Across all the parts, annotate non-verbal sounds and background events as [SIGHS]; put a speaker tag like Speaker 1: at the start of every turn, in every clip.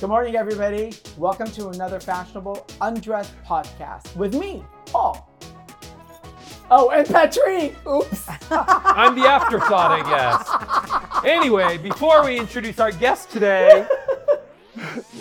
Speaker 1: Good morning, everybody. Welcome to another fashionable undressed podcast with me, Paul. Oh, and Patrick. Oops.
Speaker 2: I'm the afterthought, I guess. Anyway, before we introduce our guest today,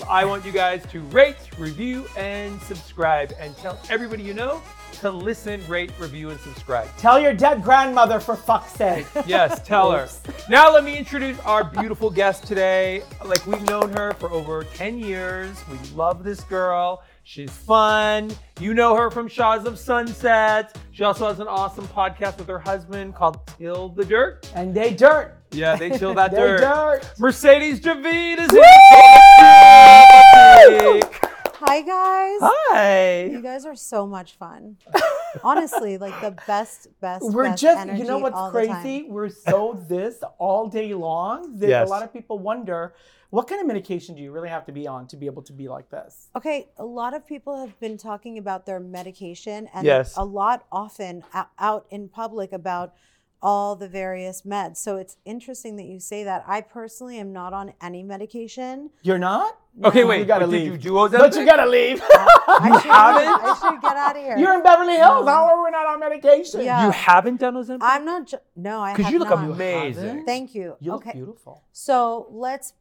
Speaker 2: I want you guys to rate, review, and subscribe, and tell everybody you know to listen, rate, review, and subscribe.
Speaker 1: Tell your dead grandmother for fuck's
Speaker 2: [LAUGHS]
Speaker 1: sake.
Speaker 2: Yes, tell her.
Speaker 1: Oops.
Speaker 2: Now let me introduce our beautiful guest today. Like we've known her for over 10 years. We love this girl. She's fun. You know her from Shaws of Sunset. She also has an awesome podcast with her husband called Till the Dirt.
Speaker 1: And they dirt.
Speaker 2: Yeah, they chill
Speaker 1: [LAUGHS]
Speaker 2: that
Speaker 1: They
Speaker 2: dirt.
Speaker 1: dirt.
Speaker 2: Mercedes Javid is in
Speaker 1: Woo!
Speaker 2: the building.
Speaker 3: Hi guys. You
Speaker 2: Hi.
Speaker 3: guys are so much fun. Honestly, like the best, best.
Speaker 1: We're
Speaker 3: best
Speaker 1: just,
Speaker 3: energy
Speaker 1: you know what's
Speaker 3: all the time.
Speaker 1: crazy? We're so [LAUGHS] this all day long that
Speaker 2: Yes.
Speaker 1: a lot of people wonder what kind of medication do you really have to be on to be able to be like this?
Speaker 3: Okay, a lot of people have been talking about their medication, and
Speaker 2: Yes.
Speaker 3: a lot often o- out in public about all the various meds. So it's interesting that you say that. I personally am not on any
Speaker 1: [LAUGHS]
Speaker 3: medication.
Speaker 1: You're not?
Speaker 2: Okay,
Speaker 3: No.
Speaker 2: wait.
Speaker 1: You gotta
Speaker 2: but did
Speaker 1: leave.
Speaker 2: you do all that?
Speaker 1: But you gotta leave. [LAUGHS]
Speaker 3: I should,
Speaker 2: haven't?
Speaker 3: I should get out of here.
Speaker 1: You're in Beverly Hills.
Speaker 3: No.
Speaker 1: How are we not on medication?
Speaker 3: Yeah.
Speaker 2: You haven't done Ozempic?
Speaker 3: I'm not. Ju- no, I.
Speaker 2: Because
Speaker 3: have
Speaker 2: you look
Speaker 3: not.
Speaker 2: amazing.
Speaker 1: haven't?
Speaker 3: Thank you.
Speaker 1: You look
Speaker 3: okay.
Speaker 1: beautiful.
Speaker 3: So let's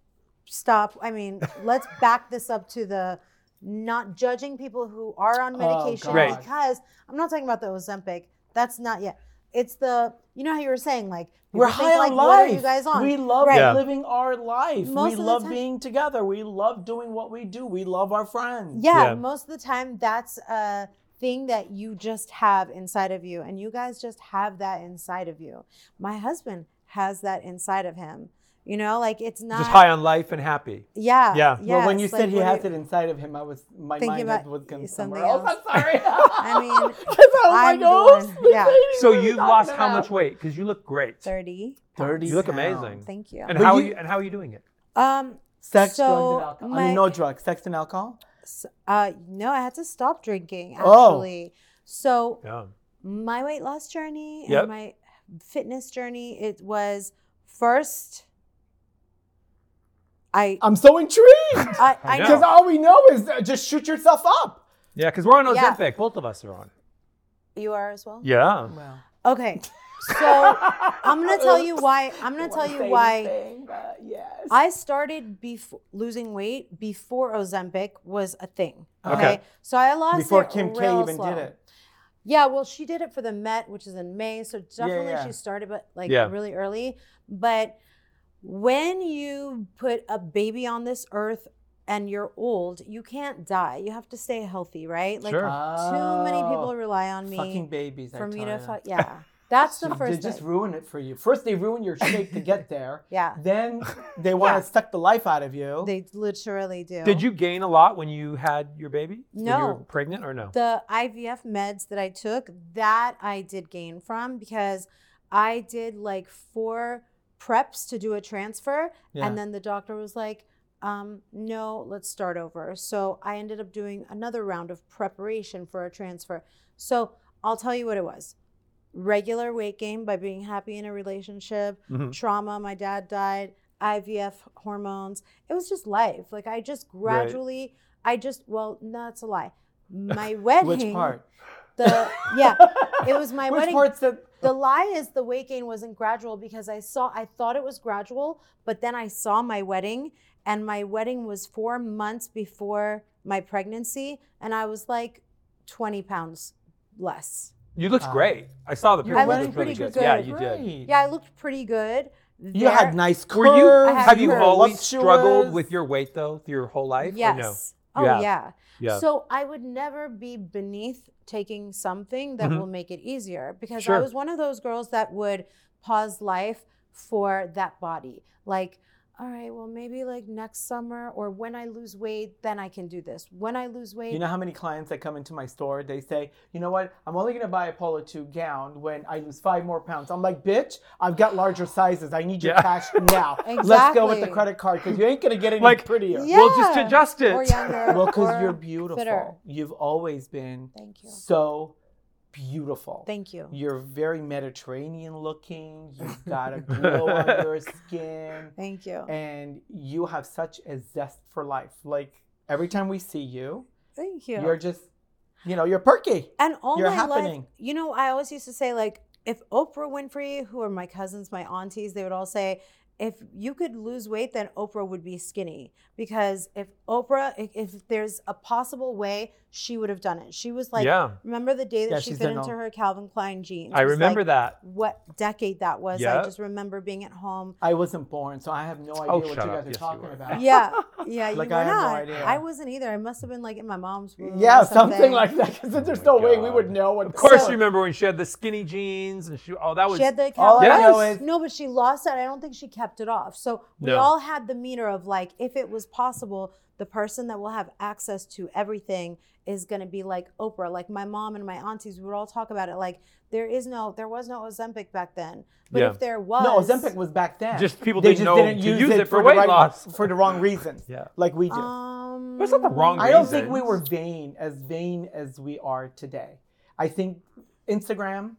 Speaker 3: stop. I mean,
Speaker 1: [LAUGHS]
Speaker 3: let's back this up to the not judging people who are on
Speaker 1: Oh,
Speaker 3: medication
Speaker 1: God.
Speaker 2: Right.
Speaker 3: because I'm not talking about the Ozempic. That's not yet. It's the you know how you were saying like people
Speaker 1: We're
Speaker 3: think,
Speaker 1: high
Speaker 3: like,
Speaker 1: on life.
Speaker 3: What are you guys on?
Speaker 1: We love
Speaker 3: Right.
Speaker 2: Yeah.
Speaker 1: living our life.
Speaker 3: Most
Speaker 1: we
Speaker 3: of the
Speaker 1: love
Speaker 3: time-
Speaker 1: being together. We love doing what we do. We love our friends.
Speaker 3: yeah,
Speaker 2: Yeah.
Speaker 3: most of the time that's a thing that you just have inside of you, and you guys just have that inside of you. My husband has that inside of him. You know, like it's not
Speaker 2: Just high on life and happy.
Speaker 3: Yeah.
Speaker 2: Yeah.
Speaker 1: well, when you
Speaker 3: yes,
Speaker 1: said
Speaker 3: like,
Speaker 1: he
Speaker 3: what do
Speaker 1: has
Speaker 3: you-
Speaker 1: it inside of him, I was my
Speaker 3: Thinking
Speaker 1: mind
Speaker 3: about
Speaker 1: was going
Speaker 3: something
Speaker 1: somewhere else. I'm
Speaker 3: [LAUGHS]
Speaker 1: sorry. [LAUGHS]
Speaker 3: I mean,
Speaker 1: Because I was like,
Speaker 3: I'm the
Speaker 1: oh,
Speaker 3: one-
Speaker 1: this
Speaker 3: yeah.
Speaker 1: lady,
Speaker 2: So
Speaker 1: what are we
Speaker 2: you've lost
Speaker 1: talking
Speaker 2: how
Speaker 1: about?
Speaker 2: much weight? Because you look great.
Speaker 3: 30.
Speaker 1: 30
Speaker 2: You look
Speaker 1: pounds.
Speaker 2: amazing.
Speaker 3: Thank you.
Speaker 2: And
Speaker 1: But
Speaker 2: how
Speaker 1: you-
Speaker 2: are you and how are you doing it?
Speaker 3: Um,
Speaker 1: Sex,
Speaker 3: so
Speaker 1: drugs, and alcohol. I mean,
Speaker 3: my-
Speaker 1: no drugs, sex, and alcohol.
Speaker 3: s- uh, no, I had to stop drinking
Speaker 1: Oh.
Speaker 3: actually. So
Speaker 2: Yeah.
Speaker 3: my weight loss journey
Speaker 2: Yep.
Speaker 3: and my fitness journey, it was first. I
Speaker 1: I'm so
Speaker 2: [LAUGHS]
Speaker 1: intrigued
Speaker 3: I,
Speaker 2: I know.
Speaker 3: I know.
Speaker 1: because all we Oh, know is uh, just shoot yourself up.
Speaker 2: Yeah, because we're on
Speaker 3: Yeah. Oh
Speaker 2: Ozempic. Both of us are on.
Speaker 3: you are as well.
Speaker 2: Yeah.
Speaker 1: [LAUGHS] Wow.
Speaker 3: Okay,
Speaker 1: [LAUGHS]
Speaker 3: so I'm gonna tell you why. I'm
Speaker 1: Don't
Speaker 3: gonna tell
Speaker 1: wanna
Speaker 3: you
Speaker 1: say
Speaker 3: why.
Speaker 1: anything, but yes.
Speaker 3: I started before losing weight before Ozempic was a thing.
Speaker 1: Okay.
Speaker 3: Okay, so I lost
Speaker 1: before
Speaker 3: it
Speaker 1: Kim K
Speaker 3: real
Speaker 1: even
Speaker 3: slow.
Speaker 1: did it.
Speaker 3: Yeah, well, she did it for the Met, which is in May, so definitely
Speaker 1: yeah.
Speaker 3: she started, but like
Speaker 2: Yeah.
Speaker 3: really early. But when you put a baby on this earth and you're old, you can't die. You have to stay healthy, right? Like
Speaker 2: Sure.
Speaker 3: too many
Speaker 1: Oh,
Speaker 3: people rely on me
Speaker 1: fucking babies. I
Speaker 3: for me
Speaker 1: tell
Speaker 3: to
Speaker 1: ya.
Speaker 3: fuck. Yeah,
Speaker 1: [LAUGHS]
Speaker 3: that's the
Speaker 1: They
Speaker 3: first
Speaker 1: just
Speaker 3: thing.
Speaker 1: ruin it for you. First, they ruin your shape to get there.
Speaker 3: [LAUGHS] Yeah,
Speaker 1: Then they want to suck the life out of you.
Speaker 3: they literally do.
Speaker 2: Did you gain a lot when you had your baby? When you were
Speaker 3: No.
Speaker 2: pregnant or no?
Speaker 3: the IVF meds that I took, that I did gain from because I did like four preps to do a transfer.
Speaker 1: Yeah.
Speaker 3: And then the doctor was like, um, no, let's start over. So I ended up doing another round of preparation for a transfer. So I'll tell you what it was regular weight gain by being happy in a relationship,
Speaker 2: Mhm.
Speaker 3: trauma, my dad died, IVF hormones. It was just life. Like I just gradually, I just, well, no, that's a lie. My
Speaker 1: [LAUGHS]
Speaker 3: wedding.
Speaker 1: Which part?
Speaker 3: The,
Speaker 1: [LAUGHS]
Speaker 3: yeah, [LAUGHS] it was my
Speaker 1: Which
Speaker 3: wedding.
Speaker 1: part's the?
Speaker 3: The lie is the weight gain wasn't gradual because I saw I thought it was gradual, but then I saw my wedding and my wedding was 4 months before my pregnancy and I was like 20 pounds less.
Speaker 2: You looked
Speaker 1: Uh,
Speaker 2: great. I saw the
Speaker 1: Your
Speaker 2: picture.
Speaker 3: I
Speaker 2: It
Speaker 3: looked
Speaker 2: looked
Speaker 3: pretty
Speaker 2: really good.
Speaker 3: good.
Speaker 2: Yeah, you did.
Speaker 1: Great.
Speaker 3: Yeah, I looked pretty good.
Speaker 1: You had
Speaker 3: there.
Speaker 1: nice curves.
Speaker 2: Were you
Speaker 3: I had
Speaker 2: have you
Speaker 3: curves.
Speaker 2: always struggled
Speaker 1: Voluptuous.
Speaker 2: with your weight though through your whole life?
Speaker 3: Yes.
Speaker 2: Or no?
Speaker 3: Oh
Speaker 2: You have.
Speaker 3: yeah.
Speaker 2: Yeah.
Speaker 3: So I would never be beneath taking something that
Speaker 1: Mm-hmm.
Speaker 2: Mhm.
Speaker 3: will make it easier because I
Speaker 2: Sure.
Speaker 3: was one of those girls that would pause life for that body. Like, all right, well, maybe like next summer or when I lose weight, then I can do this. When I lose weight,
Speaker 1: You know [LAUGHS] how many clients that come into my store? They say, you know what? I'm only going to buy a Polo 2 gown when I lose five more pounds. I'm like, bitch, I've got larger sizes. I need your
Speaker 2: Yeah.
Speaker 1: cash now. Let's go with the
Speaker 3: Exactly.
Speaker 1: credit card because you ain't going to get any
Speaker 2: Like-
Speaker 1: prettier.
Speaker 3: Yeah.
Speaker 2: Well, just to adjust it.
Speaker 3: or younger.
Speaker 1: [LAUGHS] Well, because
Speaker 3: or
Speaker 1: you're beautiful. You've always been
Speaker 3: Thank you.
Speaker 1: so beautiful.
Speaker 3: Thank you.
Speaker 1: You're very Mediterranean looking. [LAUGHS] You've got a glow on your skin.
Speaker 3: [LAUGHS] Thank you.
Speaker 1: And you have such a zest for life. Like every time we see you,
Speaker 3: Thank you.
Speaker 1: you're just, you know, you're perky.
Speaker 3: and all
Speaker 1: you're
Speaker 3: my life,
Speaker 1: happening.
Speaker 3: you know, I always used to say like, if Oprah Winfrey, who are my cousins, my aunties, they would all say, if you could lose weight, then Oprah would be skinny because if Oprah, if, if there's a possible way, she would have done it. She was like,
Speaker 2: yeah,
Speaker 3: remember the day that
Speaker 1: Yeah,
Speaker 3: she
Speaker 1: she's
Speaker 3: fit
Speaker 1: done
Speaker 3: into
Speaker 1: all-
Speaker 3: her Calvin Klein jeans?
Speaker 2: I
Speaker 3: It was,
Speaker 2: remember
Speaker 3: like,
Speaker 2: that.
Speaker 3: What decade that was?
Speaker 2: Yeah.
Speaker 3: I just remember being
Speaker 1: [LAUGHS]
Speaker 3: at home.
Speaker 1: I wasn't born, so I have no idea what you
Speaker 2: shut
Speaker 1: guys
Speaker 2: up.
Speaker 1: are
Speaker 2: Yes, you
Speaker 1: talking
Speaker 2: were.
Speaker 1: about.
Speaker 3: Yeah, yeah, you
Speaker 1: Like,
Speaker 3: were
Speaker 1: I had no
Speaker 3: not.
Speaker 1: idea.
Speaker 3: I wasn't either. I must have been like in my mom's room.
Speaker 1: Yeah, [LAUGHS]
Speaker 3: or Mm, something.
Speaker 1: something like that. Because there's
Speaker 2: my
Speaker 1: no way we
Speaker 2: God.
Speaker 1: would know what.
Speaker 2: Of course,
Speaker 1: So-
Speaker 2: you remember when she had the skinny jeans and she. Oh, that was.
Speaker 3: she had the
Speaker 1: All
Speaker 3: Calvin
Speaker 2: I
Speaker 3: Klein-
Speaker 1: know is-
Speaker 3: no, but she lost that. I don't think she kept it off. So we
Speaker 2: No.
Speaker 3: all had the meter of like, if it was possible, the person that will have access to everything is going to be like Oprah. Like my mom and my aunties, we would all talk about it. Like there is no, there was no Ozempic back then. But
Speaker 2: Yeah.
Speaker 3: if there was,
Speaker 1: No, Ozempic was back then.
Speaker 2: Just people
Speaker 1: they
Speaker 2: didn't
Speaker 1: just
Speaker 2: know
Speaker 1: didn't
Speaker 2: to
Speaker 1: use,
Speaker 2: use
Speaker 1: it,
Speaker 2: it for
Speaker 1: the
Speaker 2: weight
Speaker 1: right,
Speaker 2: loss.
Speaker 1: for the wrong reasons.
Speaker 2: Yeah.
Speaker 1: like we do.
Speaker 3: Um,
Speaker 2: That's not the wrong
Speaker 1: I don't think we
Speaker 2: reasons.
Speaker 1: were vain, as vain as we are today. I think Instagram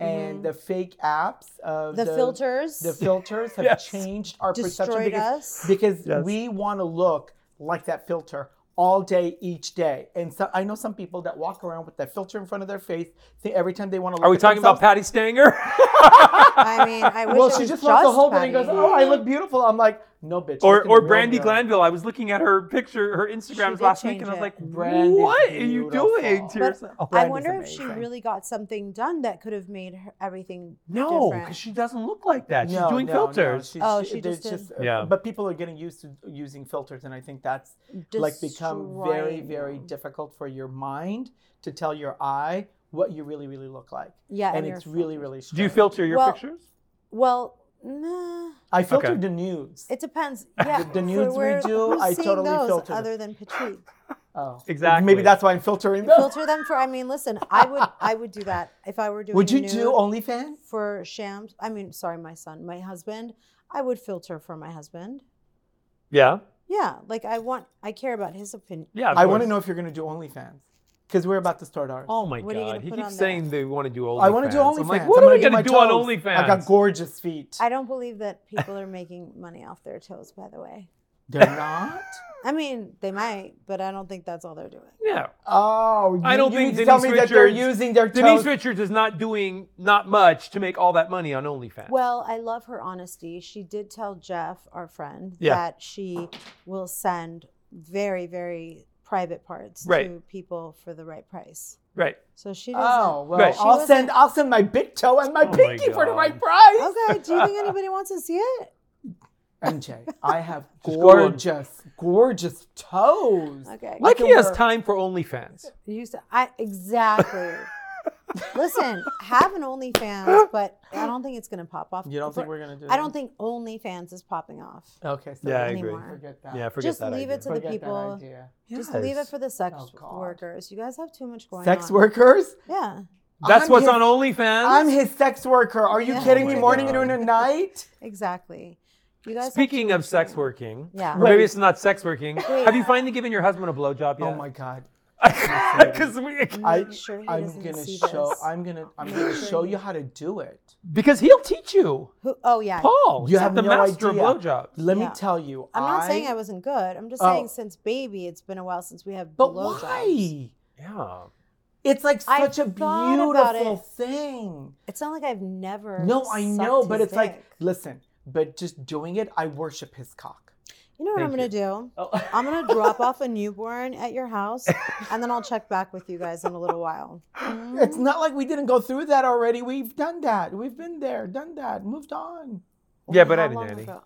Speaker 1: and the fake apps of
Speaker 3: Mm-hmm. The, filters
Speaker 1: the filters have
Speaker 2: [LAUGHS] Yes.
Speaker 1: changed our perception
Speaker 3: destroyed
Speaker 1: because,
Speaker 3: us.
Speaker 1: because
Speaker 2: Yes.
Speaker 1: we want to look like that filter all day, each day. And so I know some people that walk around with that filter in front of their face. Think every time they want to look
Speaker 2: Are we
Speaker 1: at
Speaker 2: talking about
Speaker 1: themselves-
Speaker 2: Patty
Speaker 3: [LAUGHS]
Speaker 2: Stanger? [LAUGHS]
Speaker 3: I mean,
Speaker 1: [LAUGHS]
Speaker 3: I wish
Speaker 1: well,
Speaker 3: it
Speaker 1: she
Speaker 3: was
Speaker 1: just wants to hold it
Speaker 3: Patty.
Speaker 1: and goes, "Oh, I look beautiful." I'm like, "No, bitch." look
Speaker 2: or
Speaker 1: in
Speaker 2: or
Speaker 1: the real
Speaker 2: Brandy
Speaker 1: mirror."
Speaker 2: Glanville? I was looking at her picture, her Instagrams
Speaker 3: did
Speaker 2: last week,
Speaker 3: change
Speaker 2: and I was
Speaker 3: it.
Speaker 2: like,
Speaker 1: Brandy's
Speaker 2: "What are you doing
Speaker 1: beautiful.
Speaker 2: to
Speaker 3: But
Speaker 2: yourself?"
Speaker 3: I
Speaker 1: Brandy's
Speaker 3: wonder if she
Speaker 1: amazing.
Speaker 3: really got something done that could have made her, everything
Speaker 2: No,
Speaker 3: different.
Speaker 2: because she doesn't look like that. She's doing filters.
Speaker 3: Oh, she just
Speaker 1: there's uh,
Speaker 3: did.
Speaker 2: Yeah.
Speaker 1: But people are getting used to using filters, and I think that's like become very,
Speaker 3: Destroying
Speaker 1: very
Speaker 3: them.
Speaker 1: difficult for your mind to tell your eye what you really, really look like.
Speaker 3: Yeah,
Speaker 1: and,
Speaker 3: your
Speaker 1: it's really,
Speaker 3: phone.
Speaker 1: really. Strange.
Speaker 2: Do you filter your
Speaker 3: Well-
Speaker 2: pictures?
Speaker 3: Well, nah,
Speaker 1: I filtered
Speaker 2: Okay.
Speaker 1: the news.
Speaker 3: it depends.
Speaker 1: [LAUGHS]
Speaker 3: Yeah,
Speaker 1: The- the
Speaker 3: for
Speaker 1: nudes we
Speaker 3: where-
Speaker 1: do,
Speaker 3: who's
Speaker 1: I
Speaker 3: seeing
Speaker 1: totally
Speaker 3: those
Speaker 1: filter them.
Speaker 3: Other
Speaker 1: [LAUGHS]
Speaker 3: than Petrie,
Speaker 1: oh,
Speaker 2: Exactly.
Speaker 1: Maybe that's why I'm filtering them.
Speaker 3: filter them for. I mean, listen, I would, I would do that if I were doing.
Speaker 1: Would
Speaker 3: a
Speaker 1: you
Speaker 3: nude
Speaker 1: do OnlyFans?
Speaker 3: for Shams? I mean, sorry, my son, my husband. I would filter for my husband.
Speaker 2: Yeah.
Speaker 3: Yeah, like I want, I care about his opinion.
Speaker 2: Yeah. of
Speaker 1: I want to
Speaker 2: course.
Speaker 1: know if you're going to do OnlyFans because we're about to start ours.
Speaker 2: Oh my
Speaker 3: What are you
Speaker 2: god!
Speaker 3: gonna
Speaker 2: He
Speaker 3: put
Speaker 2: keeps
Speaker 3: on there?
Speaker 2: saying they want to do OnlyFans.
Speaker 1: I want to do OnlyFans.
Speaker 2: I'm like, what
Speaker 1: I'm
Speaker 2: are we
Speaker 1: do
Speaker 2: gonna
Speaker 1: my
Speaker 2: do on
Speaker 1: toes.
Speaker 2: OnlyFans?
Speaker 1: I got gorgeous feet.
Speaker 3: I don't believe that people
Speaker 1: [LAUGHS]
Speaker 3: are making money off their toes. By the way,
Speaker 1: They're not.
Speaker 3: I mean, they might, but I don't think that's all they're doing.
Speaker 2: Yeah.
Speaker 1: Oh,
Speaker 2: I
Speaker 1: you-
Speaker 2: don't
Speaker 1: you
Speaker 2: think
Speaker 1: mean to tell
Speaker 2: Denise
Speaker 1: me that they're
Speaker 2: Richards-
Speaker 1: using their
Speaker 2: Denise
Speaker 1: toes.
Speaker 2: Richards is not doing not much to make all that money on OnlyFans.
Speaker 3: Well, I love her honesty. She did tell Jeff, our friend,
Speaker 2: Yeah.
Speaker 3: that she will send very, very private parts to
Speaker 2: Right.
Speaker 3: people for the right price.
Speaker 2: right.
Speaker 3: So she doesn't.
Speaker 1: Oh well,
Speaker 2: Right. She
Speaker 1: I'll
Speaker 3: wasn't-
Speaker 1: send I'll send my big toe and my
Speaker 2: Oh my
Speaker 1: pinky for the
Speaker 2: God.
Speaker 1: right price.
Speaker 3: [LAUGHS] Okay, do you think anybody wants to see it?
Speaker 1: [LAUGHS] MJ, I have
Speaker 2: Just go on.
Speaker 1: gorgeous, gorgeous toes.
Speaker 3: Okay.
Speaker 2: Like
Speaker 1: can
Speaker 2: he has
Speaker 1: wear-
Speaker 2: time for OnlyFans.
Speaker 3: You said I exactly.
Speaker 2: [LAUGHS]
Speaker 3: Listen, have an OnlyFans, but I don't think it's gonna pop off.
Speaker 1: You don't think
Speaker 3: For-
Speaker 1: we're gonna do?
Speaker 3: I don't think OnlyFans is popping off.
Speaker 1: that? Okay, so
Speaker 2: Yeah, I
Speaker 1: then
Speaker 2: agree.
Speaker 1: Forget that.
Speaker 2: Yeah, forget
Speaker 3: Just
Speaker 2: that.
Speaker 3: leave
Speaker 2: idea.
Speaker 3: it to the
Speaker 1: Forget
Speaker 3: people.
Speaker 1: That idea.
Speaker 3: Just leave it
Speaker 2: Yes.
Speaker 3: for the sex
Speaker 1: Oh, God.
Speaker 3: workers. You guys have too much going on.
Speaker 1: Sex workers?
Speaker 3: Yeah,
Speaker 2: That's
Speaker 1: I'm
Speaker 2: what's
Speaker 1: his-
Speaker 2: on OnlyFans.
Speaker 1: I'm his sex worker. Are you
Speaker 3: Yeah.
Speaker 1: kidding
Speaker 2: Oh
Speaker 1: me?
Speaker 2: my
Speaker 1: Morning,
Speaker 2: God.
Speaker 1: noon, and night.
Speaker 3: exactly. You guys. have too
Speaker 2: Speaking of
Speaker 3: much
Speaker 2: sex
Speaker 3: going on.
Speaker 2: working,
Speaker 3: Yeah.
Speaker 2: or maybe it's not sex working. Have you finally given your husband a blowjob yet?
Speaker 1: Oh
Speaker 2: [LAUGHS]
Speaker 1: my God.
Speaker 2: Because we,
Speaker 1: I,
Speaker 3: Make sure he
Speaker 1: I'm
Speaker 3: doesn't
Speaker 1: gonna
Speaker 3: see
Speaker 1: show.
Speaker 3: this.
Speaker 1: I'm gonna. I'm
Speaker 3: Make
Speaker 1: gonna
Speaker 3: sure
Speaker 1: show
Speaker 3: he-
Speaker 1: you how to do it.
Speaker 2: because he'll teach you.
Speaker 3: Who? Oh yeah.
Speaker 2: Paul,
Speaker 1: You
Speaker 2: he's
Speaker 1: have
Speaker 2: the
Speaker 1: no
Speaker 2: master
Speaker 1: idea.
Speaker 2: of blowjobs.
Speaker 1: Let me
Speaker 3: Yeah.
Speaker 1: tell you.
Speaker 3: I'm not saying
Speaker 1: I
Speaker 3: I wasn't good. I'm just
Speaker 1: Oh.
Speaker 3: saying since baby, it's been a while since we have
Speaker 1: But
Speaker 3: blowjobs.
Speaker 1: why?
Speaker 2: Yeah. [LAUGHS]
Speaker 1: It's like
Speaker 3: I
Speaker 1: such a
Speaker 3: thought about
Speaker 1: beautiful
Speaker 3: it.
Speaker 1: thing.
Speaker 3: It's not like I've never.
Speaker 1: No, I know,
Speaker 3: sucked
Speaker 1: but
Speaker 3: his
Speaker 1: it's like,
Speaker 3: dick.
Speaker 1: listen, but just doing it, I worship his cock.
Speaker 3: You know what I'm gonna
Speaker 2: Thank
Speaker 3: do?
Speaker 1: Oh.
Speaker 3: I'm gonna drop off a newborn at your house, and then I'll check back with you guys in a little while.
Speaker 1: [LAUGHS] It's not like we didn't go through that already. We've done that. We've been there, done that, moved on.
Speaker 2: Yeah, but I
Speaker 3: How
Speaker 2: didn't
Speaker 3: long
Speaker 2: have any.
Speaker 3: ago?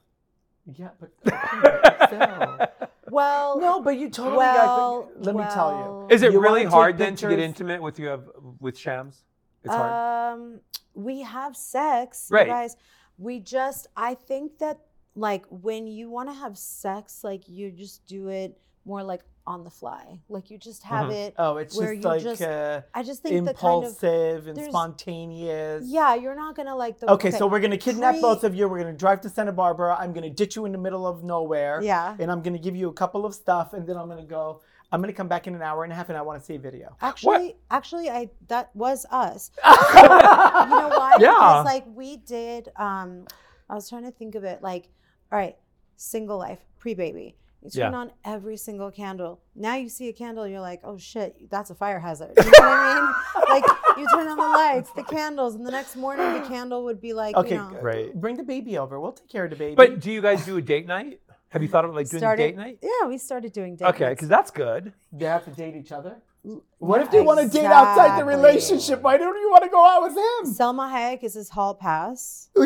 Speaker 1: Yeah, [LAUGHS] but
Speaker 3: Well,
Speaker 1: no, but you totally
Speaker 3: well,
Speaker 1: got. Let me tell
Speaker 3: well,
Speaker 2: Is it
Speaker 1: You wanna
Speaker 2: really
Speaker 1: take
Speaker 2: hard then to get
Speaker 1: pictures?
Speaker 2: intimate with you have with Shams? It's hard.
Speaker 3: Um, we have sex,
Speaker 2: Right.
Speaker 3: you guys. We just, I think that like when you want to have sex, like you just do it more like on the fly. Like you just have
Speaker 2: Mhm.
Speaker 3: it.
Speaker 1: you. Oh, it's
Speaker 3: where
Speaker 1: just
Speaker 3: you
Speaker 1: like
Speaker 3: just
Speaker 1: uh,
Speaker 3: I just think the
Speaker 1: impulsive and
Speaker 3: there's-
Speaker 1: spontaneous.
Speaker 3: kind of yeah, you're not gonna like the
Speaker 1: Okay, so we're gonna kidnap
Speaker 3: Pre-
Speaker 1: both of you. We're gonna drive to Santa Barbara. I'm gonna ditch you in the middle of nowhere.
Speaker 3: yeah.
Speaker 1: and I'm gonna give you a couple of stuff, and then I'm gonna go. I'm gonna come back in an hour and a half and I wanna see a
Speaker 3: [LAUGHS]
Speaker 1: video.
Speaker 3: Actually, actually, I that was us. You know
Speaker 1: yeah.
Speaker 2: [LAUGHS]
Speaker 3: why?
Speaker 2: Yeah.
Speaker 3: Because like we did. Um, I was trying to think of it. Like, all right, single life, pre baby. You turn
Speaker 2: Yeah.
Speaker 3: on every single candle. Now you see a candle, you're like, oh shit, that's a fire hazard. You know what I mean? [LAUGHS] Like you turn on the lights, the candles, and the next morning the candle would be like,
Speaker 1: Okay,
Speaker 3: you know,
Speaker 2: Right.
Speaker 1: Bring the baby over. We'll take care of the baby.
Speaker 2: But do you guys do a date night? Have you thought of like doing
Speaker 3: Started-
Speaker 2: a date night?
Speaker 3: yeah, we started doing date
Speaker 2: Okay,
Speaker 3: nights.
Speaker 2: because that's good.
Speaker 1: they have to date each other.
Speaker 3: L-
Speaker 1: What
Speaker 3: yeah,
Speaker 1: if they want to date outside the
Speaker 3: exactly.
Speaker 1: relationship? Why don't you want to go out with him?
Speaker 3: Selma Hayek is his hall pass.
Speaker 1: yeah.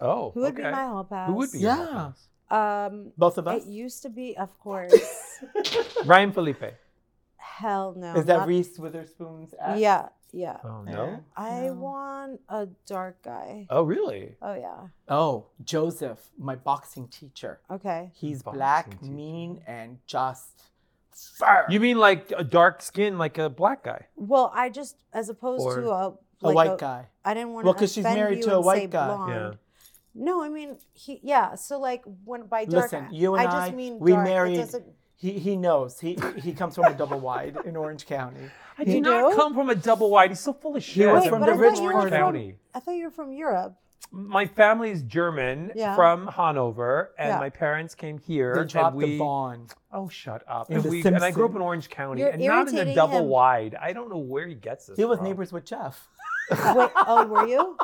Speaker 2: Oh,
Speaker 3: Who would
Speaker 2: okay.
Speaker 3: be my hall pass?
Speaker 2: Who would be?
Speaker 1: Yeah.
Speaker 3: Um,
Speaker 1: Both of us.
Speaker 3: It used to
Speaker 2: [LAUGHS]
Speaker 3: be, of course.
Speaker 2: Ryan Felipe.
Speaker 3: Hell no.
Speaker 1: Is that
Speaker 3: not-
Speaker 1: Reese Witherspoon's ex?
Speaker 3: Yeah, yeah.
Speaker 2: Oh
Speaker 1: Yeah.
Speaker 2: no.
Speaker 3: I
Speaker 1: No.
Speaker 3: want a dark guy.
Speaker 2: Oh really?
Speaker 3: Oh yeah.
Speaker 1: Oh, Joseph, my boxing teacher.
Speaker 3: Okay.
Speaker 1: He's
Speaker 2: Boxing
Speaker 1: black,
Speaker 2: teacher.
Speaker 1: mean, and just fur.
Speaker 2: You mean like a dark skin, like a black guy?
Speaker 3: Well, I just as opposed
Speaker 2: Or
Speaker 3: to a
Speaker 1: a
Speaker 3: like
Speaker 1: white guy.
Speaker 3: I didn't want
Speaker 1: Well,
Speaker 3: to
Speaker 1: 'cause
Speaker 3: because
Speaker 1: she's married to a white guy. Yeah.
Speaker 3: Blonde. No, I mean he. Yeah. So like when by dark,
Speaker 1: Listen, you and
Speaker 3: just
Speaker 1: I,
Speaker 3: mean
Speaker 1: we
Speaker 3: dark. It
Speaker 1: married-
Speaker 3: doesn't-
Speaker 1: He he knows. He he comes from a double wide in Orange County.
Speaker 2: I
Speaker 1: You
Speaker 2: did not
Speaker 3: do?
Speaker 2: come from a double wide. He's so full of shit.
Speaker 1: was
Speaker 3: Wait,
Speaker 1: from
Speaker 3: but
Speaker 1: the
Speaker 3: I thought
Speaker 1: rich
Speaker 3: you were
Speaker 1: Orange
Speaker 3: from-
Speaker 2: County.
Speaker 3: I thought you were
Speaker 1: [LAUGHS]
Speaker 3: from Europe.
Speaker 2: My family is German
Speaker 3: Yeah.
Speaker 2: from Hanover, and
Speaker 3: Yeah.
Speaker 2: my parents came here.
Speaker 1: They dropped
Speaker 2: and we,
Speaker 1: the Vaughn.
Speaker 2: Oh, shut up.
Speaker 1: In
Speaker 2: And,
Speaker 1: The
Speaker 2: we, and I grew up
Speaker 1: Simpsons.
Speaker 2: in Orange County
Speaker 3: You're
Speaker 2: and not in a
Speaker 3: irritating
Speaker 2: double
Speaker 3: him.
Speaker 2: wide. I don't know where he gets this.
Speaker 1: He was
Speaker 2: from.
Speaker 1: neighbors with Jeff.
Speaker 3: Wait. Oh,
Speaker 1: [LAUGHS]
Speaker 3: were you?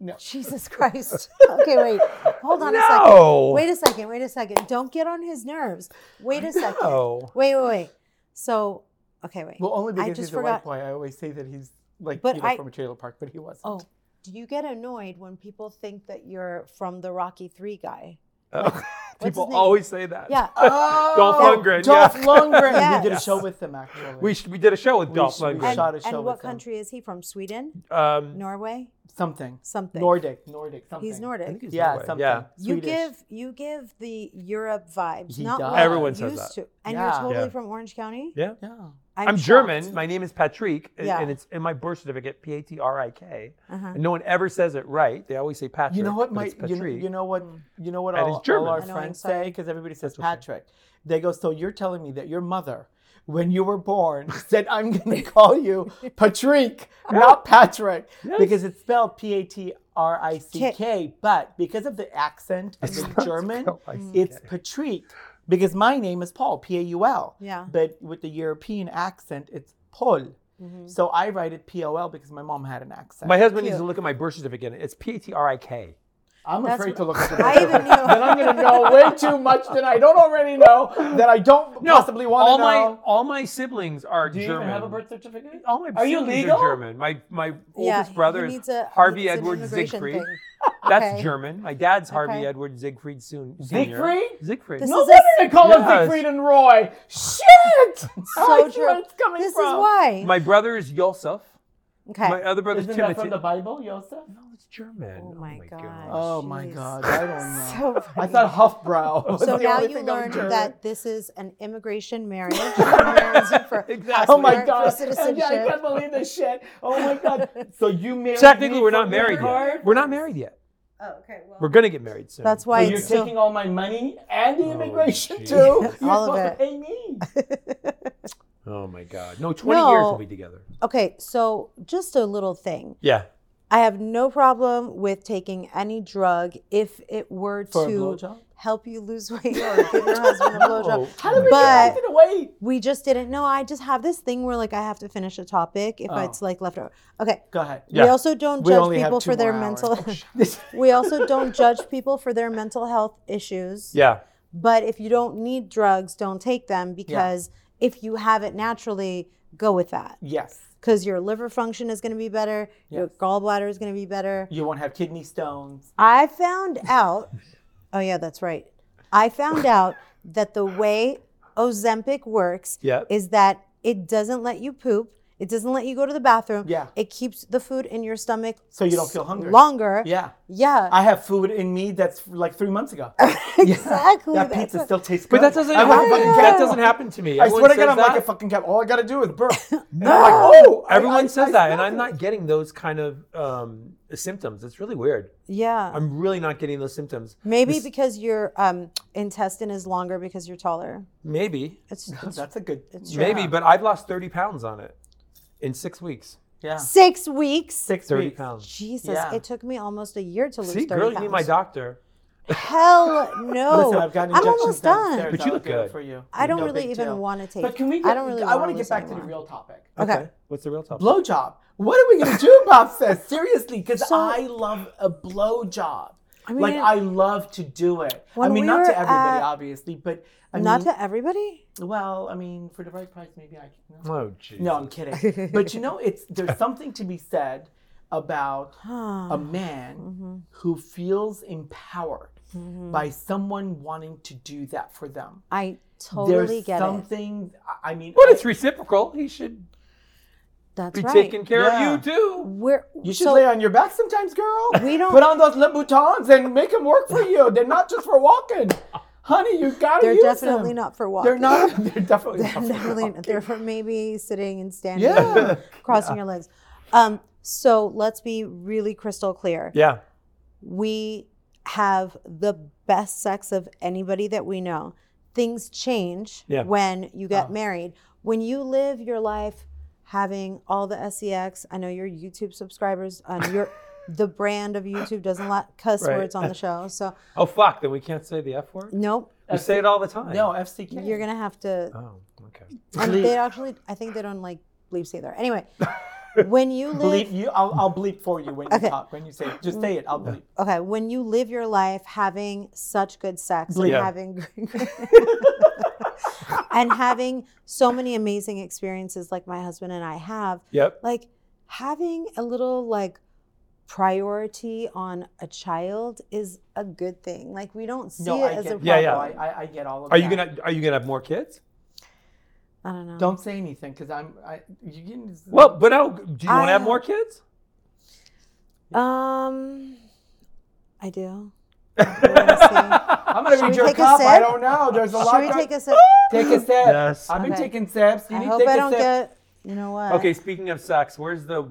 Speaker 2: No.
Speaker 3: Jesus Christ. Okay, wait. Hold on a second.
Speaker 2: No.
Speaker 3: Wait a second. Wait a second. Don't get on his nerves. Wait a second.
Speaker 2: No.
Speaker 3: Wait, wait, wait. So, okay, wait.
Speaker 1: Well, only
Speaker 3: I
Speaker 1: because
Speaker 3: just
Speaker 1: he's
Speaker 3: forgot-
Speaker 1: a white boy. I always say that he's like
Speaker 3: But
Speaker 1: you know,
Speaker 3: I-
Speaker 1: from a trailer park, but he wasn't. [LAUGHS]
Speaker 3: oh, do you get annoyed when people think that you're from the Rocky Three guy?
Speaker 2: Oh,
Speaker 3: his
Speaker 2: People
Speaker 3: name?
Speaker 2: always say
Speaker 1: Uh,
Speaker 2: that.
Speaker 3: Yeah.
Speaker 2: Dolph
Speaker 1: Oh,
Speaker 2: Lundgren,
Speaker 1: Dolph
Speaker 2: yeah.
Speaker 1: Lundgren.
Speaker 3: [LAUGHS] Yes.
Speaker 1: We did a show with him actually.
Speaker 2: We, sh- we did a show with
Speaker 1: We
Speaker 2: Dolph
Speaker 1: sh- we
Speaker 2: Lundgren.
Speaker 3: And,
Speaker 1: shot a show
Speaker 3: and what
Speaker 1: with him.
Speaker 3: country is he from? Sweden?
Speaker 2: um,
Speaker 3: Norway?
Speaker 1: something.
Speaker 3: Something.
Speaker 1: Nordic, Nordic, something.
Speaker 3: He's Nordic.
Speaker 2: I think it's
Speaker 1: Yeah,
Speaker 2: Norway.
Speaker 1: something.
Speaker 2: Yeah.
Speaker 3: you
Speaker 1: Swedish.
Speaker 3: give you give the Europe vibes,
Speaker 1: He
Speaker 3: not
Speaker 1: does.
Speaker 3: what I'm
Speaker 2: Everyone says
Speaker 3: used
Speaker 2: that.
Speaker 3: to. And
Speaker 1: Yeah.
Speaker 3: you're totally
Speaker 2: Yeah.
Speaker 3: from Orange County.
Speaker 2: Yeah.
Speaker 1: Yeah.
Speaker 2: I'm,
Speaker 3: shocked.
Speaker 2: German. My name is Patrick, and-
Speaker 3: Yeah.
Speaker 2: and it's in my birth certificate, P A T R I K.
Speaker 3: Uh-huh.
Speaker 2: And no one ever says it right. They always say Patrick.
Speaker 1: You know what?
Speaker 2: but
Speaker 1: My
Speaker 2: it's
Speaker 1: you know,
Speaker 2: Patrick.
Speaker 1: you know what
Speaker 3: Mm.
Speaker 1: you know what
Speaker 2: That is
Speaker 1: all, all
Speaker 2: German.
Speaker 1: our
Speaker 3: Annoying
Speaker 1: friends
Speaker 3: side.
Speaker 1: say because everybody says
Speaker 2: That's okay.
Speaker 1: Patrick. They go. So you're telling me that your mother, when you were born, [LAUGHS] said I'm
Speaker 2: [LAUGHS]
Speaker 1: going to call you Patrick, not Patrick,
Speaker 2: Yes.
Speaker 1: because it's spelled P A T R I C K.
Speaker 3: K. Mm.
Speaker 1: But because of the accent of the German,
Speaker 2: P-A-T-R-I-C-K.
Speaker 1: it's Patrick. Because my name is Paul, P A U L.
Speaker 3: Yeah.
Speaker 1: But with the European accent, it's Paul.
Speaker 3: Mhm.
Speaker 1: So I write it P O L because my mom had an accent.
Speaker 2: My husband needs
Speaker 3: Cute.
Speaker 2: to look at my birth certificate. It's P A T R I K.
Speaker 1: I'm
Speaker 3: That's
Speaker 1: afraid to
Speaker 3: what-
Speaker 1: look at the
Speaker 3: [LAUGHS] I even knew.
Speaker 1: then I'm gonna know way too much that I don't already know that I don't possibly want
Speaker 2: all
Speaker 1: to
Speaker 2: my
Speaker 1: know. Oh,
Speaker 2: all my siblings are
Speaker 1: Do you
Speaker 2: German.
Speaker 1: even have a birth certificate?
Speaker 2: all my
Speaker 1: Are you
Speaker 2: siblings
Speaker 1: legal?
Speaker 2: Are German. My my oldest
Speaker 3: he-
Speaker 2: brother is
Speaker 3: he needs a-
Speaker 2: Harvey
Speaker 3: it's an
Speaker 2: Edward
Speaker 3: immigration
Speaker 2: Siegfried.
Speaker 3: thing.
Speaker 2: That's
Speaker 3: Okay.
Speaker 2: German. My dad's Harvey
Speaker 3: Okay.
Speaker 2: Edward Siegfried soon.
Speaker 1: Siegfried?
Speaker 2: Siegfried.
Speaker 3: This
Speaker 1: No
Speaker 3: is
Speaker 1: wonder
Speaker 3: a-
Speaker 1: they call
Speaker 2: Yes.
Speaker 1: us Siegfried and Roy. Shit! [LAUGHS] I see
Speaker 3: true.
Speaker 1: where it's coming
Speaker 3: This is
Speaker 1: from.
Speaker 3: why.
Speaker 2: My brother is Yosef.
Speaker 3: okay.
Speaker 2: My other brother is
Speaker 1: Isn't that
Speaker 2: Timothy.
Speaker 1: from the Bible, Yosef?
Speaker 2: No, it's German.
Speaker 3: oh my god.
Speaker 1: Oh my
Speaker 3: jeez.
Speaker 1: God, I don't know.
Speaker 3: [LAUGHS] So
Speaker 1: I
Speaker 3: funny.
Speaker 1: thought Huffbrow. Was
Speaker 3: So
Speaker 1: the
Speaker 3: now
Speaker 1: only
Speaker 3: you
Speaker 1: thing that was
Speaker 3: learned
Speaker 1: German.
Speaker 3: that this is an
Speaker 1: [LAUGHS]
Speaker 3: immigration marriage. marries you for
Speaker 2: Exactly.
Speaker 1: Oh my
Speaker 3: passport, for
Speaker 1: god! And yeah, I
Speaker 3: citizenship.
Speaker 1: can't believe this shit. Oh my
Speaker 3: [LAUGHS]
Speaker 1: god! So you married?
Speaker 2: Technically,
Speaker 1: me
Speaker 2: we're
Speaker 1: for
Speaker 2: not
Speaker 1: your
Speaker 2: married
Speaker 1: card?
Speaker 2: yet. We're not married yet.
Speaker 3: Oh, okay. Well,
Speaker 2: We're gonna get married soon.
Speaker 3: That's
Speaker 1: So
Speaker 3: why
Speaker 1: you're
Speaker 3: it's still.
Speaker 1: taking all my money and the
Speaker 2: Oh,
Speaker 1: immigration
Speaker 2: jeez.
Speaker 1: too. You're
Speaker 3: [LAUGHS] All
Speaker 1: supposed
Speaker 3: of it.
Speaker 1: to pay
Speaker 3: [LAUGHS]
Speaker 1: me.
Speaker 2: Oh my god. No, 20 years
Speaker 3: No.
Speaker 2: we'll be together.
Speaker 3: okay, so just a little thing.
Speaker 2: Yeah.
Speaker 3: I have no problem with taking any drug if it were
Speaker 1: For a
Speaker 3: to
Speaker 1: blowjob?
Speaker 3: help you
Speaker 1: [LAUGHS]
Speaker 3: lose weight or give your husband a blowjob.
Speaker 1: How do we
Speaker 3: But-
Speaker 1: get it away?
Speaker 3: We just didn't know. I just have this thing where like I have to finish a topic if
Speaker 1: Oh.
Speaker 3: it's like left over. Okay.
Speaker 1: Go ahead.
Speaker 2: Yeah.
Speaker 3: We also don't
Speaker 1: We
Speaker 3: judge
Speaker 1: only have
Speaker 3: people
Speaker 1: two
Speaker 3: for their
Speaker 1: more
Speaker 3: mental. [LAUGHS]
Speaker 1: hours. Oh,
Speaker 3: we also don't judge people for their mental health issues.
Speaker 2: Yeah.
Speaker 3: But if you don't need drugs, don't take them because if you have it naturally, go with that
Speaker 1: Yes.
Speaker 3: because your liver function is going to be better, your
Speaker 1: Yes.
Speaker 3: gallbladder is going to be better.
Speaker 1: You won't have kidney stones.
Speaker 3: I found
Speaker 1: [LAUGHS]
Speaker 3: out. Oh yeah, that's right. I found out that the way Ozempic works
Speaker 2: Yeah.
Speaker 3: is that it doesn't let you poop. It doesn't let you go to the bathroom.
Speaker 1: Yeah.
Speaker 3: It keeps the food in your stomach
Speaker 1: So you don't feel hungry.
Speaker 3: longer.
Speaker 1: Yeah.
Speaker 3: Yeah.
Speaker 1: I have food in me that's like three months ago.
Speaker 3: [LAUGHS] exactly.
Speaker 1: That
Speaker 3: That's
Speaker 1: pizza
Speaker 3: what-
Speaker 1: still tastes good.
Speaker 2: But that doesn't
Speaker 1: I want a
Speaker 2: happen.
Speaker 1: fucking
Speaker 2: That
Speaker 1: cat.
Speaker 2: doesn't happen to me.
Speaker 1: I
Speaker 2: Everyone
Speaker 1: swear to God,
Speaker 2: says
Speaker 1: I'm
Speaker 2: that.
Speaker 1: like a fucking cat. All I gotta do is
Speaker 3: [LAUGHS]
Speaker 1: burp. And I'm like, oh, I-
Speaker 2: Everyone
Speaker 1: I-
Speaker 2: says
Speaker 1: I
Speaker 2: that, and
Speaker 1: smell
Speaker 2: I'm
Speaker 1: it.
Speaker 2: not getting those kind of um, symptoms. It's really weird.
Speaker 3: yeah.
Speaker 2: I'm really not getting those symptoms.
Speaker 3: Maybe because your um, intestine is longer because you're taller.
Speaker 2: Maybe,
Speaker 1: [LAUGHS]
Speaker 3: It's,
Speaker 1: Oh,
Speaker 3: it's
Speaker 1: That's a good.
Speaker 2: maybe, but I've lost 30 pounds on it in six weeks.
Speaker 1: Yeah.
Speaker 3: six weeks.
Speaker 1: Six
Speaker 2: 30
Speaker 1: weeks.
Speaker 2: pounds.
Speaker 3: Jesus,
Speaker 1: Yeah.
Speaker 3: it took me almost a year to lose
Speaker 2: See,
Speaker 3: 30
Speaker 2: girl, you
Speaker 3: pounds.
Speaker 2: need my doctor.
Speaker 3: Hell no.
Speaker 1: [LAUGHS] Listen, I've gotten
Speaker 3: Oh, I'm
Speaker 1: injections
Speaker 3: almost done.
Speaker 1: downstairs.
Speaker 2: But you
Speaker 1: I'll
Speaker 2: look
Speaker 1: do it
Speaker 2: good.
Speaker 1: For you.
Speaker 3: I don't
Speaker 1: No
Speaker 3: really
Speaker 1: big
Speaker 3: even
Speaker 1: deal.
Speaker 3: want to take.
Speaker 1: But can we? Get,
Speaker 3: I don't really.
Speaker 1: I want
Speaker 3: wanna
Speaker 1: to
Speaker 3: lose
Speaker 1: get back to the
Speaker 3: anyone.
Speaker 1: real topic.
Speaker 3: Okay.
Speaker 2: What's the real topic?
Speaker 1: Blowjob. What are we gonna
Speaker 3: [LAUGHS]
Speaker 1: do, Bob says? Seriously, because
Speaker 3: So-
Speaker 1: I love a blowjob.
Speaker 3: I mean,
Speaker 1: like I love to do it. I
Speaker 3: When
Speaker 1: mean,
Speaker 3: we
Speaker 1: not
Speaker 3: were
Speaker 1: to everybody,
Speaker 3: at-
Speaker 1: obviously, but I
Speaker 3: not
Speaker 1: mean,
Speaker 3: to everybody.
Speaker 1: well, I mean, for the right price, maybe I can.
Speaker 3: [LAUGHS]
Speaker 1: No,
Speaker 2: Oh, jeez.
Speaker 1: no I'm kidding. but you know, it's there's something to be said about
Speaker 3: Huh. Mm-hmm.
Speaker 1: a man who feels empowered by someone wanting to do that for them.
Speaker 3: I totally
Speaker 1: there's
Speaker 3: get it.
Speaker 1: something. I- I mean,
Speaker 2: But
Speaker 1: I-
Speaker 2: it's reciprocal. He should
Speaker 3: That's
Speaker 2: be
Speaker 3: right.
Speaker 2: taking care
Speaker 1: Yeah.
Speaker 2: of you too.
Speaker 3: We're
Speaker 1: you should
Speaker 3: so
Speaker 1: lay on your back sometimes, girl.
Speaker 3: We don't-
Speaker 1: put on those Louboutins and make them work for you. They're not just for walking, honey. You gotta
Speaker 3: they're
Speaker 1: use
Speaker 3: definitely
Speaker 1: them.
Speaker 3: not for walking.
Speaker 1: They're
Speaker 3: [LAUGHS]
Speaker 1: not. [LAUGHS] They're definitely
Speaker 3: They're
Speaker 1: not.
Speaker 3: definitely
Speaker 1: for
Speaker 3: not. They're for maybe sitting and standing,
Speaker 1: Yeah.
Speaker 3: crossing your legs. Um, so let's be really crystal clear.
Speaker 2: Yeah.
Speaker 3: we have the best sex of anybody that we know. Things change
Speaker 2: Yeah. Uh-huh.
Speaker 3: when you get
Speaker 1: Oh.
Speaker 3: married. When you live your life having all the sex, I know your YouTube subscribers,
Speaker 2: [LAUGHS]
Speaker 3: um, your the brand of YouTube doesn't let cuss
Speaker 2: Right.
Speaker 3: words on the show. So
Speaker 2: Oh fuck. Then we can't say the f word.
Speaker 3: nope,
Speaker 2: We say it all the time.
Speaker 1: No, FCK.
Speaker 3: you're gonna have to.
Speaker 2: Oh, okay.
Speaker 3: And
Speaker 1: Bleep.
Speaker 3: they actually, I think they don't like bleeps either.
Speaker 2: [LAUGHS]
Speaker 3: Anyway, when you live
Speaker 1: bleep. You, I'll, I'll bleep for you when you
Speaker 3: Okay. Mm-hmm.
Speaker 1: talk. When you say it, just say it. I'll bleep.
Speaker 3: okay, when you live your life having such good sex and
Speaker 2: Yeah.
Speaker 3: having [LAUGHS] and having so many amazing experiences like my husband and I have,
Speaker 2: Yep.
Speaker 3: like having a little like priority on a child is a good thing. Like we don't see
Speaker 1: No,
Speaker 3: it
Speaker 1: I
Speaker 3: as a
Speaker 1: get.
Speaker 3: problem.
Speaker 2: Yeah, yeah.
Speaker 1: no, I, I, I get all of.
Speaker 2: Are you
Speaker 1: that.
Speaker 2: gonna Are you gonna have more kids?
Speaker 3: I don't know.
Speaker 1: Don't say anything because I'm. I, you can.
Speaker 2: Well, but no. Do you want to
Speaker 3: I-
Speaker 2: have more kids?
Speaker 3: Um I do.
Speaker 1: I'm gonna
Speaker 3: Should
Speaker 1: be
Speaker 3: we
Speaker 1: jerk
Speaker 3: take a
Speaker 1: up. I
Speaker 3: sip?
Speaker 1: don't know. There's a
Speaker 3: Should
Speaker 1: lot.
Speaker 3: we
Speaker 1: going-
Speaker 3: take a sip?
Speaker 1: take a sip?
Speaker 2: Yes.
Speaker 1: I've been
Speaker 3: Okay.
Speaker 1: taking sips. [GASPS] You
Speaker 3: I
Speaker 1: need
Speaker 3: hope
Speaker 1: to take
Speaker 3: I
Speaker 1: a
Speaker 3: don't
Speaker 1: sip.
Speaker 3: get you know
Speaker 2: [LAUGHS]
Speaker 3: what?
Speaker 2: Okay. Speaking of sex, where's the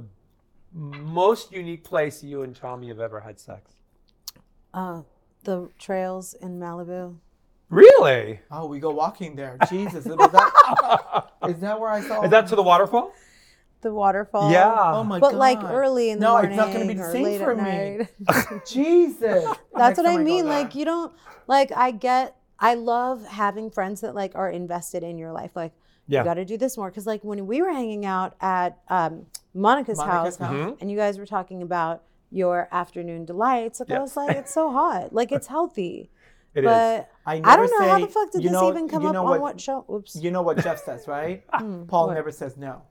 Speaker 2: most unique place you and Tommy have ever had sex?
Speaker 3: Uh, the trails in Malibu.
Speaker 2: Really?
Speaker 1: Oh, we go walking there. Jesus, is that, is that where I saw?
Speaker 2: [LAUGHS] Is that to the waterfall?
Speaker 3: The waterfall.
Speaker 2: Yeah.
Speaker 1: Oh my
Speaker 3: but
Speaker 1: god.
Speaker 3: like early in the
Speaker 1: no,
Speaker 3: morning.
Speaker 1: it's not gonna be the
Speaker 3: or
Speaker 1: same
Speaker 3: late
Speaker 1: for
Speaker 3: at
Speaker 1: me. [LAUGHS]
Speaker 3: night. [LAUGHS]
Speaker 1: Jesus. Oh Next
Speaker 3: That's what I
Speaker 1: time go
Speaker 3: mean.
Speaker 1: there.
Speaker 3: Like you don't like I get I love having friends that like are invested in your life. Like
Speaker 2: Yeah.
Speaker 3: you gotta do this more. Cause like when we were hanging out at um, Monica's,
Speaker 1: Monica's
Speaker 3: house,
Speaker 1: house. Mhm.
Speaker 3: and you guys were talking about your afternoon delights, like
Speaker 2: Yeah.
Speaker 3: I was like, it's so hot. Like it's healthy.
Speaker 2: It is.
Speaker 3: but
Speaker 1: I,
Speaker 3: I don't
Speaker 1: never
Speaker 3: know how
Speaker 1: say-
Speaker 3: the fuck did
Speaker 1: you
Speaker 3: this
Speaker 1: know-
Speaker 3: even come
Speaker 1: you
Speaker 3: up
Speaker 1: know
Speaker 3: on
Speaker 1: what,
Speaker 3: what, show? Oops.
Speaker 1: You know what Jeff says,
Speaker 3: [LAUGHS]
Speaker 1: right?
Speaker 3: Hmm,
Speaker 1: Paul
Speaker 3: what?
Speaker 1: never says no.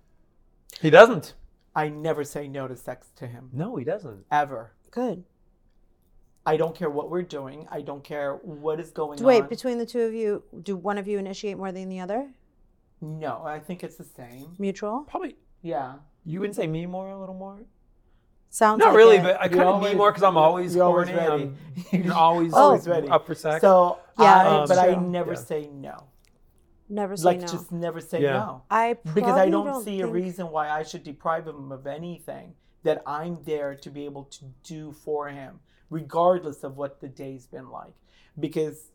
Speaker 2: He doesn't.
Speaker 1: I never say no to sex to him
Speaker 2: No, he doesn't.
Speaker 1: ever.
Speaker 3: Good.
Speaker 1: I don't care what we're doing. I don't care what is going on.
Speaker 3: Wait, between the two of you, do one of you initiate more than the other?
Speaker 1: no, I think it's the same.
Speaker 3: Mutual?
Speaker 2: Probably.
Speaker 1: Yeah.
Speaker 2: You wouldn't say me more a little more?
Speaker 3: Sounds
Speaker 2: Not
Speaker 3: like
Speaker 2: really,
Speaker 3: it.
Speaker 2: but I
Speaker 1: You're
Speaker 2: kind of
Speaker 1: always-
Speaker 2: me more because I'm always
Speaker 1: you're always
Speaker 2: horny.
Speaker 1: ready. [LAUGHS]
Speaker 2: I'm, [LAUGHS] you're always,
Speaker 1: Always ready.
Speaker 2: ready. up for sex.
Speaker 1: So
Speaker 3: Yeah,
Speaker 1: I,
Speaker 2: that's
Speaker 1: but I
Speaker 3: true.
Speaker 1: never
Speaker 2: Yeah.
Speaker 1: say no.
Speaker 3: never say
Speaker 1: like
Speaker 3: no.
Speaker 1: just never say
Speaker 2: Yeah.
Speaker 1: no.
Speaker 3: I probably
Speaker 1: Because I don't, see a
Speaker 3: think-
Speaker 1: reason why I should deprive him of anything that I'm there to be able to do for him, regardless of what the day's been like. Because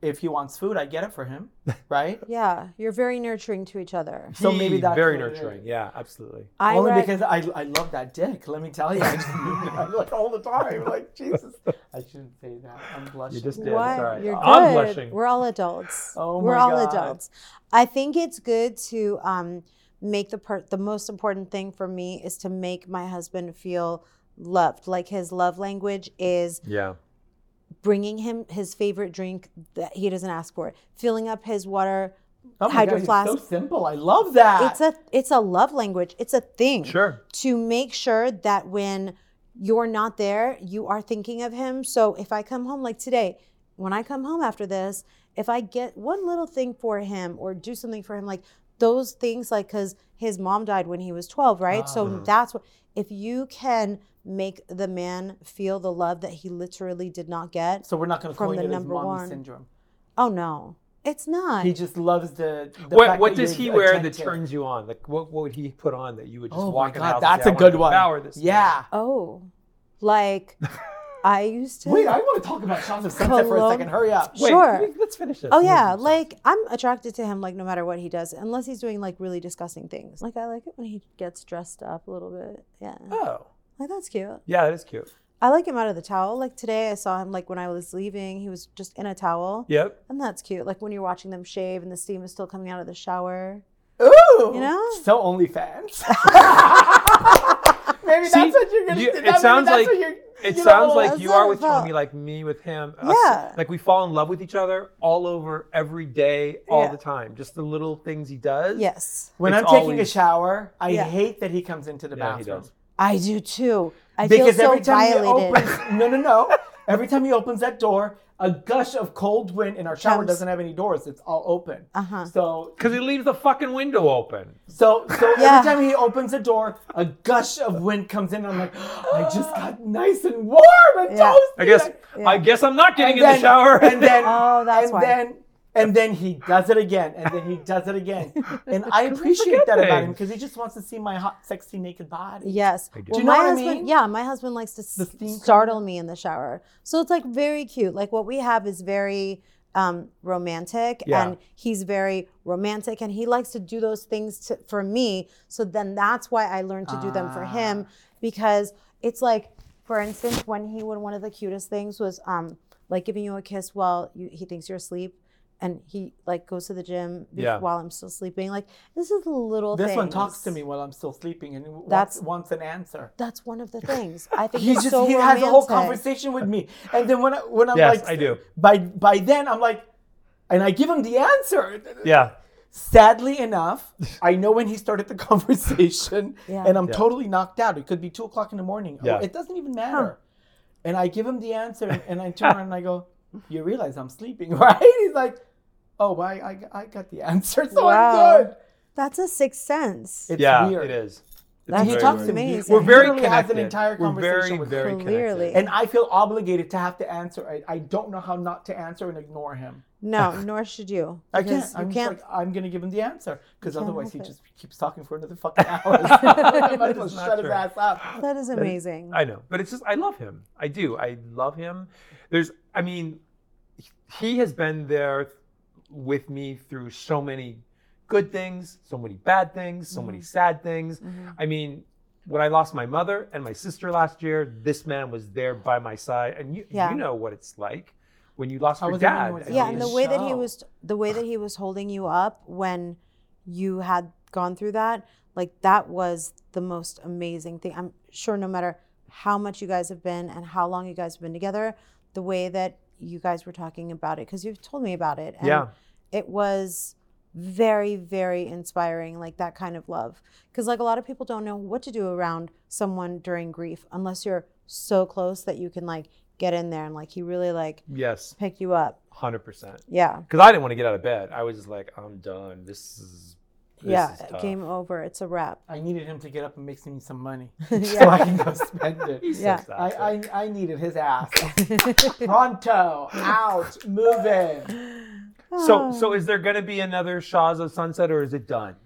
Speaker 1: if he wants food, I get it for
Speaker 2: [LAUGHS]
Speaker 1: him, right?
Speaker 3: Yeah, you're very nurturing to each other.
Speaker 1: so maybe
Speaker 2: He-
Speaker 1: that's
Speaker 2: very
Speaker 1: what it is.
Speaker 2: nurturing. Yeah, absolutely.
Speaker 3: I
Speaker 1: Only
Speaker 3: read-
Speaker 1: because I, I love that dick. Let me tell you, I just,
Speaker 2: [LAUGHS]
Speaker 1: I'm like all the time, like Jesus. I shouldn't say that. I'm blushing.
Speaker 2: just did. Yeah,
Speaker 3: what
Speaker 2: that's all right.
Speaker 3: you're good.
Speaker 2: I'm blushing.
Speaker 3: We're all adults.
Speaker 1: Oh
Speaker 3: We're
Speaker 1: my
Speaker 3: all
Speaker 1: God.
Speaker 3: adults. I think it's good to um, make the part. The most important thing for me is to make my husband feel loved. Like his love language is
Speaker 2: Yeah.
Speaker 3: bringing him his favorite drink that he doesn't ask for, filling up his water.
Speaker 1: Oh my
Speaker 3: Hydro
Speaker 1: God,
Speaker 3: Flask.
Speaker 1: It's so simple. I love that.
Speaker 3: It's a it's a love language. It's a thing.
Speaker 2: Sure.
Speaker 3: to make sure that when you're not there, you are thinking of him. So if I come home, like today, when I come home after this, if I get one little thing for him or do something for him, like those things like because his mom died when he was 12 right so
Speaker 2: Ah.
Speaker 3: that's what if you can make the man feel the love that he literally did not get
Speaker 1: So we're not going to
Speaker 3: From
Speaker 1: call it
Speaker 3: the
Speaker 1: as mommy
Speaker 3: number one.
Speaker 1: syndrome.
Speaker 3: oh no it's not
Speaker 1: He just loves the. the
Speaker 2: What,
Speaker 1: fact
Speaker 2: what
Speaker 1: that
Speaker 2: does
Speaker 1: you're
Speaker 2: he wear that
Speaker 1: attentive.
Speaker 2: turns you on? Like, what, what would he put on that you would just
Speaker 1: Oh my
Speaker 2: walk in the
Speaker 1: God,
Speaker 2: house?
Speaker 1: that's
Speaker 2: and
Speaker 1: a
Speaker 2: say, "I wanna
Speaker 1: good one."
Speaker 2: devour this
Speaker 1: Yeah.
Speaker 3: oh like
Speaker 1: [LAUGHS]
Speaker 3: i used to
Speaker 1: Wait, I want to talk about Shaws of Sunset for a
Speaker 3: Cologne.
Speaker 1: second. Hurry up.
Speaker 2: thing." Wait,
Speaker 3: Sure.
Speaker 2: let me- let's finish this.
Speaker 3: Oh yeah, like I'm attracted to him like no matter what he does, unless he's doing like really disgusting things. Like I like it when he gets dressed up a little bit. Yeah,
Speaker 2: Oh.
Speaker 3: like that's cute.
Speaker 2: Yeah, that is cute.
Speaker 3: I like him out of the towel. Like today, I saw him like when I was leaving, he was just in a towel,
Speaker 2: Yep.
Speaker 3: and that's cute. Like when you're watching them shave and the steam is still coming out of the shower.
Speaker 1: Ooh.
Speaker 3: You know?
Speaker 1: So OnlyFans. maybe that's
Speaker 2: See,
Speaker 1: what you're going to
Speaker 2: you- it sounds like- It sounds like
Speaker 3: that's
Speaker 2: you
Speaker 3: not
Speaker 2: are with
Speaker 3: about-
Speaker 2: Tommy, like me with him.
Speaker 3: Yeah.
Speaker 2: like we fall in love with each other all over every day, all
Speaker 3: Yeah.
Speaker 2: the time. Just the little things he does.
Speaker 3: Yes,
Speaker 1: When I'm
Speaker 2: it's
Speaker 1: taking a
Speaker 2: always-
Speaker 1: shower, I
Speaker 3: Yeah.
Speaker 1: hate that he comes into the
Speaker 2: Yeah, he
Speaker 1: bathroom.
Speaker 2: does.
Speaker 3: I do too. I
Speaker 1: because
Speaker 3: feel so
Speaker 1: every time
Speaker 3: violated. [LAUGHS]
Speaker 1: he opens, [LAUGHS] no, no, no. Every time he opens that door, a gush of cold wind, and our shower
Speaker 3: Comes.
Speaker 1: doesn't have any doors; it's all open.
Speaker 3: Uh-huh.
Speaker 1: So,
Speaker 2: Because he leaves the fucking window open.
Speaker 1: so,
Speaker 3: [LAUGHS]
Speaker 1: so
Speaker 3: Yeah.
Speaker 1: every time he opens a door, a gush of wind comes in. And I'm like, [GASPS] I just got nice and warm and
Speaker 3: Yeah.
Speaker 1: toasty.
Speaker 2: I guess.
Speaker 3: Yeah.
Speaker 2: I guess I'm not getting
Speaker 1: and
Speaker 2: in the shower.
Speaker 1: And then,
Speaker 3: [LAUGHS] Oh, that's
Speaker 1: and
Speaker 3: why.
Speaker 1: Then, and then he does it again, and then he does it
Speaker 2: [LAUGHS]
Speaker 1: again, and I appreciate
Speaker 2: forget
Speaker 1: that about him
Speaker 2: things.
Speaker 1: because he just wants to see my hot, sexy, naked body.
Speaker 3: Yes.
Speaker 2: do.
Speaker 1: Do you know
Speaker 3: my
Speaker 1: what I
Speaker 3: husband,
Speaker 1: mean?
Speaker 3: yeah, my husband likes to
Speaker 1: The
Speaker 3: s-
Speaker 1: steam coming
Speaker 3: startle me in the shower. So it's like very cute. Like what we have is very um, romantic,
Speaker 2: Yeah.
Speaker 3: and he's very romantic, and he likes to do those things to, for me. So then that's why I learned to do them
Speaker 1: Ah.
Speaker 3: for him because it's like, for instance, when he would one of the cutest things was um, like giving you a kiss while you, he thinks you're asleep. And he like goes to the gym bef-
Speaker 2: Yeah.
Speaker 3: while I'm still sleeping. Like this is a little.
Speaker 1: This one
Speaker 3: things.
Speaker 1: talks to me while I'm still sleeping and wants,
Speaker 3: That's-
Speaker 1: wants an answer.
Speaker 3: That's one
Speaker 1: [LAUGHS]
Speaker 3: of the things. I think
Speaker 1: He
Speaker 3: it's
Speaker 1: just
Speaker 3: so
Speaker 1: he has a whole
Speaker 3: romantic.
Speaker 1: conversation with me, and then when I, when I'm
Speaker 2: Yes,
Speaker 1: like,
Speaker 2: I do.
Speaker 1: By by then I'm like, and I give him the answer.
Speaker 2: [LAUGHS] yeah.
Speaker 1: Sadly
Speaker 2: [LAUGHS]
Speaker 1: enough, I know when he started the [LAUGHS] conversation,
Speaker 3: Yeah.
Speaker 1: and I'm
Speaker 2: Yeah.
Speaker 1: totally knocked out. It could be two o'clock in the morning.
Speaker 2: Yeah.
Speaker 1: Oh, it doesn't even matter. And I give him the answer,
Speaker 2: [LAUGHS]
Speaker 1: and, and I turn around and I go, "You realize I'm sleeping, [LAUGHS] right?" He's like, "Oh, I I, I got the answer, so
Speaker 3: Wow.
Speaker 1: I'm good."
Speaker 3: That's a sixth sense.
Speaker 1: It's
Speaker 2: yeah.
Speaker 1: weird.
Speaker 2: It is. It's
Speaker 3: That's
Speaker 1: he
Speaker 2: very
Speaker 1: talks
Speaker 2: weird.
Speaker 1: to me.
Speaker 3: amazing.
Speaker 2: We're
Speaker 1: He
Speaker 2: very
Speaker 1: literally
Speaker 2: connected.
Speaker 1: Has an entire conversation
Speaker 2: We're very,
Speaker 1: with
Speaker 2: very
Speaker 3: Clearly.
Speaker 2: connected.
Speaker 1: and I feel obligated to have to answer. I, I don't know how not to answer and ignore him. [LAUGHS]
Speaker 3: No, nor should you.
Speaker 1: I can't.
Speaker 3: because
Speaker 1: I'm just
Speaker 3: You can't.
Speaker 1: like, I'm going to give him the answer because
Speaker 3: can't
Speaker 1: otherwise
Speaker 3: help
Speaker 1: he
Speaker 3: it.
Speaker 1: just keeps talking for another fucking [LAUGHS] hour. I might as well
Speaker 2: That's not
Speaker 1: shut his
Speaker 2: true.
Speaker 1: ass up.
Speaker 3: that is amazing.
Speaker 2: I know, but it's just I love him. I do. I love him. There's, I mean, he has been there with me through so many good things, so many bad things, so
Speaker 1: Mm-hmm.
Speaker 2: many sad things.
Speaker 3: Mm-hmm.
Speaker 2: I mean, when I lost my mother and my sister last year, this man was there by my side, and you,
Speaker 3: Yeah.
Speaker 2: you know what it's like when you lost
Speaker 1: I
Speaker 2: your
Speaker 1: wasn't even
Speaker 2: dad.
Speaker 1: with
Speaker 2: I
Speaker 1: you.
Speaker 3: yeah,
Speaker 2: mean,
Speaker 3: and
Speaker 1: it's
Speaker 3: the way that he
Speaker 1: show.
Speaker 3: was, the way that he was holding you up when you had gone through that, like that was the most amazing thing. I'm sure, no matter how much you guys have been and how long you guys have been together, the way that you guys were talking about it, because you've told me about it. And
Speaker 2: Yeah.
Speaker 3: it was very very inspiring like that kind of love because like a lot of people don't know what to do around someone during grief unless you're so close that you can like get in there and like he really like
Speaker 2: yes,
Speaker 3: pick you up
Speaker 2: hundred percent.
Speaker 3: yeah
Speaker 2: Because I didn't want to get out of bed. I was just like, I'm done. This is. This
Speaker 3: yeah uh,
Speaker 2: is tough.
Speaker 3: game over it's a wrap [LAUGHS]
Speaker 1: I needed him to get up and make me some [LAUGHS] money so I
Speaker 3: yeah
Speaker 1: can go spend it.
Speaker 2: So
Speaker 3: Yeah.
Speaker 2: sad.
Speaker 1: [LAUGHS] I, I, I needed his [LAUGHS] ass. Pronto, out, moving.
Speaker 3: Oh.
Speaker 2: So, so is there going to be another Shaws of Sunset, or is it done?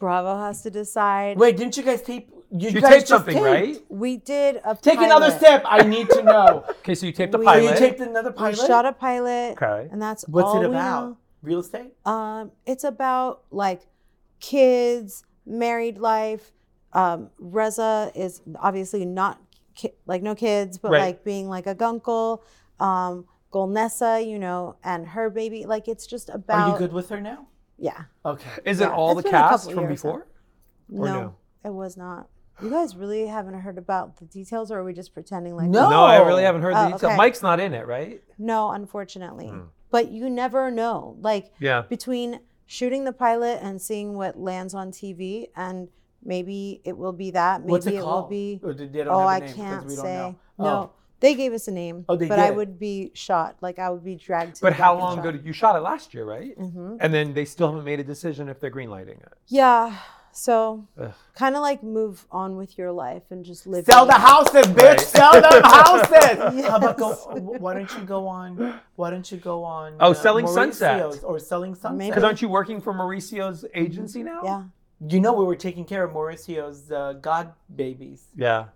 Speaker 3: bravo has to decide
Speaker 1: Wait, didn't you guys tape?
Speaker 2: You
Speaker 1: guys
Speaker 2: taped
Speaker 1: just
Speaker 2: something,
Speaker 1: taped.
Speaker 2: right?
Speaker 3: we did a
Speaker 1: Take another
Speaker 3: pilot.
Speaker 1: sip. I need to know.
Speaker 2: Okay, so you taped a
Speaker 3: We-
Speaker 1: So you
Speaker 2: pilot.
Speaker 1: taped another
Speaker 3: we
Speaker 1: [LAUGHS] pilot?
Speaker 3: shot a pilot
Speaker 2: Okay.
Speaker 3: and that's
Speaker 1: What's
Speaker 3: all
Speaker 1: it
Speaker 3: we
Speaker 1: about?
Speaker 3: know.
Speaker 1: Real estate?
Speaker 3: Um, it's about like kids, married life. Um, Reza is obviously not ki- like no kids, but
Speaker 2: Right.
Speaker 3: like being like a gunkle. Um, Golnessa, you know, and her baby. Like it's just about.
Speaker 1: Are you good with her now?
Speaker 3: Yeah.
Speaker 1: Okay.
Speaker 2: Is
Speaker 3: Yeah,
Speaker 2: it all the
Speaker 3: it's been a couple
Speaker 2: cast from
Speaker 3: years now.
Speaker 2: before? Or no?
Speaker 3: it was not. You guys really haven't heard about the details, or are we just pretending like
Speaker 1: No.
Speaker 2: No, I really haven't heard the
Speaker 3: Oh,
Speaker 2: detail.
Speaker 3: okay.
Speaker 2: Mike's not in it, right?
Speaker 3: No, unfortunately.
Speaker 1: Hmm.
Speaker 3: But you never know. Like
Speaker 2: Yeah.
Speaker 3: between shooting the pilot and seeing what lands on TV, and maybe it will be that. Maybe
Speaker 1: What's it
Speaker 3: will
Speaker 1: called?
Speaker 3: be.
Speaker 1: Or did- they don't
Speaker 3: Oh,
Speaker 1: have a
Speaker 3: I
Speaker 1: name because
Speaker 3: can't
Speaker 1: we don't
Speaker 3: say.
Speaker 1: know.
Speaker 3: No,
Speaker 1: Oh.
Speaker 3: They gave us a name.
Speaker 1: Oh, they
Speaker 3: but I
Speaker 1: did.
Speaker 3: would be shot. Like I would be dragged to
Speaker 2: But how long ago did you shot it last year, right?
Speaker 3: hmm
Speaker 2: And then they still haven't made a decision if they're greenlighting it.
Speaker 3: Yeah. So
Speaker 2: Ugh.
Speaker 3: kind of like move on with your life and just live.
Speaker 1: Sell the
Speaker 3: your life.
Speaker 1: houses, bitch.
Speaker 2: Right.
Speaker 1: Sell [LAUGHS] them houses. How about go,
Speaker 3: Yes.
Speaker 1: wh- why don't you go on? Why don't you go on? uh,
Speaker 2: Oh, Selling Sunset.
Speaker 1: Mauricio's or selling sunset.
Speaker 2: Because aren't you working for Mauricio's agency now?
Speaker 3: Yeah.
Speaker 1: You know we were taking care of Mauricio's uh, god babies.
Speaker 2: Yeah.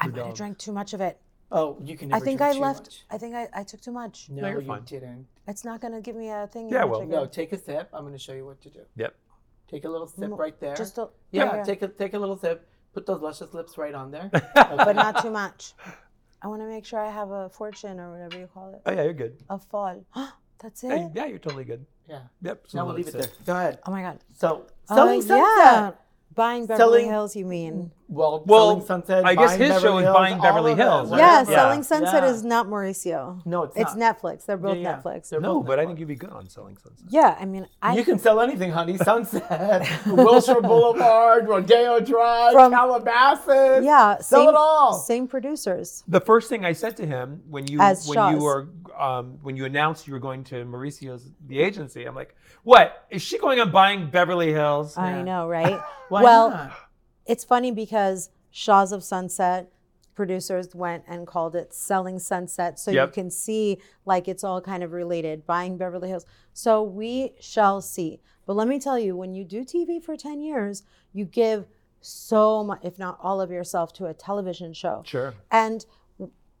Speaker 3: I
Speaker 2: Your
Speaker 3: might have
Speaker 2: dog.
Speaker 3: drank too much of it.
Speaker 1: Oh, you can.
Speaker 3: I
Speaker 1: Never
Speaker 3: think
Speaker 1: drink
Speaker 3: I
Speaker 1: too
Speaker 3: left.
Speaker 1: much.
Speaker 3: I think I, I took too much.
Speaker 1: No,
Speaker 2: No, you're
Speaker 1: you
Speaker 2: fine.
Speaker 1: didn't.
Speaker 3: It's not gonna give me a thing.
Speaker 2: Yeah,
Speaker 3: in
Speaker 2: well,
Speaker 3: which I
Speaker 1: No,
Speaker 3: go.
Speaker 1: take a sip. I'm going to show you what to do.
Speaker 2: Yep.
Speaker 1: Take a little sip
Speaker 3: Mm,
Speaker 1: right there.
Speaker 3: just a,
Speaker 1: yeah, take a take a little sip. Put those luscious lips right on
Speaker 2: [LAUGHS]
Speaker 1: there.
Speaker 3: [LAUGHS] but not too much. I want to make sure I have a fortune or whatever you call it.
Speaker 2: Oh yeah, you're good.
Speaker 3: A fall. [GASPS] That's it.
Speaker 2: Hey, yeah, you're totally good.
Speaker 1: Yeah.
Speaker 2: Yep. so
Speaker 1: Now we'll
Speaker 2: let
Speaker 1: leave it
Speaker 2: sit.
Speaker 1: there. Go ahead.
Speaker 3: Oh my god.
Speaker 1: So
Speaker 3: Uh,
Speaker 1: selling sunset.
Speaker 3: yeah. Buying Beverly
Speaker 1: Selling-
Speaker 3: Hills, you mean?
Speaker 1: Well,
Speaker 2: Well,
Speaker 1: selling sunset.
Speaker 2: I guess
Speaker 1: buying
Speaker 2: his show
Speaker 1: Beverly
Speaker 2: is
Speaker 1: Hills,
Speaker 2: buying
Speaker 1: all
Speaker 2: Beverly
Speaker 1: of that,
Speaker 2: Hills, right?
Speaker 3: Yeah,
Speaker 1: whatever.
Speaker 2: Yeah.
Speaker 3: Selling Sunset
Speaker 1: Yeah.
Speaker 3: is not Mauricio.
Speaker 1: No, it's,
Speaker 3: It's
Speaker 1: not.
Speaker 3: Netflix. They're both
Speaker 1: Yeah, yeah.
Speaker 3: Netflix.
Speaker 1: They're
Speaker 2: No,
Speaker 1: both
Speaker 2: but I
Speaker 1: Netflix.
Speaker 2: think you'd be good on selling sunset.
Speaker 3: Yeah, I mean, I
Speaker 1: You [LAUGHS] can sell anything, honey. Sunset, [LAUGHS] Wilshire Boulevard, Rodeo Drive,
Speaker 3: From-
Speaker 1: Calabasas.
Speaker 3: yeah,
Speaker 1: sell
Speaker 3: same,
Speaker 1: it all.
Speaker 3: Same producers.
Speaker 2: The first thing I said to him when you
Speaker 3: As
Speaker 2: when you
Speaker 3: Shaw's.
Speaker 2: were um, when you announced you were going to Mauricio's the agency, I'm like, what is she going on buying Beverly Hills?
Speaker 1: Yeah.
Speaker 3: I know, right?
Speaker 1: [LAUGHS] Why
Speaker 3: Well,
Speaker 1: not?
Speaker 3: it's funny because Shaws of Sunset producers went and called it Selling Sunset. So
Speaker 2: Yep.
Speaker 3: you can see like it's all kind of related, buying Beverly Hills. So we shall see. But let me tell you, when you do TV for 10 years, you give so much, if not all of yourself, to a television show.
Speaker 2: Sure.
Speaker 3: And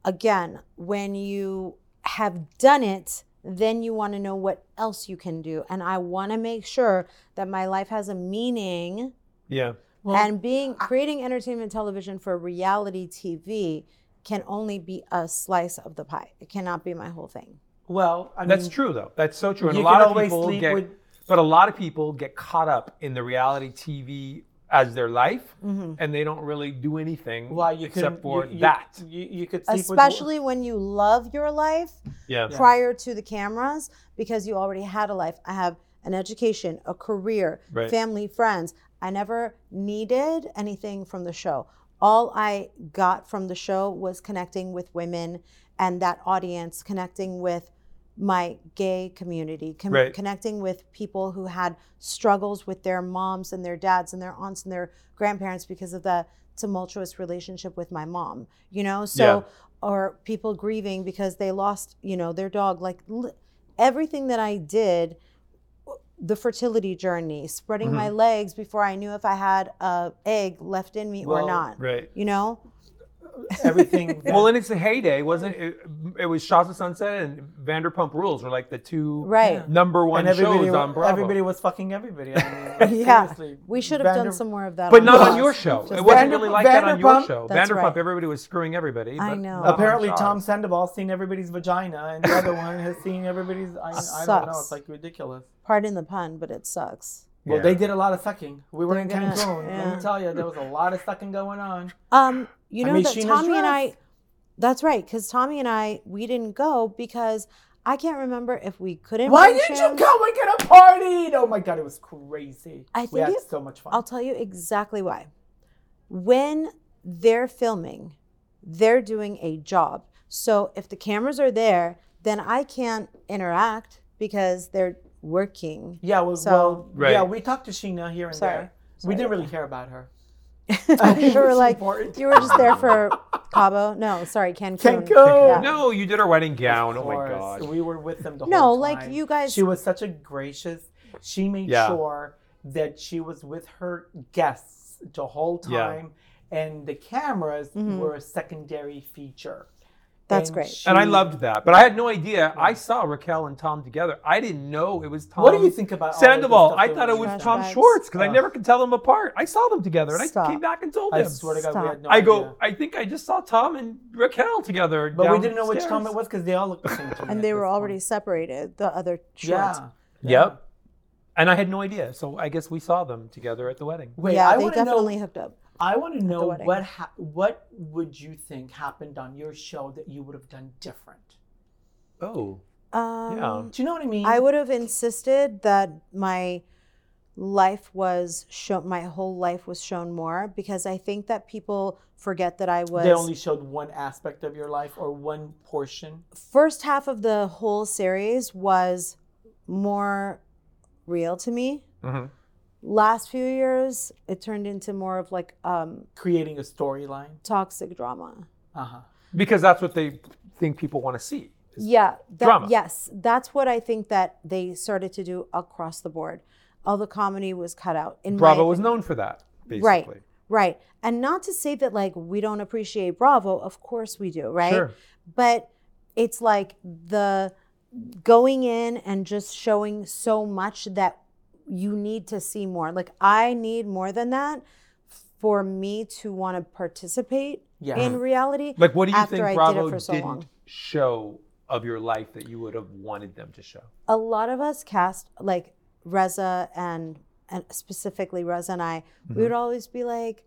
Speaker 3: again, when you have done it, then you want to know what else you can do. And I want to make sure that my life has a meaning
Speaker 2: Yeah.
Speaker 1: Well,
Speaker 3: and being creating entertainment television for reality TV can only be a slice of the pie. It cannot be my whole thing.
Speaker 1: well, I mean,
Speaker 2: That's true though. That's so true. And
Speaker 1: you
Speaker 2: a lot
Speaker 1: can
Speaker 2: of
Speaker 1: always
Speaker 2: people
Speaker 1: sleep
Speaker 2: get
Speaker 1: with-
Speaker 2: but a lot of people get caught up in the reality TV as their life and they don't really do anything
Speaker 1: Mm-hmm. Why you could
Speaker 2: except for
Speaker 1: you, you-
Speaker 2: that.
Speaker 1: you, you could sleep with,
Speaker 3: Especially when you love your life
Speaker 2: yeah.
Speaker 3: prior to the cameras because you already had a life. I have an education, a career,
Speaker 2: Right.
Speaker 3: family, friends. I never needed anything from the show. All I got from the show was connecting with women and that audience, connecting with my gay community, com-
Speaker 2: Right.
Speaker 3: connecting with people who had struggles with their moms and their dads and their aunts and their grandparents because of the tumultuous relationship with my mom, you know? So,
Speaker 2: Yeah.
Speaker 3: or people grieving because they lost, you know, their dog. Like li- everything that I did, uh, the fertility journey, spreading my
Speaker 2: Mm-hmm.
Speaker 3: legs before I knew if I had a egg left in me
Speaker 1: Well,
Speaker 3: or not,
Speaker 2: Right.
Speaker 3: you know?
Speaker 1: [LAUGHS] everything. that-
Speaker 2: [LAUGHS] Well, and it's a heyday, wasn't it? It was Shaw's of Sunset and Vanderpump Rules were like the two
Speaker 3: Right.
Speaker 2: number one
Speaker 1: and everybody,
Speaker 2: shows on Bravo.
Speaker 1: everybody was fucking everybody.
Speaker 3: [LAUGHS]
Speaker 1: I mean,
Speaker 3: Yeah.
Speaker 1: seriously,
Speaker 3: We should have
Speaker 1: Vander-
Speaker 3: done some more of that.
Speaker 2: but not
Speaker 3: the
Speaker 2: on
Speaker 1: Yes.
Speaker 2: your
Speaker 3: podcast.
Speaker 2: show.
Speaker 3: Just
Speaker 2: It wasn't
Speaker 1: Vander-
Speaker 2: really like that on your
Speaker 1: Vanderpump-
Speaker 2: show.
Speaker 3: That's
Speaker 2: Vanderpump,
Speaker 3: right.
Speaker 2: everybody was screwing everybody.
Speaker 3: I
Speaker 2: but
Speaker 3: know.
Speaker 2: not on
Speaker 1: Apparently,
Speaker 2: Shaw's.
Speaker 1: Tom Sandoval seen everybody's vagina, and the other one has seen everybody's. I, I don't know.
Speaker 3: Sucks.
Speaker 1: It's like ridiculous.
Speaker 3: Pardon the pun, but it sucks.
Speaker 1: Well,
Speaker 2: Yeah.
Speaker 1: they did a lot of sucking. We were
Speaker 3: They're
Speaker 1: in
Speaker 3: gonna-
Speaker 1: Cancun. Let
Speaker 3: yeah.
Speaker 1: me tell you, there was a lot of sucking going
Speaker 3: [LAUGHS]
Speaker 1: on.
Speaker 3: Um, you
Speaker 1: I
Speaker 3: know
Speaker 1: mean,
Speaker 3: that
Speaker 1: Sheena's
Speaker 3: Tommy and I.
Speaker 1: dressed.
Speaker 3: That's right, because Tommy and I we didn't go because I can't remember if we couldn't.
Speaker 1: Why
Speaker 3: bring
Speaker 1: didn't you
Speaker 3: Shams.
Speaker 1: come? We could have partied. Oh my god, it was crazy.
Speaker 3: I
Speaker 1: we
Speaker 3: think
Speaker 1: had
Speaker 3: it-
Speaker 1: so much fun.
Speaker 3: I'll tell you exactly why. When they're filming, they're doing a job. So if the cameras are there, then I can't interact because they're
Speaker 1: [LAUGHS]
Speaker 3: working. [LAUGHS]
Speaker 1: yeah, well,
Speaker 3: So-
Speaker 1: well yeah,
Speaker 2: Right.
Speaker 1: we talked to Sheena here and
Speaker 3: Sorry.
Speaker 1: there.
Speaker 3: Sorry.
Speaker 1: We didn't really care about her.
Speaker 3: you were
Speaker 1: It's
Speaker 3: like
Speaker 1: important.
Speaker 3: you were just there for Cabo. No, sorry, Cancun.
Speaker 1: Cancun.
Speaker 3: Yeah.
Speaker 2: No, you did her wedding gown.
Speaker 1: Of
Speaker 2: Oh my
Speaker 1: course.
Speaker 2: god.
Speaker 1: We were with them the
Speaker 3: No,
Speaker 1: whole time.
Speaker 3: like, you guys-
Speaker 1: She was such a gracious. She made
Speaker 2: Yeah.
Speaker 1: sure that she was with her guests the whole
Speaker 2: Yeah.
Speaker 1: time, and the cameras were a secondary feature.
Speaker 3: Mm-hmm. That's
Speaker 1: And
Speaker 3: great.
Speaker 1: she-
Speaker 2: And I loved that, but I had no idea. I saw Raquel and Tom together. I didn't know it was Tom.
Speaker 1: What do you think about all of the
Speaker 2: Sandoval?
Speaker 1: stuff
Speaker 2: I
Speaker 1: that
Speaker 2: thought
Speaker 1: we
Speaker 2: it was
Speaker 1: did?
Speaker 2: Tom
Speaker 3: Flashbacks.
Speaker 2: Schwartz because I
Speaker 1: Ugh.
Speaker 2: never could tell them apart. I saw them together, and
Speaker 3: Stop.
Speaker 2: I came back and told
Speaker 1: I
Speaker 2: him.
Speaker 1: swear to God, we
Speaker 3: Stop.
Speaker 1: had no
Speaker 2: I
Speaker 1: idea.
Speaker 2: go. I think I just saw Tom and Raquel together.
Speaker 1: but we didn't know which Tom it was because they all looked the same to me.
Speaker 3: And
Speaker 1: at
Speaker 3: they
Speaker 1: this
Speaker 3: were already
Speaker 1: point.
Speaker 3: separated, the other shorts.
Speaker 1: Yeah.
Speaker 2: Yep. And I had no idea, so I guess we saw them together at the wedding.
Speaker 1: Wait,
Speaker 3: yeah,
Speaker 1: I
Speaker 3: they
Speaker 1: want to know.
Speaker 3: definitely hooked up.
Speaker 1: I want to know
Speaker 3: wedding.
Speaker 1: what ha- what would you think happened on your show that you would have done different?
Speaker 2: Oh,
Speaker 3: Um,
Speaker 2: Yeah.
Speaker 1: Do you know what I mean?
Speaker 3: I would have insisted that my life was shown my whole life was shown more because I think that people forget that I was
Speaker 1: They only showed one aspect of your life or one portion.
Speaker 3: first half of the whole series was more real to me.
Speaker 2: Mhm.
Speaker 3: Last few years it turned into more of like um
Speaker 1: Creating a storyline.
Speaker 3: toxic drama.
Speaker 1: Uh huh.
Speaker 2: because that's what they think people want to see.
Speaker 3: Yeah, that,
Speaker 2: drama.
Speaker 3: yes, that's what I think that they started to do across the board. All the comedy was cut out. In my
Speaker 2: Bravo was
Speaker 3: opinion.
Speaker 2: known for that, basically.
Speaker 3: Right. Right. And not to say that like we don't appreciate Bravo, of course we do, right?
Speaker 2: Sure.
Speaker 3: But it's like the going in and just showing so much that you need to see more. Like I need more than that for me to want to participate
Speaker 1: Yeah.
Speaker 3: in reality.
Speaker 2: Like, what do you
Speaker 3: After
Speaker 2: think
Speaker 3: I did
Speaker 2: Bravo
Speaker 3: it for so
Speaker 2: didn't
Speaker 3: long.
Speaker 2: show of your life that you would have wanted them to show?
Speaker 3: a lot of us cast like Reza and and specifically Reza and I, we would always be like,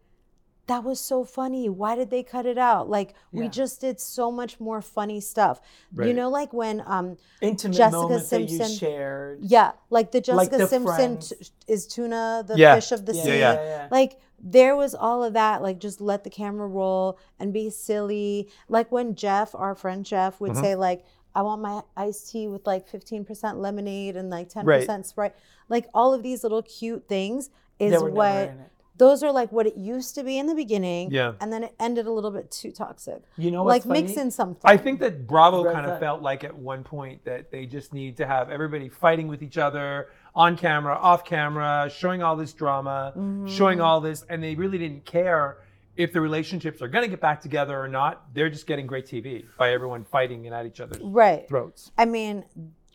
Speaker 3: that was so funny. Why did they cut it out? Like we
Speaker 1: Yeah.
Speaker 3: just did so much more funny stuff. You
Speaker 2: Right.
Speaker 3: know, like when um
Speaker 1: Intimate
Speaker 3: Jessica
Speaker 1: moments that you
Speaker 3: Simpson.
Speaker 1: shared.
Speaker 3: yeah, like the
Speaker 1: Like
Speaker 3: Jessica
Speaker 1: the
Speaker 3: Simpson
Speaker 1: Friends.
Speaker 3: t- is tuna the
Speaker 2: Yeah.
Speaker 3: fish of the
Speaker 1: Yeah,
Speaker 3: sea.
Speaker 2: yeah.
Speaker 3: Like there was all of that, like just let the camera roll and be silly. Like when Jeff, our friend Jeff, would
Speaker 2: Mhm.
Speaker 3: say like, "I want my iced tea with like 15% lemonade and like 10% Sprite." Like all of these little cute things
Speaker 1: They
Speaker 3: is
Speaker 1: were never
Speaker 3: what
Speaker 1: in it.
Speaker 3: those are like what it used to be in the beginning.
Speaker 2: Yeah.
Speaker 3: and then it ended a little bit too toxic.
Speaker 1: You know
Speaker 3: like
Speaker 1: what's funny?
Speaker 3: mix in something.
Speaker 2: I think that Bravo
Speaker 1: Right,
Speaker 2: kind of
Speaker 1: right.
Speaker 2: felt like at one point that they just need to have everybody fighting with each other on camera, off camera, showing all this drama,
Speaker 3: Mm-hmm.
Speaker 2: showing all this, and they really didn't care if the relationships are going to get back together or not. They're just getting great TV by everyone fighting and at each other's
Speaker 3: right.
Speaker 2: throats.
Speaker 3: I mean,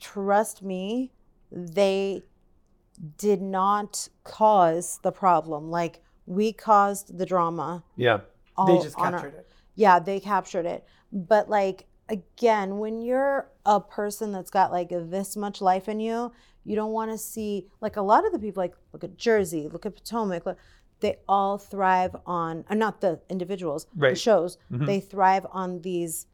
Speaker 3: trust me, they did not cause the problem. Like we caused the drama.
Speaker 2: Yeah.
Speaker 3: All
Speaker 1: they just
Speaker 3: on our-
Speaker 1: captured it.
Speaker 3: yeah, they captured it. But like again, when you're a person that's got like this much life in you, you don't want to see like a lot of the people like look at Jersey, look at Potomac, look, they all thrive on uh, not the individuals, the
Speaker 2: Right.
Speaker 3: shows.
Speaker 1: Mm-hmm.
Speaker 3: They thrive on these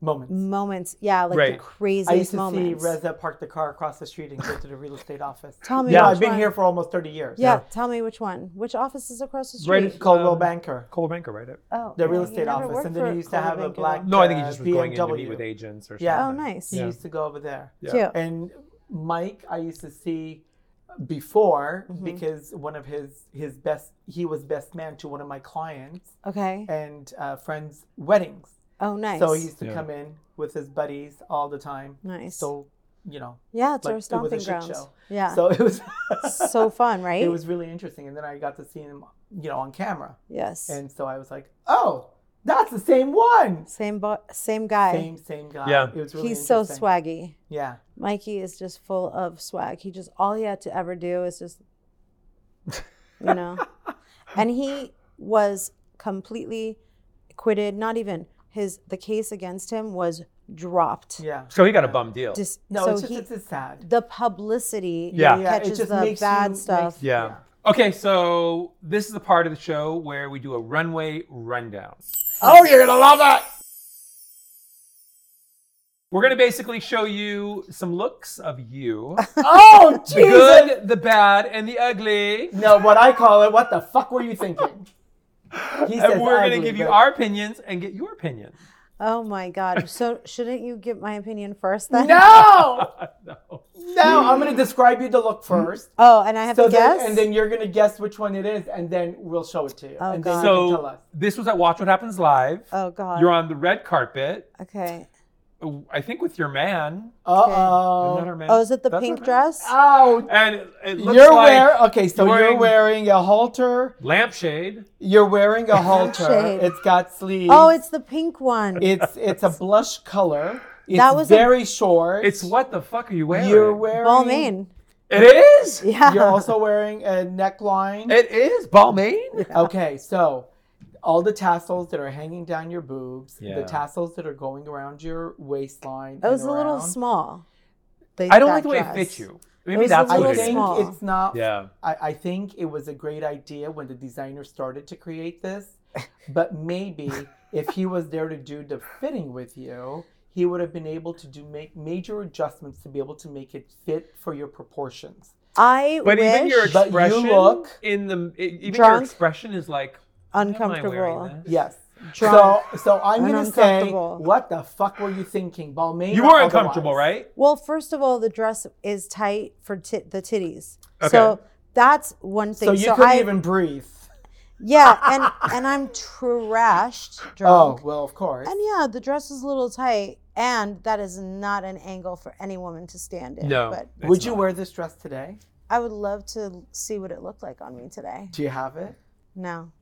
Speaker 1: Moments.
Speaker 3: moments. Yeah, like the
Speaker 2: Right.
Speaker 3: craziest
Speaker 1: I used to
Speaker 3: moments.
Speaker 1: see Reza park the car across the street and go to the real estate office.
Speaker 3: Tell me
Speaker 1: You know,
Speaker 3: which
Speaker 1: I've been
Speaker 3: one.
Speaker 1: here for almost 30 years.
Speaker 3: Yeah, tell me which one. Which office is across the street?
Speaker 2: Right at-
Speaker 1: Coldwell
Speaker 2: Um,
Speaker 1: Banker,
Speaker 2: Cole Banker, right?
Speaker 3: oh,
Speaker 1: the real
Speaker 3: yeah, he
Speaker 1: estate
Speaker 3: never
Speaker 1: office.
Speaker 3: worked
Speaker 1: And then
Speaker 3: for
Speaker 1: he used to have a
Speaker 3: Coldwell
Speaker 1: black
Speaker 3: Banker.
Speaker 2: No, I think he just was
Speaker 1: uh,
Speaker 2: going in to meet
Speaker 1: BMW.
Speaker 2: with agents or something.
Speaker 1: Yeah.
Speaker 3: Oh, nice.
Speaker 1: He
Speaker 2: Yeah.
Speaker 1: used to go over there.
Speaker 2: Yeah.
Speaker 3: Cute.
Speaker 1: And Mike, I used to see before
Speaker 3: Mm-hmm.
Speaker 1: because one of his his best he was best man to one of my clients
Speaker 3: Okay.
Speaker 1: and uh, friends' weddings.
Speaker 3: Oh, nice.
Speaker 1: So he used to
Speaker 2: Yeah.
Speaker 1: come in with his buddies all the time.
Speaker 3: nice.
Speaker 1: So you know,
Speaker 3: yeah, it's
Speaker 1: like, it
Speaker 3: our
Speaker 1: was a
Speaker 3: stomping
Speaker 1: shit
Speaker 3: grounds.
Speaker 1: show.
Speaker 3: Yeah. [LAUGHS] So,
Speaker 1: so it was [LAUGHS]
Speaker 3: fun, right?
Speaker 1: it was really interesting. And then I got to see him, you know, on camera,
Speaker 3: yes.
Speaker 1: and so I was like, oh, that's the same one.
Speaker 3: same bo- same guy.
Speaker 1: Same same guy.
Speaker 2: Yeah.
Speaker 1: it was really
Speaker 3: He's so
Speaker 1: interesting.
Speaker 3: swaggy.
Speaker 1: Yeah,
Speaker 3: Mikey is just full of swag. He just all he had to ever do is just
Speaker 1: [LAUGHS]
Speaker 3: you know. and he was completely acquitted, not even his the case against him was dropped.
Speaker 1: yeah.
Speaker 2: So he got a bum deal.
Speaker 3: Dis-
Speaker 1: No,
Speaker 3: so
Speaker 1: it's just,
Speaker 3: he,
Speaker 1: it's just sad.
Speaker 3: the publicity
Speaker 2: Yeah.
Speaker 1: it
Speaker 3: catches
Speaker 1: just
Speaker 3: the
Speaker 1: makes
Speaker 3: bad
Speaker 1: you- makes-
Speaker 3: stuff.
Speaker 2: Yeah. Okay, so this is the part of the show where we do a runway rundown.
Speaker 1: Oh, you're gonna love it.
Speaker 2: We're gonna basically show you some looks
Speaker 1: [LAUGHS]
Speaker 2: of you.
Speaker 1: [LAUGHS] Oh,
Speaker 2: the
Speaker 1: Jesus.
Speaker 2: good, the bad, and the ugly.
Speaker 1: No, what I call it. What the fuck were you
Speaker 2: [LAUGHS]
Speaker 1: thinking? He says
Speaker 2: And we're gonna
Speaker 1: ugly,
Speaker 2: give you
Speaker 1: but-
Speaker 2: our opinions and get your opinion. [LAUGHS]
Speaker 3: Oh
Speaker 1: [LAUGHS]
Speaker 3: my god. So shouldn't you give my opinion first [LAUGHS] then?
Speaker 1: No,
Speaker 2: No.
Speaker 1: no. I'm gonna describe you the look first.
Speaker 3: Oh, and I have
Speaker 1: So
Speaker 3: to
Speaker 1: then,
Speaker 3: guess.
Speaker 1: and then you're gonna guess which one it is, and then we'll show it to you,
Speaker 3: Oh,
Speaker 1: and then you can
Speaker 3: God.
Speaker 1: tell
Speaker 2: So
Speaker 1: us. Uh,
Speaker 2: this was at Watch What Happens Live.
Speaker 3: oh god.
Speaker 2: You're on the red carpet.
Speaker 3: okay.
Speaker 2: I think with your man.
Speaker 1: Uh
Speaker 2: Isn't that
Speaker 1: oh.
Speaker 2: her man?
Speaker 3: Oh, is it the
Speaker 2: That's
Speaker 3: pink
Speaker 2: her man.
Speaker 3: dress?
Speaker 1: Oh,
Speaker 2: And it looks
Speaker 1: you're
Speaker 2: like
Speaker 1: wearing. Okay, so you're
Speaker 2: wearing-
Speaker 1: wearing a halter.
Speaker 2: lampshade.
Speaker 1: You're wearing
Speaker 3: [LAUGHS]
Speaker 1: a halter.
Speaker 3: Shade.
Speaker 1: It's got sleeves.
Speaker 3: oh, it's the pink one.
Speaker 1: it's it's a blush color. It's
Speaker 3: That was a-
Speaker 1: very short.
Speaker 2: It's what the fuck are you wearing?
Speaker 1: you're wearing.
Speaker 3: [LAUGHS] Balmain.
Speaker 2: It is.
Speaker 3: [LAUGHS] Yeah.
Speaker 1: You're also wearing a neckline.
Speaker 2: It is Balmain.
Speaker 1: Okay, so all the tassels that are hanging down your boobs,
Speaker 2: Yeah.
Speaker 1: the tassels that are going around your waistline.
Speaker 3: That was
Speaker 1: and
Speaker 3: a little
Speaker 1: around.
Speaker 3: small. The-
Speaker 2: I don't
Speaker 3: that
Speaker 2: like the way
Speaker 3: dress.
Speaker 2: it fits you.
Speaker 3: It
Speaker 2: Maybe
Speaker 3: was a
Speaker 2: that's
Speaker 1: I
Speaker 2: what
Speaker 3: little
Speaker 2: it is.
Speaker 1: think
Speaker 3: small.
Speaker 1: it's not.
Speaker 2: Yeah.
Speaker 1: I, I think it was a great idea when the designer started to create
Speaker 2: [LAUGHS]
Speaker 1: this, but maybe if he was there to do the fitting with you, he would have been able to do make major adjustments to be able to make it fit for your proportions.
Speaker 3: I
Speaker 2: But
Speaker 3: wish
Speaker 2: even your
Speaker 1: But you
Speaker 2: expression
Speaker 1: look
Speaker 2: in the e- even your
Speaker 3: drunk.
Speaker 2: expression is like Am I
Speaker 3: uncomfortable.
Speaker 2: wearing this?
Speaker 1: Yes.
Speaker 3: Drunk.
Speaker 1: So, so I'm
Speaker 3: And
Speaker 1: gonna say,
Speaker 3: uncomfortable.
Speaker 1: what the fuck were you thinking, Balmain?
Speaker 2: You
Speaker 1: or
Speaker 2: were uncomfortable,
Speaker 1: otherwise?
Speaker 2: right?
Speaker 3: Well, first of all, the dress is tight for tit the titties.
Speaker 2: Okay.
Speaker 3: So that's one thing.
Speaker 1: So you couldn't
Speaker 3: I,
Speaker 1: even breathe. [LAUGHS]
Speaker 3: Yeah, and and I'm trashed
Speaker 1: Oh
Speaker 3: drunk.
Speaker 1: well, of course.
Speaker 3: And yeah, the dress is a little tight, and that is not an angle for any woman to stand in.
Speaker 2: No.
Speaker 3: But
Speaker 2: it's
Speaker 1: Would you
Speaker 2: not.
Speaker 1: wear this dress today?
Speaker 3: I would love to see what it looked like on me today.
Speaker 1: Do you have it?
Speaker 3: No.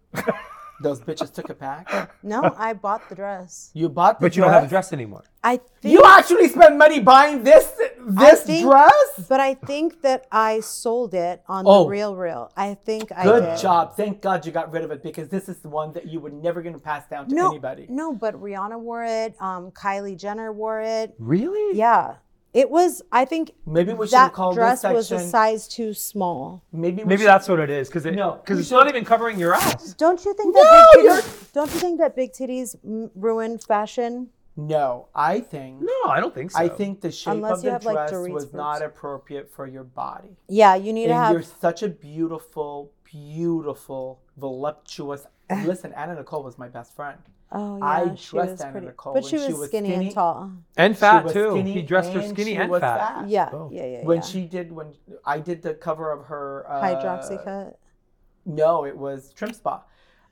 Speaker 1: Those bitches took it back. [LAUGHS]
Speaker 3: No, I bought the dress.
Speaker 1: You bought the
Speaker 2: But you don't have a dress anymore.
Speaker 3: I think
Speaker 1: You actually spent money buying this this
Speaker 3: think-
Speaker 1: dress?
Speaker 3: but I think that I sold it on
Speaker 1: Oh.
Speaker 3: the real real. I think I did.
Speaker 1: Good job. Thank God you got rid of it because this is the one that you were never gonna pass down to
Speaker 3: No,
Speaker 1: anybody.
Speaker 3: no, but Rihanna wore it. Um, Kylie Jenner wore it.
Speaker 2: Really?
Speaker 3: Yeah, it was. I think
Speaker 1: Maybe we should
Speaker 3: that
Speaker 1: call this
Speaker 3: dress was
Speaker 1: section.
Speaker 3: a size too small.
Speaker 1: maybe we
Speaker 2: Maybe
Speaker 1: should-
Speaker 2: that's what it is, because it,
Speaker 1: No.
Speaker 2: because it's not even covering your ass.
Speaker 3: Don't you think
Speaker 1: No,
Speaker 3: that big
Speaker 1: you're-
Speaker 3: titties, don't you think that big titties m- ruin fashion?
Speaker 1: No, I think
Speaker 2: No, I don't think so.
Speaker 1: I think the shape
Speaker 3: Unless
Speaker 1: of
Speaker 3: you
Speaker 1: the
Speaker 3: have, like,
Speaker 1: dress
Speaker 3: Dorit's
Speaker 1: was not
Speaker 3: boobs.
Speaker 1: appropriate for your body.
Speaker 3: Yeah, you need to
Speaker 1: and
Speaker 3: have.
Speaker 1: you're such a beautiful, beautiful,
Speaker 3: [SIGHS]
Speaker 1: voluptuous. Listen, Anna Nicole was my best friend.
Speaker 3: oh yeah,
Speaker 1: I
Speaker 3: she
Speaker 1: dressed
Speaker 3: was
Speaker 1: Anna
Speaker 3: pretty,
Speaker 1: Nicole
Speaker 3: but
Speaker 1: when
Speaker 3: she was,
Speaker 1: she was
Speaker 3: skinny,
Speaker 1: skinny.
Speaker 3: and tall.
Speaker 2: and
Speaker 1: She
Speaker 2: fat
Speaker 1: was
Speaker 2: too.
Speaker 1: skinny
Speaker 2: He dressed her
Speaker 1: and
Speaker 2: skinny
Speaker 1: she
Speaker 2: and
Speaker 1: was
Speaker 2: fat.
Speaker 3: Yeah,
Speaker 2: Oh.
Speaker 3: yeah, yeah.
Speaker 1: When
Speaker 3: yeah.
Speaker 1: she did when I did the cover of her uh,
Speaker 3: hydroxycut.
Speaker 1: No, it was Trim Spa.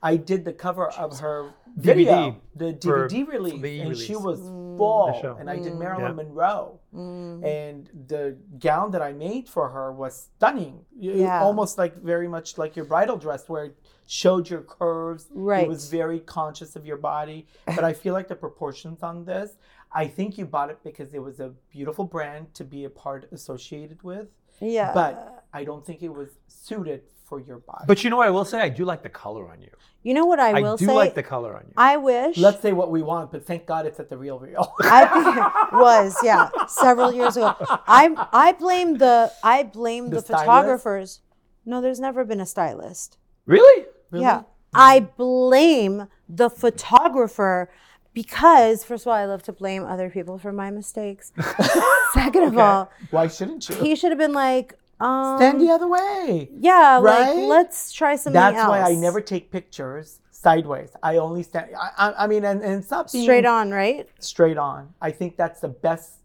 Speaker 1: I did the cover of her
Speaker 2: DVD
Speaker 1: video, the
Speaker 2: for
Speaker 1: DVD release,
Speaker 2: the
Speaker 1: and she
Speaker 2: release.
Speaker 1: was
Speaker 3: Mm.
Speaker 1: full.
Speaker 2: The show.
Speaker 1: And I did
Speaker 3: Mm.
Speaker 1: Marilyn
Speaker 2: Yeah.
Speaker 1: Monroe,
Speaker 3: Mm.
Speaker 1: and the gown that I made for her was stunning. It-
Speaker 3: Yeah.
Speaker 1: almost like very much like your bridal dress, where it showed your curves.
Speaker 3: Right.
Speaker 1: It was very conscious of your body, but I feel like the proportions on this. I think you bought it because it was a beautiful brand to be a part associated with,
Speaker 3: yeah,
Speaker 1: but I don't think it was suited for your body.
Speaker 2: But you know what I will say? I do like the color on you.
Speaker 3: you know what I
Speaker 2: I,
Speaker 3: will
Speaker 2: do
Speaker 3: say?
Speaker 2: like the color on you.
Speaker 3: I wish.
Speaker 1: Let's say what we want, but thank God it's at the real real.
Speaker 3: I [LAUGHS] think was yeah several years ago. I I blame the I blame
Speaker 1: The
Speaker 3: the,
Speaker 1: stylist?
Speaker 3: photographers. No, there's never been a stylist.
Speaker 2: really?
Speaker 3: Yeah, I blame the photographer because first of all, I love to blame other people for my
Speaker 1: [LAUGHS]
Speaker 3: mistakes. Second of
Speaker 2: Okay.
Speaker 3: all,
Speaker 1: [LAUGHS] Why shouldn't you?
Speaker 3: he should have been like, um,
Speaker 1: Stand the other way.
Speaker 3: yeah,
Speaker 1: right?
Speaker 3: like let's try something
Speaker 1: That's
Speaker 3: else.
Speaker 1: why I never take pictures sideways. I only stand. I, I, I mean, and, and it's not being
Speaker 3: straight on, right?
Speaker 1: Straight on. I think that's the best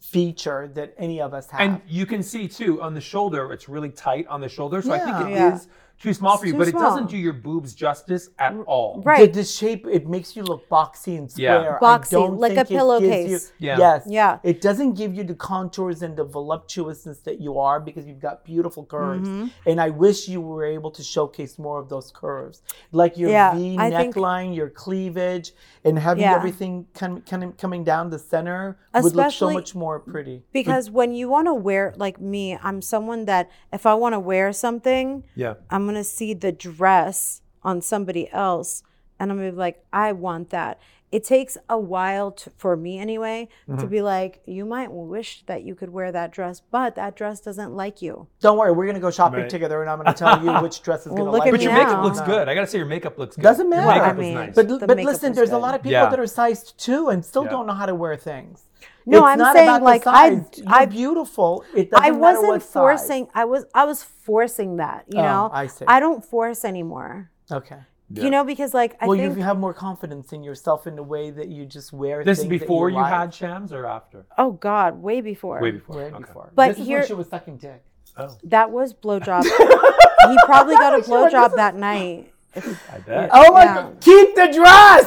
Speaker 1: feature that any of us have.
Speaker 2: And you can see too on the shoulder, it's really tight on the shoulder. So I think it is
Speaker 3: Yeah. Yeah.
Speaker 2: too small for
Speaker 3: It's
Speaker 2: you,
Speaker 3: too
Speaker 2: but it doesn't
Speaker 3: small.
Speaker 2: do your boobs justice at all.
Speaker 1: The,
Speaker 3: Right.
Speaker 1: the shape it makes you look boxy and
Speaker 2: Yeah.
Speaker 1: square. I
Speaker 3: Boxy,
Speaker 1: don't
Speaker 3: like a
Speaker 1: think it gives
Speaker 3: pillowcase.
Speaker 1: you-
Speaker 2: Yeah.
Speaker 1: Yes.
Speaker 3: Yeah.
Speaker 1: It doesn't give you the contours and the voluptuousness that you are because you've got beautiful curves.
Speaker 3: Mhm.
Speaker 1: And I wish you were able to showcase more of those curves, like your
Speaker 3: Yeah,
Speaker 1: V
Speaker 3: I think-
Speaker 1: neckline, your cleavage, and having
Speaker 3: Yeah.
Speaker 1: everything com- com- coming down the center would look so
Speaker 3: Especially-
Speaker 1: much more pretty.
Speaker 3: Because when you want to wear, like me, I'm someone that if I want to wear something,
Speaker 2: Yeah.
Speaker 3: I'm gonna see the dress on somebody else, and I'm gonna be like, I want that. It takes a while to, for me anyway
Speaker 1: Mm-hmm.
Speaker 3: to be like, you might wish that you could wear that dress, but that dress doesn't like you.
Speaker 1: Don't worry, we're gonna go shopping
Speaker 2: Right.
Speaker 1: together, and I'm gonna tell you which dress
Speaker 3: [LAUGHS]
Speaker 1: is
Speaker 3: Well,
Speaker 1: gonna
Speaker 3: look
Speaker 1: like.
Speaker 3: at
Speaker 2: But
Speaker 1: you
Speaker 2: your
Speaker 3: now.
Speaker 2: makeup looks
Speaker 1: No.
Speaker 2: good. I gotta say your makeup looks good.
Speaker 1: Doesn't
Speaker 2: Your
Speaker 1: matter.
Speaker 2: makeup
Speaker 3: I
Speaker 2: was
Speaker 3: mean,
Speaker 2: nice.
Speaker 1: But,
Speaker 3: The
Speaker 1: but
Speaker 3: makeup
Speaker 1: listen,
Speaker 3: is
Speaker 1: there's a
Speaker 3: good.
Speaker 1: lot of people
Speaker 2: Yeah.
Speaker 1: that are sized two and still
Speaker 2: Yeah.
Speaker 1: don't know how to wear things.
Speaker 3: No,
Speaker 1: It's
Speaker 3: I'm
Speaker 1: not
Speaker 3: saying,
Speaker 1: about the
Speaker 3: like, I-
Speaker 1: size. You're
Speaker 3: I-
Speaker 1: beautiful. It doesn't
Speaker 3: I
Speaker 1: matter
Speaker 3: wasn't
Speaker 1: what size.
Speaker 3: forcing. I was I was forcing that. You
Speaker 1: Oh,
Speaker 3: know,
Speaker 1: I see.
Speaker 3: don't force anymore.
Speaker 1: Okay.
Speaker 2: Yeah.
Speaker 3: You know, because like I
Speaker 1: well,
Speaker 3: think.
Speaker 1: you have more confidence in yourself in the way that you just wear.
Speaker 2: this is
Speaker 1: things that
Speaker 2: before you
Speaker 1: like.
Speaker 2: had shams or after?
Speaker 3: oh God, way before.
Speaker 2: Way before.
Speaker 1: Way
Speaker 2: Okay.
Speaker 1: before.
Speaker 3: But
Speaker 1: this is
Speaker 3: here-
Speaker 1: when she was sucking
Speaker 2: [LAUGHS]
Speaker 1: dick.
Speaker 2: Oh,
Speaker 3: That was
Speaker 1: [LAUGHS]
Speaker 3: blowjob. he probably got a
Speaker 1: She went,
Speaker 3: blowjob
Speaker 1: "This is-
Speaker 3: that night.
Speaker 2: I bet.
Speaker 1: Oh my
Speaker 3: Yeah.
Speaker 1: god! Keep the
Speaker 2: [LAUGHS]
Speaker 1: dress.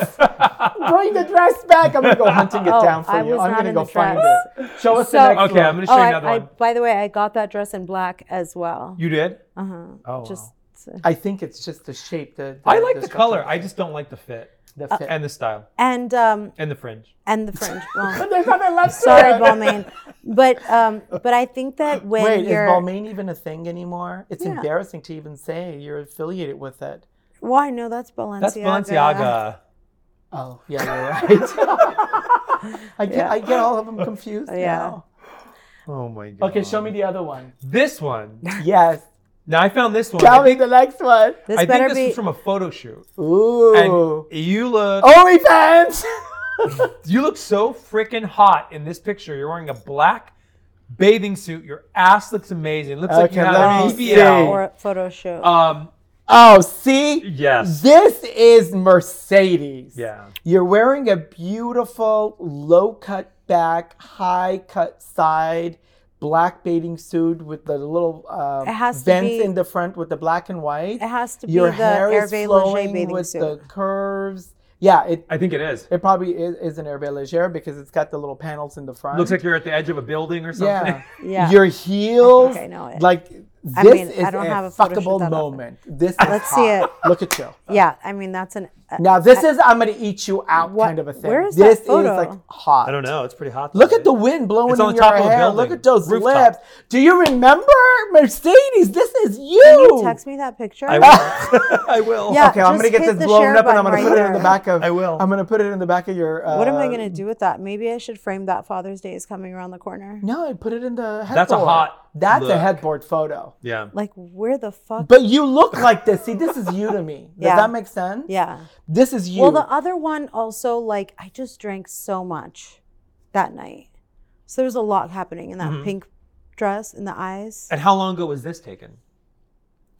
Speaker 1: Bring the dress back. I'm gonna go hunting it
Speaker 3: Oh,
Speaker 1: down for
Speaker 3: I
Speaker 1: you.
Speaker 3: was
Speaker 1: I'm
Speaker 3: not
Speaker 1: gonna
Speaker 3: in
Speaker 1: go
Speaker 3: the
Speaker 1: find
Speaker 3: dress.
Speaker 1: it. Show us
Speaker 3: So-
Speaker 1: the next
Speaker 2: Okay,
Speaker 1: one.
Speaker 2: I'm gonna show
Speaker 3: Oh,
Speaker 2: you
Speaker 3: I,
Speaker 2: another
Speaker 3: I,
Speaker 2: one.
Speaker 3: by the way, I got that dress in black as well.
Speaker 2: You did?
Speaker 3: Uh huh.
Speaker 2: Oh,
Speaker 3: Just
Speaker 2: wow.
Speaker 1: I think it's just the shape. The, the
Speaker 2: I like the
Speaker 1: structure,
Speaker 2: color. I just don't like the fit
Speaker 1: the fit.
Speaker 2: and the style
Speaker 3: and um
Speaker 2: and the fringe.
Speaker 3: and the
Speaker 1: [LAUGHS]
Speaker 3: fringe. Well,
Speaker 1: there's nothing left. to
Speaker 3: sorry,
Speaker 1: it.
Speaker 3: Balmain, but um but I think that when
Speaker 1: Wait, is
Speaker 3: you're
Speaker 1: Balmain even a thing anymore? It's
Speaker 3: Yeah.
Speaker 1: embarrassing to even say you're affiliated with it.
Speaker 3: well, I know that's Balenciaga.
Speaker 2: That's Balenciaga.
Speaker 1: Oh, [LAUGHS] yeah, you're right. I get, I get all of them confused
Speaker 3: Yeah.
Speaker 1: now.
Speaker 2: Oh my god.
Speaker 1: Okay, show me the other one.
Speaker 2: this one.
Speaker 1: Yes.
Speaker 2: Now I found this one.
Speaker 1: [LAUGHS] Tell
Speaker 2: I
Speaker 1: me
Speaker 2: think,
Speaker 1: the next one.
Speaker 3: This
Speaker 2: I think
Speaker 3: better
Speaker 2: this
Speaker 3: be.
Speaker 2: was from a photo shoot.
Speaker 1: Ooh. Oh.
Speaker 2: And you look
Speaker 1: OnlyFans!
Speaker 2: you look so freaking hot in this picture. You're wearing a black bathing suit. Your ass looks amazing. Looks like you
Speaker 1: Okay,
Speaker 2: have
Speaker 1: let
Speaker 2: an
Speaker 1: me
Speaker 2: BBL.
Speaker 3: or a photo shoot.
Speaker 2: Um,
Speaker 1: Oh, see?
Speaker 2: yes.
Speaker 1: This is Mercedes.
Speaker 2: Yeah.
Speaker 1: You're wearing a beautiful low cut back, high cut side black bathing suit with the little um,
Speaker 3: It has to
Speaker 1: vents
Speaker 3: be-
Speaker 1: in the front with the black and white.
Speaker 3: it has to be
Speaker 1: Your
Speaker 3: the
Speaker 1: hair is
Speaker 3: Hervé Leger
Speaker 1: flowing
Speaker 3: bathing
Speaker 1: with
Speaker 3: suit.
Speaker 1: the curves. Yeah, it
Speaker 2: I think it is.
Speaker 1: it probably is, is an Hervé Leger because it's got the little panels in the front.
Speaker 2: Looks like you're at the edge of a building or something.
Speaker 1: yeah.
Speaker 3: yeah.
Speaker 1: Your heels,
Speaker 3: I know it.
Speaker 1: like
Speaker 3: I
Speaker 1: this
Speaker 3: mean, I
Speaker 1: is
Speaker 3: don't
Speaker 1: a
Speaker 3: have a photo shoot that
Speaker 1: fuckable
Speaker 3: often.
Speaker 1: moment. This is
Speaker 3: Let's see
Speaker 1: hot. Look at you.
Speaker 3: yeah, I mean that's an uh,
Speaker 1: Now this is I'm gonna eat you out
Speaker 3: What-
Speaker 1: kind of a thing.
Speaker 3: where is that
Speaker 1: this
Speaker 3: photo?
Speaker 1: is like hot.
Speaker 2: [LAUGHS] I don't know. It's pretty hot.
Speaker 1: Look
Speaker 2: though.
Speaker 1: at the wind blowing
Speaker 2: It's
Speaker 1: in
Speaker 2: on
Speaker 1: your
Speaker 2: top of a
Speaker 1: hair.
Speaker 2: building.
Speaker 1: Look at those
Speaker 2: Rooftop.
Speaker 1: lips. Do you remember Mercedes? This is you.
Speaker 3: Can you text me that picture?
Speaker 1: [LAUGHS]
Speaker 2: I will. [LAUGHS] I will.
Speaker 3: Yeah.
Speaker 1: Okay, I'm gonna
Speaker 3: just
Speaker 1: get
Speaker 3: hit
Speaker 1: this
Speaker 3: the
Speaker 1: blown
Speaker 3: share
Speaker 1: up and I'm gonna
Speaker 3: button
Speaker 1: put
Speaker 3: right
Speaker 1: it in the
Speaker 3: there.
Speaker 1: back of
Speaker 2: I will.
Speaker 1: I'm gonna put it in the back of your uh,
Speaker 3: What am I gonna do with that? Maybe I should frame that Father's Day is coming around the corner.
Speaker 1: No, I put it in the headboard.
Speaker 2: That's a hot
Speaker 1: That's a
Speaker 2: look.
Speaker 1: headboard photo.
Speaker 2: Yeah.
Speaker 3: Like where the fuck?
Speaker 1: But you look like this. See, this is you to me. Does
Speaker 3: Yeah.
Speaker 1: that make sense?
Speaker 3: yeah.
Speaker 1: This is you.
Speaker 3: Well, the uh, other one also like I just drank so much that night, so there was a lot happening in that
Speaker 2: Mm-hmm.
Speaker 3: pink dress in the eyes.
Speaker 2: And how long ago was this taken?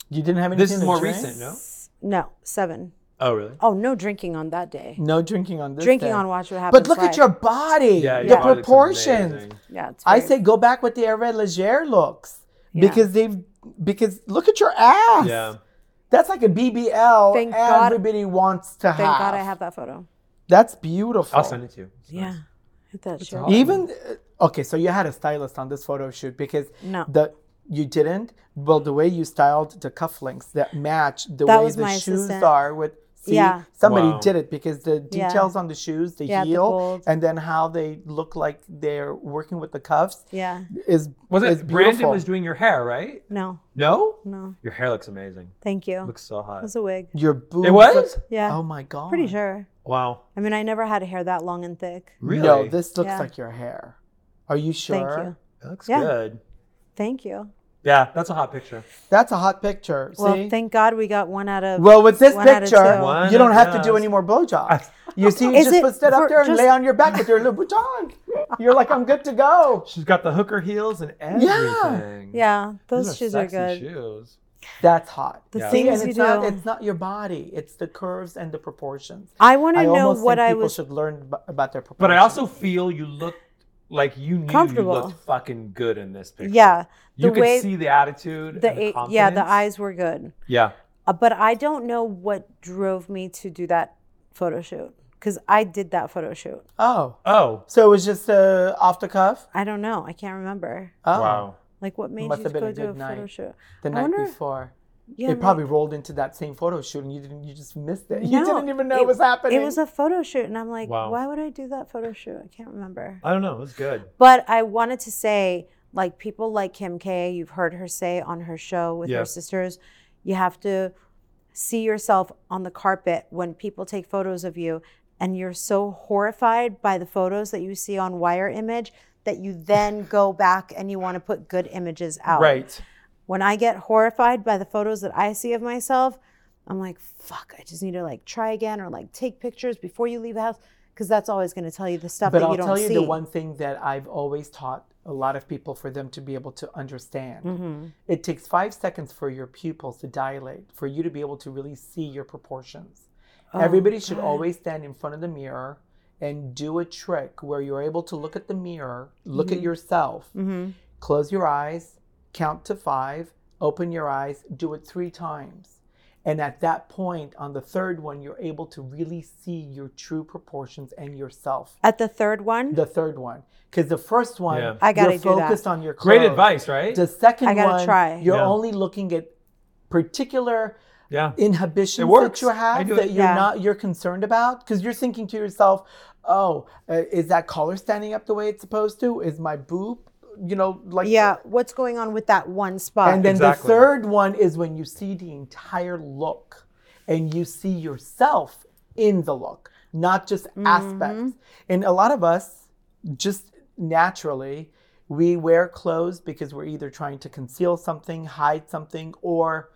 Speaker 1: you didn't have anything
Speaker 2: This is
Speaker 1: to
Speaker 2: more
Speaker 1: drink?
Speaker 2: recent, no?
Speaker 3: No, seven.
Speaker 2: Oh, really?
Speaker 3: Oh, no drinking on that day.
Speaker 1: No drinking on this.
Speaker 3: drinking
Speaker 1: day.
Speaker 3: on Watch What Happens.
Speaker 1: But look at
Speaker 3: Live.
Speaker 1: your body.
Speaker 2: Yeah.
Speaker 1: the
Speaker 2: your body looks
Speaker 1: proportions.
Speaker 2: amazing.
Speaker 3: Yeah, it's
Speaker 1: I
Speaker 3: weird.
Speaker 1: say go back with the Hervé Leger looks
Speaker 3: Yeah.
Speaker 1: because they've because look at your ass.
Speaker 2: Yeah.
Speaker 1: That's like a BBL.
Speaker 3: Thank God-
Speaker 1: everybody wants to
Speaker 3: Thank
Speaker 1: have.
Speaker 3: God I have that photo.
Speaker 1: That's beautiful.
Speaker 2: I'll send it to you. It's
Speaker 3: Yeah,
Speaker 2: nice.
Speaker 3: hit that shit.
Speaker 2: hot.
Speaker 1: Even uh, okay, so you had a stylist on this photo shoot because
Speaker 3: No.
Speaker 1: the you didn't. Well, the way you styled the cufflinks that match the
Speaker 3: That
Speaker 1: way
Speaker 3: was
Speaker 1: the
Speaker 3: my
Speaker 1: shoes
Speaker 3: assistant.
Speaker 1: are with. See,
Speaker 3: Yeah.
Speaker 1: somebody
Speaker 2: Wow.
Speaker 1: did it because the
Speaker 3: Yeah.
Speaker 1: details on the shoes, the
Speaker 3: Yeah, the
Speaker 1: heel,
Speaker 3: gold.
Speaker 1: and then how they look like they're working with the cuffs
Speaker 3: Yeah,
Speaker 1: is
Speaker 2: Was
Speaker 1: is
Speaker 2: it Brandon
Speaker 1: beautiful.
Speaker 2: was doing your hair, right?
Speaker 3: no,
Speaker 2: No?
Speaker 3: no.
Speaker 2: Your hair looks amazing.
Speaker 3: Thank you.
Speaker 2: Looks so
Speaker 3: it
Speaker 2: hot.
Speaker 3: was a wig.
Speaker 1: Your boobs.
Speaker 2: It was?
Speaker 3: Yeah,
Speaker 1: Oh my god.
Speaker 3: pretty sure.
Speaker 2: Wow.
Speaker 3: I mean, I never had hair that long and thick.
Speaker 2: Really?
Speaker 1: No, this looks
Speaker 3: Yeah.
Speaker 1: like your hair. Are you sure?
Speaker 3: Thank you.
Speaker 2: It looks
Speaker 3: Yeah.
Speaker 2: good.
Speaker 3: Thank you.
Speaker 2: Yeah, that's a hot picture.
Speaker 1: That's a hot picture.
Speaker 3: Well,
Speaker 1: see?
Speaker 3: thank God we got one out of.
Speaker 1: well, with this
Speaker 3: One out of
Speaker 1: picture,
Speaker 3: two.
Speaker 2: One
Speaker 1: you don't
Speaker 2: of
Speaker 1: have to do
Speaker 2: those.
Speaker 1: any more
Speaker 2: [LAUGHS]
Speaker 1: blowjobs. You see, you
Speaker 3: Is
Speaker 1: just
Speaker 3: it
Speaker 1: put stand
Speaker 3: for-
Speaker 1: up there and
Speaker 3: just-
Speaker 1: lay on your back with your Louboutin. You're like, I'm good to go.
Speaker 2: She's got the hooker heels and everything.
Speaker 3: yeah,
Speaker 2: Those
Speaker 3: those, shoes are
Speaker 2: sexy
Speaker 3: good.
Speaker 2: Shoes.
Speaker 1: That's hot.
Speaker 3: The
Speaker 2: Yeah.
Speaker 1: See, and
Speaker 3: things you
Speaker 1: it's
Speaker 3: do.
Speaker 1: not, it's not your body; it's the curves and the proportions.
Speaker 3: I want to
Speaker 1: I
Speaker 3: know
Speaker 1: almost
Speaker 3: what
Speaker 1: think
Speaker 3: I
Speaker 1: people
Speaker 3: was.
Speaker 1: should learn ab- about their proportions.
Speaker 2: But I also feel you look like you knew
Speaker 3: Comfortable.
Speaker 2: you looked fucking good in this picture.
Speaker 3: Yeah,
Speaker 2: You
Speaker 3: the
Speaker 2: could
Speaker 3: way-
Speaker 2: see the attitude.
Speaker 3: the,
Speaker 2: and the
Speaker 3: eight- yeah, the
Speaker 2: confidence.
Speaker 3: eyes were good.
Speaker 2: Yeah.
Speaker 3: Uh, but I don't know what drove me to do that photo shoot because I did that photo shoot.
Speaker 1: oh,
Speaker 2: Oh.
Speaker 1: so it was just uh, off the cuff.
Speaker 3: I don't know. I can't remember.
Speaker 1: Oh,
Speaker 2: Wow.
Speaker 3: Like what made
Speaker 1: Must
Speaker 3: you
Speaker 1: have been
Speaker 3: go
Speaker 1: a
Speaker 3: do a
Speaker 1: good night.
Speaker 3: photo shoot?
Speaker 1: The
Speaker 3: I
Speaker 1: night
Speaker 3: wonder-
Speaker 1: before,
Speaker 3: Yeah,
Speaker 1: they
Speaker 3: may-
Speaker 1: probably rolled into that same photo shoot, and you didn't. You just missed it. [LAUGHS] you
Speaker 3: no,
Speaker 1: didn't even know it, was happening.
Speaker 3: It was a photo shoot, and I'm like,
Speaker 2: Wow.
Speaker 3: why would I do that photo shoot? I can't remember.
Speaker 2: I don't know. It was good.
Speaker 3: But I wanted to say, like people like Kim K, you've heard her say on her show with
Speaker 2: Yeah.
Speaker 3: her sisters, you have to see yourself on the carpet when people take photos of you, and you're so horrified by the photos that you see on Wire Image that you
Speaker 1: [LAUGHS]
Speaker 3: then go back and you want to put good images out.
Speaker 2: Right.
Speaker 3: When I get horrified by the photos that I see of myself, I'm like, fuck, I just need to like try again or like take pictures before you leave the house because that's always going to tell you the stuff
Speaker 1: But
Speaker 3: that
Speaker 1: I'll
Speaker 3: you don't
Speaker 1: tell you
Speaker 3: see.
Speaker 1: the one thing that I've always taught a lot of people for them to be able to understand.
Speaker 3: Mm-hmm.
Speaker 1: It takes five seconds for your pupils to dilate, for you to be able to really see your proportions.
Speaker 3: Oh,
Speaker 1: Everybody should always stand in front of the mirror and do a trick where you're able to look at the mirror, look
Speaker 3: Mm-hmm.
Speaker 1: at yourself, close your eyes, count to five, open your eyes, do it three times. And at that point, on the third one, you're able to really see your true proportions and yourself
Speaker 3: At the third one,
Speaker 1: the third one because the first one
Speaker 2: Yeah.
Speaker 3: I gotta
Speaker 1: you're
Speaker 3: do that.
Speaker 1: focused on your clothes.
Speaker 2: Great advice, right?
Speaker 1: the second
Speaker 3: I gotta
Speaker 1: one
Speaker 3: try.
Speaker 1: you're
Speaker 2: Yeah.
Speaker 1: only looking at particular
Speaker 2: yeah. It
Speaker 1: inhibitions
Speaker 2: works.
Speaker 1: that you
Speaker 2: I
Speaker 1: have
Speaker 2: do
Speaker 1: that
Speaker 2: it.
Speaker 1: you're
Speaker 3: Yeah.
Speaker 1: not you're concerned about because you're thinking to yourself oh uh, is that collar standing up the way it's supposed to is my boob you know like
Speaker 3: yeah, what's going on with that one spot?
Speaker 1: and then
Speaker 2: Exactly.
Speaker 1: the third one is when you see the entire look and you see yourself in the look, not just
Speaker 3: Mm-hmm.
Speaker 1: aspects. And a lot of us just naturally we wear clothes because we're either trying to conceal something, hide something or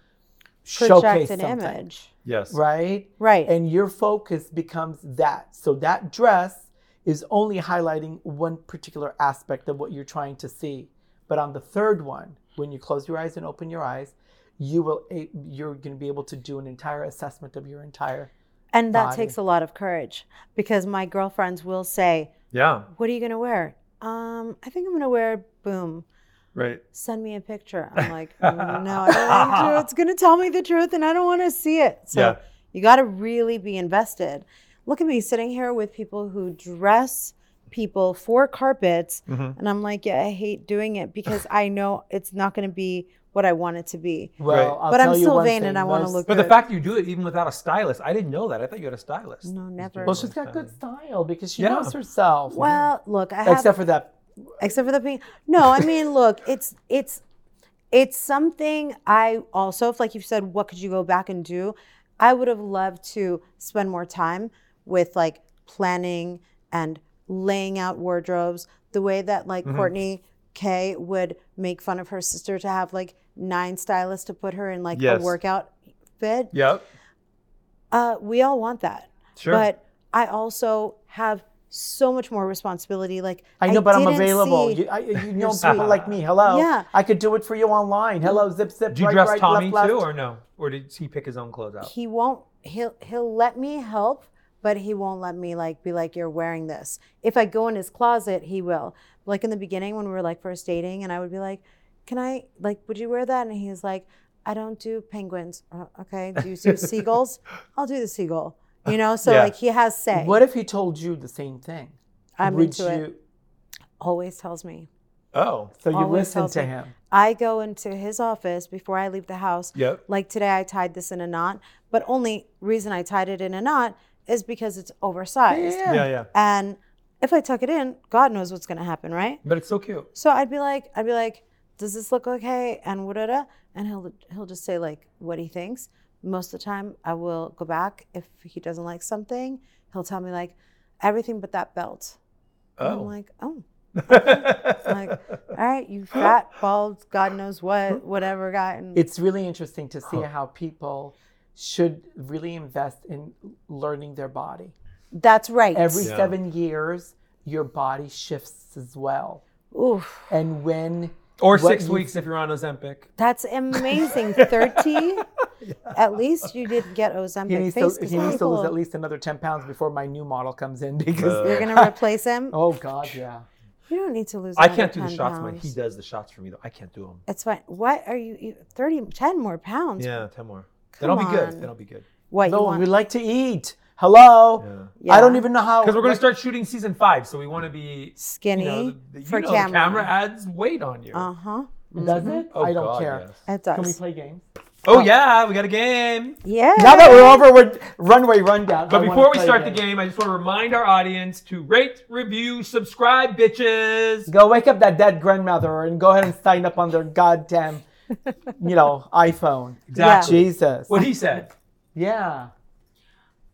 Speaker 1: showcase
Speaker 3: project an
Speaker 1: something,
Speaker 3: image.
Speaker 2: Yes.
Speaker 1: right?
Speaker 3: Right.
Speaker 1: And your focus becomes that. So that dress is only highlighting one particular aspect of what you're trying to see. But on the third one, when you close your eyes and open your eyes, you will a- you're going to be able to do an entire assessment of your entire
Speaker 3: And that
Speaker 1: Body.
Speaker 3: takes a lot of courage because my girlfriends will say,
Speaker 2: Yeah.
Speaker 3: What are you going to wear? Um, I think I'm going to wear boom.
Speaker 2: Right.
Speaker 3: Send me a picture.
Speaker 1: [LAUGHS]
Speaker 3: I'm like, "Mm, No, I don't want to. It's going to tell me the truth and I don't want to see it. So
Speaker 2: Yeah.
Speaker 3: you got to really be invested. Look at me sitting here with people who dress people for carpets.
Speaker 2: Mhm.
Speaker 3: And I'm like, Yeah, I hate doing it because I know it's not going to be what I want it to be.
Speaker 1: well.
Speaker 2: Right.
Speaker 1: I'll
Speaker 3: But I'm
Speaker 1: tell you
Speaker 3: still
Speaker 1: one
Speaker 3: vain
Speaker 1: thing,
Speaker 3: and I wanna
Speaker 1: most-
Speaker 3: look-
Speaker 2: But the
Speaker 3: Good.
Speaker 2: fact you do it even without a stylist, I didn't know that. I thought you had a stylist.
Speaker 3: No, never.
Speaker 1: Well, she's got good style because she
Speaker 2: Yeah.
Speaker 1: knows herself.
Speaker 3: Well, look, I have
Speaker 1: except for that.
Speaker 3: except for the pink. No, I mean, look, it's it's it's something I also, if like you said, what could you go back and do? I would have loved to spend more time with like planning and laying out wardrobes the way that like Courtney K would make fun of her sister to have like nine stylists to put her in like
Speaker 2: Yes.
Speaker 3: a workout fit.
Speaker 2: Yep.
Speaker 3: Uh, we all want that.
Speaker 2: Sure.
Speaker 3: But I also have so much more responsibility. Like
Speaker 1: I know, but I'm
Speaker 3: didn't
Speaker 1: available.
Speaker 3: see-
Speaker 1: You, I, you
Speaker 3: [LAUGHS]
Speaker 1: know
Speaker 3: sweet.
Speaker 1: people like me. Hello.
Speaker 3: Yeah.
Speaker 1: I could do it for you online. Hello, zip zip.
Speaker 2: do you
Speaker 1: right,
Speaker 2: dress
Speaker 1: right,
Speaker 2: Tommy
Speaker 1: left,
Speaker 2: too,
Speaker 1: left.
Speaker 2: or no? Or did he pick his own clothes out?
Speaker 3: he won't he'll he'll let me help but he won't let me like be like you're wearing this if i go in his closet he will like in the beginning when we were like first dating and i would be like can i like would you wear that and he's like i don't do penguins "Uh, okay do
Speaker 1: [LAUGHS]
Speaker 3: you do seagulls i'll do the seagull you know so
Speaker 2: Yeah.
Speaker 3: like he has say
Speaker 1: What if he told you the same thing?
Speaker 3: i'm
Speaker 1: Would
Speaker 3: into
Speaker 1: you,
Speaker 3: it always tells me
Speaker 2: Oh.
Speaker 1: So you
Speaker 3: Always
Speaker 1: listen
Speaker 3: tells
Speaker 1: to
Speaker 3: me.
Speaker 1: him.
Speaker 3: i go into his office before i leave the house
Speaker 2: Yep.
Speaker 3: like today i tied this in a knot but only reason i tied it in a knot is because it's oversized
Speaker 1: Yeah.
Speaker 2: Yeah, yeah.
Speaker 3: And if I tuck it in, God knows what's gonna happen, right?
Speaker 2: But it's so cute.
Speaker 3: So I'd be like, I'd be like, does this look okay? And what da and he'll he'll just say like what he thinks. Most of the time, I will go back if he doesn't like something. He'll tell me like everything but that belt. And
Speaker 2: [LAUGHS]
Speaker 3: I'm
Speaker 2: Oh.
Speaker 3: like, oh, all right,
Speaker 1: [GASPS]
Speaker 3: you fat, bald, God knows what, whatever guy. And
Speaker 1: It's really interesting to see
Speaker 2: Huh.
Speaker 1: how people should really invest in learning their body.
Speaker 3: that's right.
Speaker 1: Every
Speaker 2: Yeah.
Speaker 1: seven years, your body shifts as well.
Speaker 3: Oof,
Speaker 1: And when
Speaker 2: or
Speaker 1: What
Speaker 2: six
Speaker 1: you-
Speaker 2: weeks if you're on Ozempic.
Speaker 3: that's
Speaker 1: [LAUGHS]
Speaker 3: amazing. Thirty. At least you didn't get
Speaker 1: he
Speaker 3: Ozempic
Speaker 1: needs,
Speaker 3: face.
Speaker 1: to,
Speaker 3: 'cause
Speaker 1: he needs to lose
Speaker 3: people-
Speaker 1: at least another 10 pounds before my new model comes in [LAUGHS] because,
Speaker 3: You're gonna replace him.
Speaker 1: [LAUGHS] oh God, yeah.
Speaker 3: You don't need to lose.
Speaker 2: I
Speaker 3: another
Speaker 2: can't do the
Speaker 3: 10
Speaker 2: shots, man.
Speaker 3: pounds.
Speaker 2: He does the shots for me though. I can't do them.
Speaker 3: It's fine. What are you? you 30, 10 more pounds.
Speaker 2: Yeah, ten more.
Speaker 3: Come
Speaker 2: then I'll be good.
Speaker 3: on.
Speaker 2: Then I'll be good.
Speaker 3: What you
Speaker 1: No,
Speaker 3: want?
Speaker 1: we like to eat. Hello.
Speaker 2: Yeah.
Speaker 1: I don't
Speaker 3: Yeah.
Speaker 1: even know how.
Speaker 2: Because we're gonna start shooting season five, so we want to be
Speaker 3: skinny
Speaker 2: you know, the, the, you
Speaker 3: for
Speaker 2: know, the
Speaker 3: camera.
Speaker 2: camera adds weight on you.
Speaker 3: Uh huh.
Speaker 1: Does it?
Speaker 2: Oh,
Speaker 1: Oh. I don't
Speaker 2: God,
Speaker 1: care.
Speaker 2: yes.
Speaker 3: It
Speaker 1: Can we
Speaker 3: does.
Speaker 1: play games?
Speaker 2: Oh yeah, we got a game.
Speaker 3: Yeah.
Speaker 1: Now that we're over, we're runway rundown. I
Speaker 2: But
Speaker 1: wanna
Speaker 2: before we
Speaker 1: play
Speaker 2: start the
Speaker 1: games.
Speaker 2: game, I just want to remind our audience to rate, review, subscribe, bitches.
Speaker 1: go wake up that dead grandmother and go ahead and sign up on their goddamn, you know, [LAUGHS] iPhone.
Speaker 2: Exactly.
Speaker 1: Jesus.
Speaker 2: What he said.
Speaker 1: [LAUGHS] Yeah.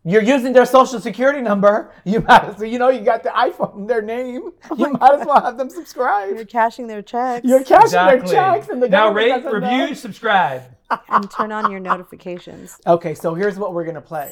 Speaker 1: You're using their social security number. [LAUGHS] You might as well, you know, you got the iPhone, their
Speaker 2: [LAUGHS]
Speaker 1: name.
Speaker 2: Oh
Speaker 1: You might as well have them
Speaker 3: [LAUGHS] You're
Speaker 1: subscribe.
Speaker 3: cashing their
Speaker 1: [LAUGHS]
Speaker 3: checks
Speaker 1: You're cashing
Speaker 2: Exactly.
Speaker 1: their checks and the
Speaker 2: now
Speaker 1: government
Speaker 2: rate,
Speaker 1: doesn't know.
Speaker 2: review, subscribe.
Speaker 3: and turn on your notifications.
Speaker 1: Okay, so here's what we're gonna play.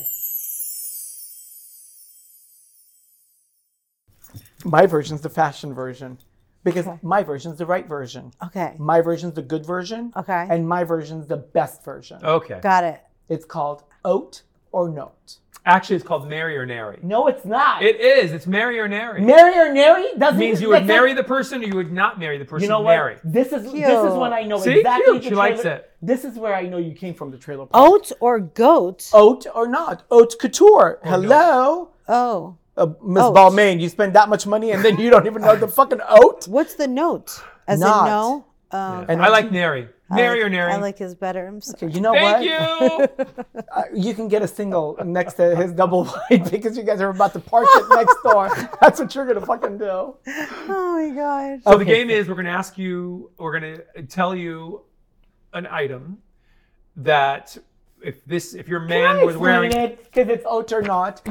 Speaker 1: My version's the fashion version. Because my version's the right version. [LAUGHS]
Speaker 3: Okay.
Speaker 1: My version's the good version.
Speaker 3: Okay.
Speaker 1: And my version's the best version.
Speaker 2: Okay.
Speaker 3: Got it.
Speaker 1: It's called Oat or Note.
Speaker 2: Actually, it's called marry or nary.
Speaker 1: No, it's not.
Speaker 2: It is. It's marry or nary.
Speaker 1: marry or nary doesn't
Speaker 2: means you would marry the person or you would not marry the person
Speaker 1: You know what?
Speaker 2: marry.
Speaker 1: This is this is when I know
Speaker 2: See?
Speaker 1: exactly.
Speaker 2: Cute.
Speaker 1: the
Speaker 2: She likes
Speaker 1: trailer-
Speaker 2: it.
Speaker 1: This is where I know you came from the trailer. Park.
Speaker 3: Oat or goat?
Speaker 1: Oat or not? Oat couture. Hello,
Speaker 3: Oh.
Speaker 1: uh, Miss
Speaker 3: Oat.
Speaker 1: Balmain. You spend that much money and then you don't even know the fucking oat.
Speaker 3: What's the note? As
Speaker 1: Not.
Speaker 3: in no. Um,
Speaker 1: And
Speaker 2: I like nary. Nary or nary.
Speaker 3: I like his better. I'm so-
Speaker 1: You know
Speaker 2: [LAUGHS] Thank
Speaker 1: what? [LAUGHS]
Speaker 2: you.
Speaker 1: Uh, you can get a single next to his double [LAUGHS] wide because you guys are about to park it next
Speaker 3: [LAUGHS]
Speaker 1: door. That's what you're gonna fucking do.
Speaker 3: Oh my gosh.
Speaker 2: So the
Speaker 1: Okay.
Speaker 2: game is we're going to ask you, we're going to tell you an item that if this, if your man was wearing
Speaker 1: because it's oat or
Speaker 2: [LAUGHS]
Speaker 1: not.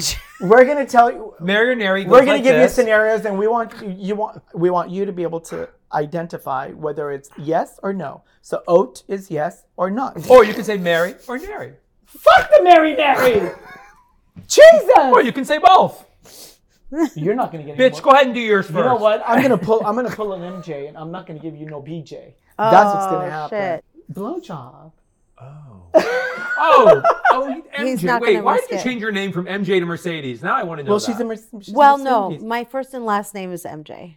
Speaker 1: We're gonna tell you.
Speaker 2: marry or nary,
Speaker 1: We're gonna give you
Speaker 2: scenario.
Speaker 1: scenarios, and we want you- you want we want you to be able to identify whether it's yes or no. So oat is yes or not. [LAUGHS]
Speaker 2: Or you can say marry or nary. [LAUGHS]
Speaker 1: Fuck the Mary Mary. Jesus.
Speaker 2: Or you can say both.
Speaker 1: You're not gonna get. any
Speaker 2: Bitch,
Speaker 1: more-
Speaker 2: go ahead and do yours first.
Speaker 1: You know what? I'm gonna pull. I'm gonna pull an MJ, and I'm not gonna give you no BJ. That's what's
Speaker 3: Oh,
Speaker 1: gonna happen.
Speaker 3: shit.
Speaker 1: Blowjob.
Speaker 2: [LAUGHS] Oh. oh.
Speaker 1: [LAUGHS]
Speaker 2: Oh, MJ.
Speaker 3: He's not
Speaker 2: Wait,
Speaker 3: gonna
Speaker 2: why did
Speaker 3: risk
Speaker 2: you
Speaker 3: it.
Speaker 2: change your name from MJ to Mercedes? Now I want to know.
Speaker 1: Well,
Speaker 2: that.
Speaker 1: she's a. Mer- she's a
Speaker 3: Well, no,
Speaker 1: Mercedes.
Speaker 3: my first and last name is MJ.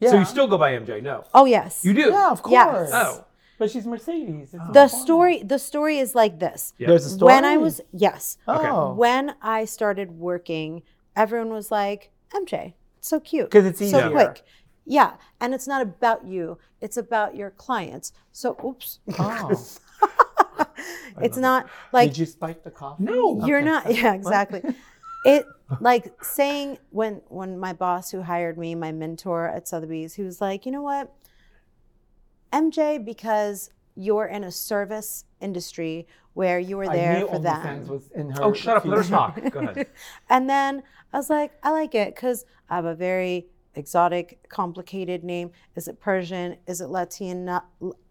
Speaker 1: Yeah.
Speaker 2: So you still go by MJ? No.
Speaker 3: Oh yes.
Speaker 2: You do?
Speaker 1: Yeah, of course.
Speaker 3: Yes.
Speaker 2: Oh.
Speaker 1: But she's Mercedes. It's
Speaker 3: the
Speaker 1: not fun.
Speaker 3: story the story is like this.
Speaker 2: Yeah.
Speaker 1: There's a story.
Speaker 3: When I was yes,
Speaker 2: Okay.
Speaker 1: Oh.
Speaker 3: when I started working, everyone was like, MJ, it's so cute.
Speaker 1: 'Cause it's
Speaker 3: so
Speaker 1: easier.
Speaker 3: quick. Yeah. And it's not about you, it's about your clients. So
Speaker 1: [LAUGHS]
Speaker 3: oops.
Speaker 1: [LAUGHS]
Speaker 3: [LAUGHS]
Speaker 1: Oh.
Speaker 3: it's not like
Speaker 1: Did you spike the coffee?
Speaker 2: No.
Speaker 3: you're
Speaker 1: Okay.
Speaker 3: not [LAUGHS]
Speaker 1: [LAUGHS]
Speaker 3: yeah exactly it like saying when when my boss who hired me my mentor at sotheby's he was like you know what mj because you're in a service industry where you were
Speaker 1: I
Speaker 3: there
Speaker 1: knew
Speaker 3: for
Speaker 1: OnlyFans
Speaker 3: them
Speaker 1: was in her.
Speaker 2: Oh, shut up. Let her
Speaker 1: feed.
Speaker 2: talk. Go ahead.
Speaker 3: and then i was like i like it because i have a very exotic complicated name is it persian is it latin uh,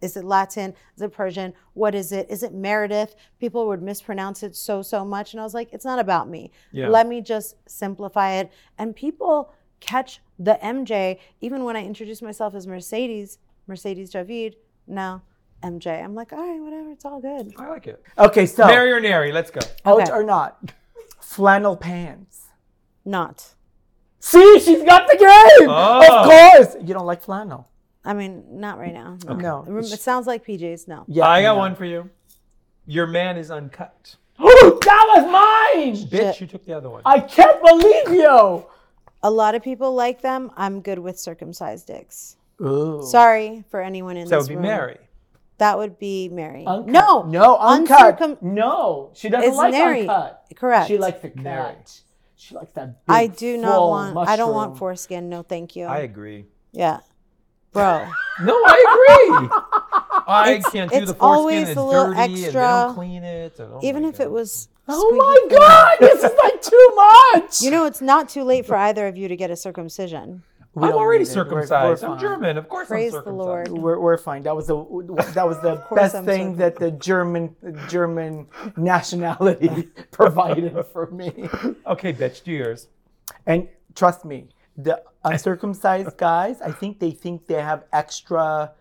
Speaker 3: is it latin is it persian what is it is it meredith people would mispronounce it so so much and i was like it's not about me
Speaker 2: Yeah.
Speaker 3: let me just simplify it. And people catch the MJ, even when I introduce myself as Mercedes, Mercedes Javid, now MJ. I'm like, all right, whatever, it's all good.
Speaker 2: I like it.
Speaker 1: [LAUGHS] Okay, so
Speaker 2: Mary or Nary? Let's go.
Speaker 1: out
Speaker 3: Okay.
Speaker 1: or not,
Speaker 3: [LAUGHS]
Speaker 1: flannel pants.
Speaker 3: Not.
Speaker 1: See, she's got the game.
Speaker 2: Oh.
Speaker 1: Of course, you don't like flannel.
Speaker 3: I mean, not right now. No.
Speaker 1: No.
Speaker 3: Rem- It sounds like PJs, no.
Speaker 1: Yeah,
Speaker 2: I got
Speaker 1: no. [GASPS]
Speaker 2: one for you. Your man is uncut.
Speaker 1: that was mine.
Speaker 2: Bitch, you took the other one.
Speaker 1: I can't believe you.
Speaker 3: A lot of people like them. I'm good with circumcised dicks.
Speaker 1: Ooh.
Speaker 3: Sorry for anyone in
Speaker 2: so it
Speaker 3: this
Speaker 2: would be
Speaker 3: room.
Speaker 2: Mary.
Speaker 3: That would be Mary.
Speaker 1: Uncut.
Speaker 3: No.
Speaker 1: no, uncut.
Speaker 3: uncircum-
Speaker 1: no, she doesn't
Speaker 3: It's
Speaker 1: like
Speaker 3: nary.
Speaker 1: uncut.
Speaker 3: Correct.
Speaker 1: She likes the cut.
Speaker 2: Nary.
Speaker 1: She likes that. Big,
Speaker 3: I do not
Speaker 1: full
Speaker 3: want. I don't want
Speaker 1: mushroom.
Speaker 3: foreskin. No, thank you.
Speaker 2: I agree.
Speaker 3: yeah, bro.
Speaker 2: No, I agree. [LAUGHS] I
Speaker 3: It's-
Speaker 2: can't do
Speaker 3: it's
Speaker 2: the foreskin.
Speaker 3: always
Speaker 2: it's
Speaker 3: a little
Speaker 2: dirty and they
Speaker 3: extra.
Speaker 2: don't clean it. and- oh
Speaker 3: [LAUGHS] Even
Speaker 2: my
Speaker 3: if it
Speaker 2: God.
Speaker 3: was.
Speaker 1: Oh
Speaker 3: squeaky
Speaker 1: my
Speaker 3: clean.
Speaker 1: god, this is like too much.
Speaker 3: You know, it's not too late
Speaker 1: [LAUGHS]
Speaker 3: for either of you to get a circumcision.
Speaker 1: We
Speaker 2: I'm
Speaker 1: don't
Speaker 2: already
Speaker 1: need it. We're- we're
Speaker 2: circumcised. I'm
Speaker 1: fine.
Speaker 2: German. Of course
Speaker 3: Praise
Speaker 2: I'm
Speaker 3: the
Speaker 2: circumcised.
Speaker 3: Lord.
Speaker 1: We're, we're fine. That was the that was the
Speaker 3: course
Speaker 1: best
Speaker 3: I'm
Speaker 1: thing that the German German
Speaker 3: [LAUGHS]
Speaker 1: nationality provided for me.
Speaker 2: Okay, bitch, do yours.
Speaker 1: And trust me, the uncircumcised guys, I think they think they have extra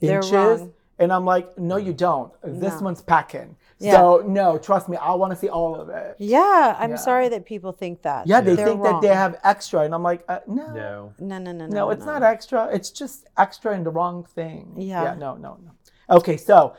Speaker 3: They're
Speaker 1: inches.
Speaker 3: wrong. Mm.
Speaker 1: And I'm like, no, you don't. This
Speaker 3: No.
Speaker 1: one's packing.
Speaker 3: Yeah.
Speaker 1: So no, trust me, I want to see all of it.
Speaker 3: Yeah, I'm
Speaker 1: Yeah.
Speaker 3: sorry that people think that.
Speaker 1: Yeah, they
Speaker 3: They're
Speaker 1: think that they
Speaker 3: wrong.
Speaker 1: have extra, and I'm like, uh, no, no,
Speaker 2: No.
Speaker 3: No, no, no, no.
Speaker 1: it's not extra. It's just extra in the wrong thing.
Speaker 3: Yeah.
Speaker 1: no, no, no. Okay, so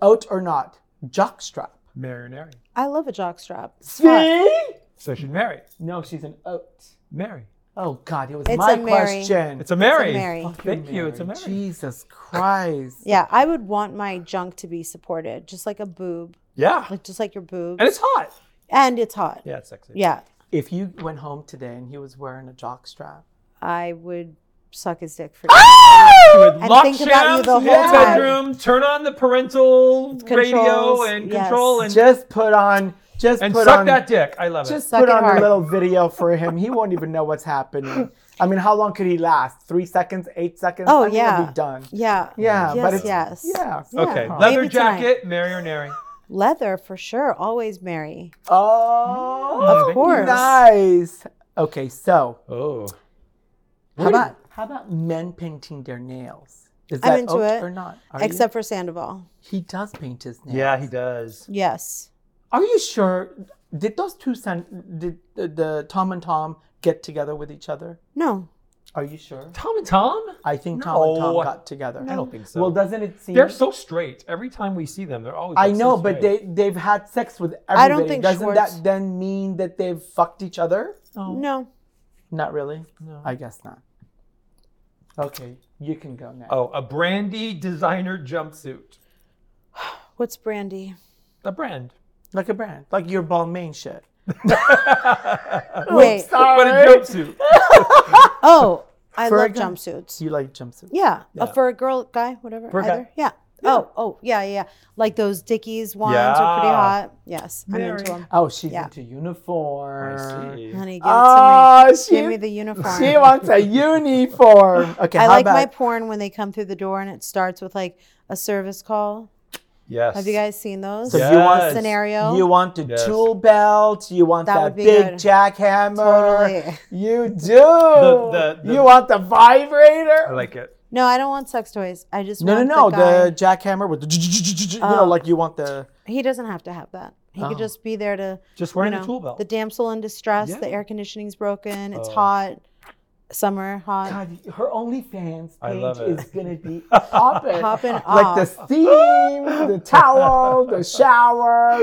Speaker 1: out or not, jockstrap.
Speaker 2: Mary or Nary.
Speaker 3: I love a jockstrap. It's hot.
Speaker 1: See?
Speaker 2: So she'd marry.
Speaker 1: No, she's an oat.
Speaker 2: Mary.
Speaker 1: Oh God, it was
Speaker 3: It's
Speaker 1: my
Speaker 3: a Mary.
Speaker 1: question.
Speaker 2: It's a Mary.
Speaker 3: Mary.
Speaker 2: Thank you. It's a Mary.
Speaker 1: Jesus Christ.
Speaker 3: Yeah, I would want my junk to be supported, just like a boob,
Speaker 2: Yeah.
Speaker 3: like just like your boob,
Speaker 2: And it's hot.
Speaker 3: and it's hot. Yeah,
Speaker 2: Yeah, it's sexy.
Speaker 1: [LAUGHS] If you went home today and he was wearing a jockstrap,
Speaker 3: I would suck his dick for you.
Speaker 2: You would
Speaker 3: And
Speaker 2: lock
Speaker 3: think about you
Speaker 2: shafts
Speaker 3: the
Speaker 2: in
Speaker 3: whole
Speaker 2: your
Speaker 1: time.
Speaker 2: bedroom, turn on the parental radio
Speaker 3: Controls,
Speaker 2: and
Speaker 3: yes.
Speaker 2: control and,
Speaker 1: just put on, just
Speaker 2: and
Speaker 1: put
Speaker 2: suck
Speaker 1: on,
Speaker 2: that dick. I love
Speaker 1: just
Speaker 3: Suck
Speaker 1: put
Speaker 3: it
Speaker 1: on
Speaker 3: hard.
Speaker 1: a little
Speaker 3: [LAUGHS]
Speaker 1: video for him. He won't even know what's happening. I mean, how long could he last? Three seconds? Eight seconds?
Speaker 3: Oh,
Speaker 1: I mean, he'll
Speaker 3: yeah.
Speaker 1: be done.
Speaker 3: Yeah.
Speaker 1: Yeah,
Speaker 3: Yes,
Speaker 1: but it's,
Speaker 3: yes.
Speaker 1: yeah.
Speaker 2: it. Okay.
Speaker 1: yeah.
Speaker 2: Leather
Speaker 3: Maybe tonight.
Speaker 2: jacket, Mary or Nary.
Speaker 3: Leather for sure. Always Mary.
Speaker 1: Oh,
Speaker 2: Of
Speaker 3: course.
Speaker 1: nice. Okay, so
Speaker 2: Oh.
Speaker 1: how about how about men painting their nails? Is
Speaker 3: I'm
Speaker 1: that
Speaker 3: into
Speaker 1: okay
Speaker 3: it.
Speaker 1: or not? Are you-
Speaker 3: Except for Sandoval.
Speaker 1: he does paint his nails.
Speaker 2: Yeah, he does.
Speaker 3: Yes.
Speaker 1: Are you sure? Did those two send did the, the Tom and Tom get together with each other?
Speaker 3: No.
Speaker 1: Are you sure?
Speaker 2: Tom and Tom?
Speaker 1: I think Tom and Tom
Speaker 2: No.
Speaker 1: got together.
Speaker 2: I don't think so.
Speaker 1: Well, doesn't it seem?
Speaker 2: they're so straight. Every time we see them, they're always.
Speaker 1: I
Speaker 2: like, so
Speaker 1: know, but
Speaker 2: straight.
Speaker 1: they they've had sex with everybody.
Speaker 3: I don't think
Speaker 1: doesn't
Speaker 3: Schwartz-
Speaker 1: that then mean that they've fucked each other?
Speaker 3: No.
Speaker 1: Not really. No. I guess not. Okay, you can go next.
Speaker 2: Oh, a brandy designer jumpsuit.
Speaker 3: What's brandy?
Speaker 2: A brand.
Speaker 1: Like a brand, like your Balmain shit. Oh,
Speaker 3: Wait.
Speaker 2: But a jumpsuit.
Speaker 3: Oh, I
Speaker 1: For
Speaker 3: love
Speaker 1: exam-
Speaker 3: jumpsuits.
Speaker 1: You like jumpsuits?
Speaker 3: Yeah, Uh, for a girl, guy, whatever.
Speaker 2: For a guy.
Speaker 3: either. Yeah. Oh, oh, yeah, yeah. yeah. Like those Dickies ones are pretty
Speaker 2: Yeah.
Speaker 3: hot. Yes, I'm
Speaker 2: Mary.
Speaker 3: into them.
Speaker 1: Oh, she's
Speaker 3: Yeah.
Speaker 1: into uniform.
Speaker 2: I see.
Speaker 3: Honey, give
Speaker 1: Oh,
Speaker 3: it to me.
Speaker 1: she-
Speaker 3: give me the uniform.
Speaker 1: She wants a uniform. Okay,
Speaker 3: I
Speaker 1: how
Speaker 3: [LAUGHS] like
Speaker 1: about
Speaker 3: my porn when they come through the door and it starts with like a service call.
Speaker 2: Yes.
Speaker 3: Have you guys seen those?
Speaker 1: So you want-
Speaker 3: scenario?
Speaker 1: You want the
Speaker 2: Yes.
Speaker 1: tool belt. You want
Speaker 3: That
Speaker 1: that,
Speaker 3: would be
Speaker 1: big
Speaker 3: good.
Speaker 1: jackhammer.
Speaker 3: Totally. [LAUGHS]
Speaker 1: You do.
Speaker 2: The- the-
Speaker 1: you want the vibrator.
Speaker 2: I like it.
Speaker 3: No, I don't want sex toys. I just
Speaker 1: no, no,
Speaker 3: want
Speaker 1: no.
Speaker 3: The, guy-
Speaker 1: The, jackhammer with the. You know,
Speaker 3: Oh.
Speaker 1: like you want the.
Speaker 3: he doesn't have to have that. He
Speaker 1: Oh.
Speaker 3: could just be there to
Speaker 2: Just wearing
Speaker 3: you
Speaker 2: a
Speaker 3: know,
Speaker 2: tool belt.
Speaker 3: The damsel in distress.
Speaker 2: Yeah.
Speaker 3: The air conditioning's broken. It's
Speaker 2: Oh.
Speaker 3: hot. Summer hot.
Speaker 1: God, her OnlyFans
Speaker 2: I love
Speaker 1: page
Speaker 2: it.
Speaker 1: is gonna [LAUGHS] be popping.
Speaker 3: Popping
Speaker 1: like the
Speaker 3: off.
Speaker 1: steam,
Speaker 3: [LAUGHS]
Speaker 1: the towel, the shower,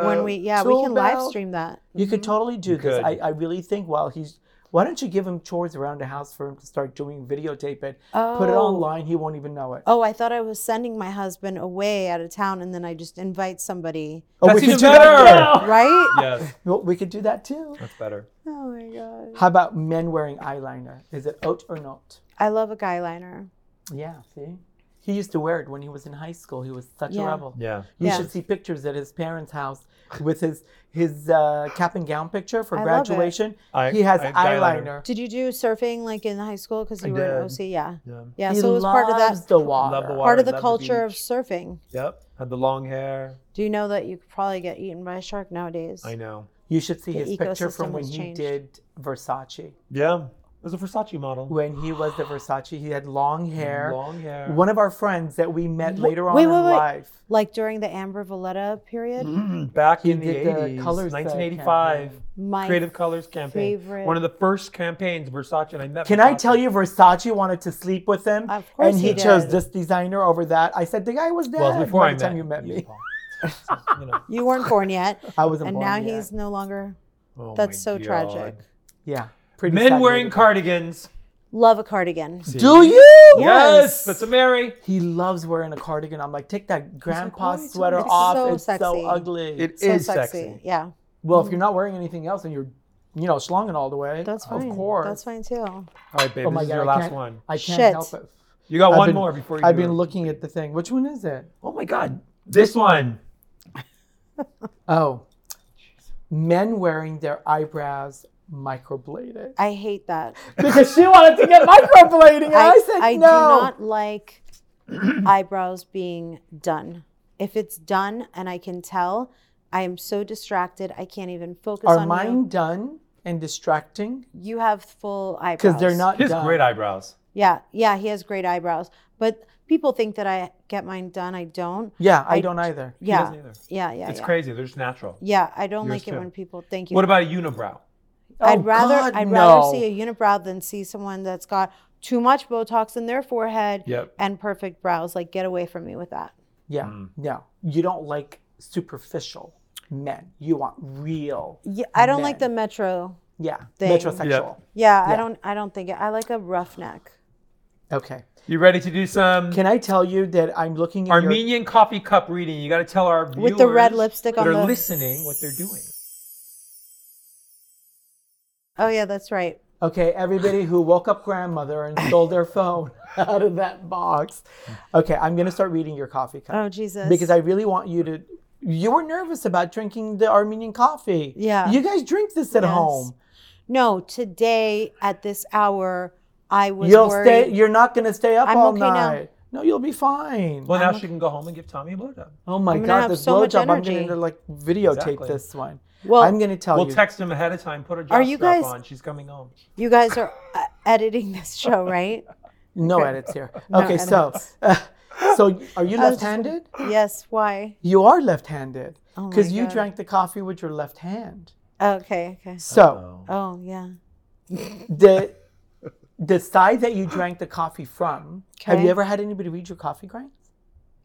Speaker 1: the
Speaker 3: when we yeah we
Speaker 1: tool
Speaker 3: can live
Speaker 1: belt.
Speaker 3: stream that.
Speaker 1: You could totally do
Speaker 2: You
Speaker 1: this.
Speaker 2: could.
Speaker 1: I, I really think while he's why don't you give him chores around the house for him to start doing videotape it,
Speaker 3: Oh.
Speaker 1: put it online, he won't even know it.
Speaker 3: Oh, I thought I was sending my husband away out of town, and then I just invite somebody,
Speaker 1: Oh,
Speaker 2: That's
Speaker 1: we could
Speaker 2: even
Speaker 1: do that
Speaker 2: better.
Speaker 1: too.
Speaker 3: right?
Speaker 2: [LAUGHS]
Speaker 1: [GASPS]
Speaker 2: yes,
Speaker 1: Well, we could do that too.
Speaker 2: that's better.
Speaker 3: Oh my god.
Speaker 1: How about men wearing eyeliner? Is it out or not?
Speaker 3: I love a guy liner.
Speaker 1: Yeah, see? He used to wear it when he was in high school. He was such a
Speaker 3: Yeah.
Speaker 1: rebel.
Speaker 2: Yeah.
Speaker 1: You
Speaker 3: Yeah.
Speaker 1: should see pictures at his parents' house with his his uh, cap and gown picture for
Speaker 3: I love it.
Speaker 1: graduation.
Speaker 2: I-
Speaker 1: he has
Speaker 2: I-
Speaker 1: eyeliner.
Speaker 3: Did you do surfing like in high school because
Speaker 2: I
Speaker 3: you were
Speaker 2: did.
Speaker 3: in OC? Yeah,
Speaker 2: Yeah.
Speaker 3: yeah.
Speaker 1: He
Speaker 3: so it was part of
Speaker 1: loves
Speaker 3: that
Speaker 1: The water.
Speaker 2: Love the water.
Speaker 3: part of the
Speaker 2: love
Speaker 3: culture of
Speaker 2: beach.
Speaker 3: surfing.
Speaker 2: Yep. Had the long hair.
Speaker 3: Do you know that you could probably get eaten by a shark nowadays?
Speaker 2: I know.
Speaker 1: You should see
Speaker 3: The
Speaker 1: his picture
Speaker 3: ecosystem
Speaker 1: from when
Speaker 3: has
Speaker 1: he
Speaker 3: changed.
Speaker 1: did Versace.
Speaker 2: Yeah. It was a Versace model.
Speaker 1: When he was the Versace, he had long hair.
Speaker 2: Long hair.
Speaker 1: One of our friends that we met later on
Speaker 3: Wait,
Speaker 1: in
Speaker 3: wait, wait.
Speaker 1: life.
Speaker 3: Like during the Amber Valletta period,
Speaker 1: Mm-hmm.
Speaker 2: Mm, [CLEARS THROAT] Back
Speaker 1: He
Speaker 2: in the
Speaker 1: did the
Speaker 2: 80s,
Speaker 1: colours, uh,
Speaker 2: 1985,
Speaker 3: my
Speaker 2: Creative Colors campaign.
Speaker 3: favorite.
Speaker 2: One of the first campaigns, Versace, and I met.
Speaker 1: Can I
Speaker 2: Versace.
Speaker 1: tell you, Versace wanted to sleep with him,
Speaker 3: Of course
Speaker 1: and he,
Speaker 3: he
Speaker 1: chose
Speaker 3: did.
Speaker 1: this designer over that. I said the guy was dead
Speaker 2: Well, it was before
Speaker 1: by
Speaker 2: I
Speaker 1: the
Speaker 2: met
Speaker 1: time you met
Speaker 2: you,
Speaker 1: me.
Speaker 2: Paul. So, [LAUGHS] you know.
Speaker 3: you
Speaker 1: [LAUGHS]
Speaker 3: weren't born yet,
Speaker 1: I was
Speaker 3: and now he's no longer.
Speaker 2: Oh
Speaker 3: That's
Speaker 2: my
Speaker 3: so
Speaker 2: God.
Speaker 3: tragic.
Speaker 1: yeah. Pretty
Speaker 2: Men
Speaker 1: sad
Speaker 2: wearing
Speaker 1: lady.
Speaker 2: cardigans.
Speaker 3: Love a cardigan.
Speaker 1: Do you?
Speaker 3: Yeah.
Speaker 2: Yes,
Speaker 3: Yes.
Speaker 2: that's a Mary.
Speaker 1: He loves wearing a cardigan. I'm like, take that grandpa
Speaker 2: "Why are you
Speaker 1: sweater
Speaker 2: doing this?"
Speaker 1: off.
Speaker 3: So
Speaker 1: it's so
Speaker 3: sexy.
Speaker 1: ugly.
Speaker 2: It is
Speaker 3: so sexy. Yeah,
Speaker 1: well, if you're not wearing anything else and you're, you know, schlonging all the way,
Speaker 3: that's fine.
Speaker 1: Of course.
Speaker 3: that's fine too.
Speaker 2: All right, babe.
Speaker 1: Oh my
Speaker 2: this
Speaker 1: god,
Speaker 2: is your
Speaker 1: I
Speaker 2: last
Speaker 1: can't-
Speaker 2: one.
Speaker 1: I can't
Speaker 3: Shit.
Speaker 1: help it.
Speaker 2: You got
Speaker 1: I've
Speaker 2: one
Speaker 1: been-
Speaker 2: more before you.
Speaker 1: I've
Speaker 2: do
Speaker 1: been
Speaker 2: it.
Speaker 1: looking at the thing. Which one is it?
Speaker 2: Oh my God. This one.
Speaker 1: Oh, men wearing their eyebrows
Speaker 3: [LAUGHS]
Speaker 1: microbladed.
Speaker 3: I hate that.
Speaker 1: because she wanted to get microblading, and I, said
Speaker 3: I
Speaker 1: no.
Speaker 3: do
Speaker 1: [CLEARS THROAT]
Speaker 3: not like eyebrows being done. If it's done and I can tell, I am so distracted. I can't even focus
Speaker 1: Are
Speaker 3: on
Speaker 1: mine
Speaker 3: you.
Speaker 1: done and distracting?
Speaker 3: You have full eyebrows.
Speaker 1: Because they're not
Speaker 2: He has
Speaker 1: done.
Speaker 2: great eyebrows.
Speaker 3: Yeah, yeah, he has great eyebrows. But people think that I get mine done. I don't.
Speaker 1: yeah, I,
Speaker 3: I-
Speaker 1: don't either.
Speaker 3: Yeah,
Speaker 2: doesn't either.
Speaker 3: yeah, yeah.
Speaker 2: It's
Speaker 3: yeah.
Speaker 2: crazy. They're just natural.
Speaker 3: Yeah, I don't
Speaker 2: Yours
Speaker 3: like it
Speaker 2: too.
Speaker 3: when people think you.
Speaker 2: What about a unibrow?
Speaker 1: Oh,
Speaker 3: I'd rather
Speaker 1: God,
Speaker 3: I'd
Speaker 1: no.
Speaker 3: rather see a unibrow than see someone that's got too much Botox in their forehead
Speaker 2: Yep.
Speaker 3: and perfect brows. Like, get away from me with that.
Speaker 1: Yeah,
Speaker 2: Mm.
Speaker 1: no. You don't like superficial men. You want real.
Speaker 3: Yeah, I don't like
Speaker 1: Men.
Speaker 3: the metro
Speaker 1: Yeah,
Speaker 3: Thing.
Speaker 1: metrosexual.
Speaker 3: Yeah,
Speaker 1: Yeah.
Speaker 3: I don't. I don't think it. I like a rough neck.
Speaker 1: Okay.
Speaker 2: You ready to do some
Speaker 1: Can I tell you that I'm looking at [LAUGHS] your
Speaker 2: Armenian coffee cup reading? You got to tell our viewers
Speaker 3: With the red lipstick
Speaker 2: that
Speaker 3: on
Speaker 2: are
Speaker 3: the-
Speaker 2: listening what they're doing.
Speaker 3: Oh yeah, that's right.
Speaker 1: Okay, everybody who woke up grandmother and stole their phone [LAUGHS] out of that box. Okay, I'm gonna start reading your coffee cup
Speaker 3: Oh Jesus.
Speaker 1: because I really want you to. You were nervous about drinking the Armenian coffee.
Speaker 3: Yeah.
Speaker 1: You guys drink this at
Speaker 3: Yes.
Speaker 1: home.
Speaker 3: no, today at this hour, I was
Speaker 1: You'll
Speaker 3: worried.
Speaker 1: stay. You're not gonna stay up
Speaker 3: I'm
Speaker 1: all
Speaker 3: okay now.
Speaker 1: night. No, you'll be fine.
Speaker 2: Well, now she can go home and give Tommy a blowjob.
Speaker 1: oh my
Speaker 3: I'm gonna
Speaker 1: God,
Speaker 3: have
Speaker 1: this
Speaker 3: so much
Speaker 1: blowjob! I'm
Speaker 3: energy.
Speaker 1: gonna like videotape
Speaker 2: Exactly.
Speaker 1: this one.
Speaker 3: Well,
Speaker 1: I'm gonna tell
Speaker 2: We'll
Speaker 1: you.
Speaker 2: text him ahead of time. Put a job
Speaker 3: Are you
Speaker 2: strap
Speaker 3: guys-
Speaker 2: on. She's coming home.
Speaker 3: you guys are uh, editing
Speaker 1: [LAUGHS]
Speaker 3: this show, right?
Speaker 1: no edits here.
Speaker 3: No
Speaker 1: Okay, so, [LAUGHS] so are you
Speaker 3: I was just-
Speaker 1: left-handed?
Speaker 3: yes. Why?
Speaker 1: You are left-handed
Speaker 3: Oh my
Speaker 1: because you
Speaker 3: God.
Speaker 1: drank the coffee with your left hand.
Speaker 3: Okay. Okay.
Speaker 1: So
Speaker 3: Oh yeah.
Speaker 1: the the side [GASPS] that you drank the coffee from. Have you
Speaker 3: Okay.
Speaker 1: ever had anybody read your coffee grinds?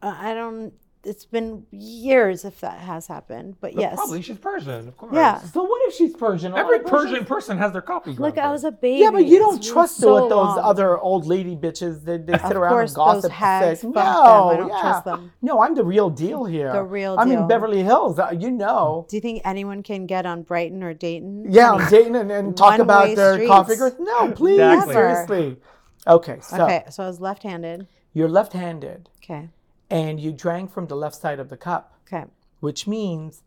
Speaker 3: Uh, I don't. It's been years if that has happened, but yes.
Speaker 2: Probably she's Persian, of course.
Speaker 3: Yeah.
Speaker 1: So what if she's Persian? A lot
Speaker 2: Every
Speaker 1: of Persians-
Speaker 2: Persian person has their coffee.
Speaker 3: Look,
Speaker 2: grinder.
Speaker 3: I was a baby.
Speaker 1: Yeah, but you don't
Speaker 3: It's been
Speaker 1: trust
Speaker 3: so
Speaker 1: what those
Speaker 3: long.
Speaker 1: other old lady bitches that they sit
Speaker 3: Of
Speaker 1: around
Speaker 3: course,
Speaker 1: and gossip.
Speaker 3: those hags.
Speaker 1: sex.
Speaker 3: fuck
Speaker 1: no,
Speaker 3: them. I don't
Speaker 1: yeah.
Speaker 3: trust them.
Speaker 1: No, I'm the real deal here.
Speaker 3: The real
Speaker 1: I'm in
Speaker 3: deal.
Speaker 1: Beverly Hills. uh, You
Speaker 3: [LAUGHS]
Speaker 1: know.
Speaker 3: Do you think anyone can get on Brighton or Dayton?
Speaker 1: Yeah, I'm dating and, and talk about
Speaker 3: One-way
Speaker 1: their coffee
Speaker 3: streets.
Speaker 1: grinds. No, please,
Speaker 2: Exactly.
Speaker 1: seriously. Okay, so
Speaker 3: Okay, so I was left-handed.
Speaker 1: you're left-handed
Speaker 3: Okay,
Speaker 1: and you drank from the left side of the cup.
Speaker 3: okay.
Speaker 1: which means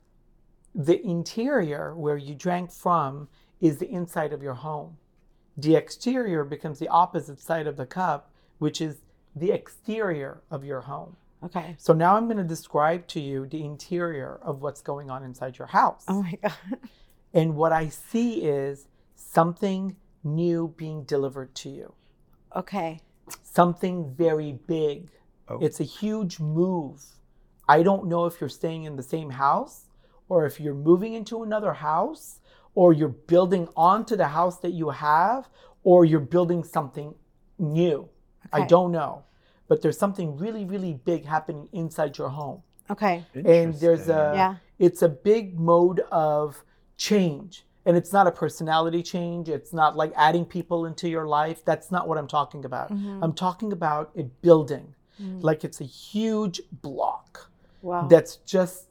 Speaker 1: the interior where you drank from is the inside of your home. The exterior becomes the opposite side of the cup, which is the exterior of your home.
Speaker 3: Okay.
Speaker 1: So now I'm going to describe to you the interior of what's going on inside your house.
Speaker 3: Oh my [LAUGHS] god.
Speaker 1: And what I see is something new being delivered to you,
Speaker 3: Okay.
Speaker 1: something very big.
Speaker 2: Oh.
Speaker 1: It's a huge move. I don't know if you're staying in the same house or if you're moving into another house or you're building onto the house that you have or you're building something new. I
Speaker 3: Okay.
Speaker 1: don't know. But there's something really, really big happening inside your home.
Speaker 3: Okay.
Speaker 1: And there's
Speaker 2: Oh, Interesting.
Speaker 1: a
Speaker 3: Yeah.
Speaker 1: it's a big mode of change and it's not a personality change it's not like adding people into your life that's not what i'm talking about
Speaker 3: Mhm.
Speaker 1: i'm talking about a building
Speaker 3: Mm.
Speaker 1: like it's a huge block
Speaker 3: Wow.
Speaker 1: that's just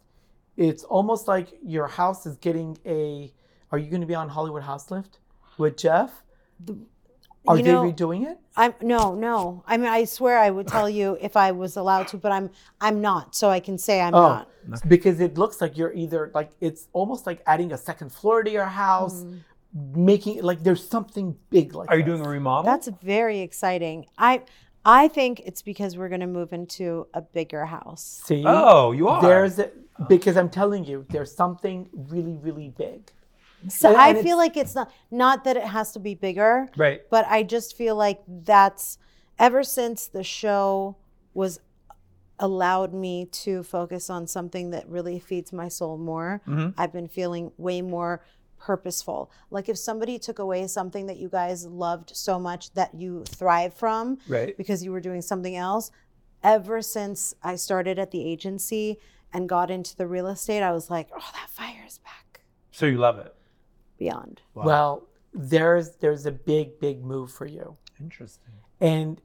Speaker 1: it's almost like your house is getting a are you going to be on hollywood house lift with jeff are
Speaker 3: you
Speaker 1: they
Speaker 3: know,
Speaker 1: redoing it
Speaker 3: I'm no, no. I mean, I swear I would tell you if I was allowed to, but I'm, I'm not. So I can say I'm
Speaker 1: Oh.
Speaker 3: not.
Speaker 1: because it looks like you're either like it's almost like adding a second floor to your house
Speaker 3: Mm.
Speaker 1: making like there's something big like
Speaker 2: Are you
Speaker 1: this.
Speaker 2: doing a remodel?
Speaker 3: That's very exciting. I, I think it's because we're gonna move into a bigger house.
Speaker 1: see
Speaker 2: oh, you are.
Speaker 1: There's a, because I'm telling you, there's something really, really big.
Speaker 3: So
Speaker 1: And-
Speaker 3: I
Speaker 1: and
Speaker 3: feel like it's not, not that it has to be bigger,
Speaker 2: right.
Speaker 3: but I just feel like that's ever since the show was allowed me to focus on something that really feeds my soul more.
Speaker 2: Mhm.
Speaker 3: I've been feeling way more purposeful. Like if somebody took away something that you guys loved so much that you thrive from
Speaker 2: Right.
Speaker 3: because you were doing something else, ever since I started at the agency and got into the real estate, I was like, oh, that fire is back
Speaker 2: So you love it.
Speaker 3: beyond.
Speaker 2: Wow.
Speaker 1: Well, there's there's a big, big move for you,
Speaker 2: interesting.
Speaker 1: and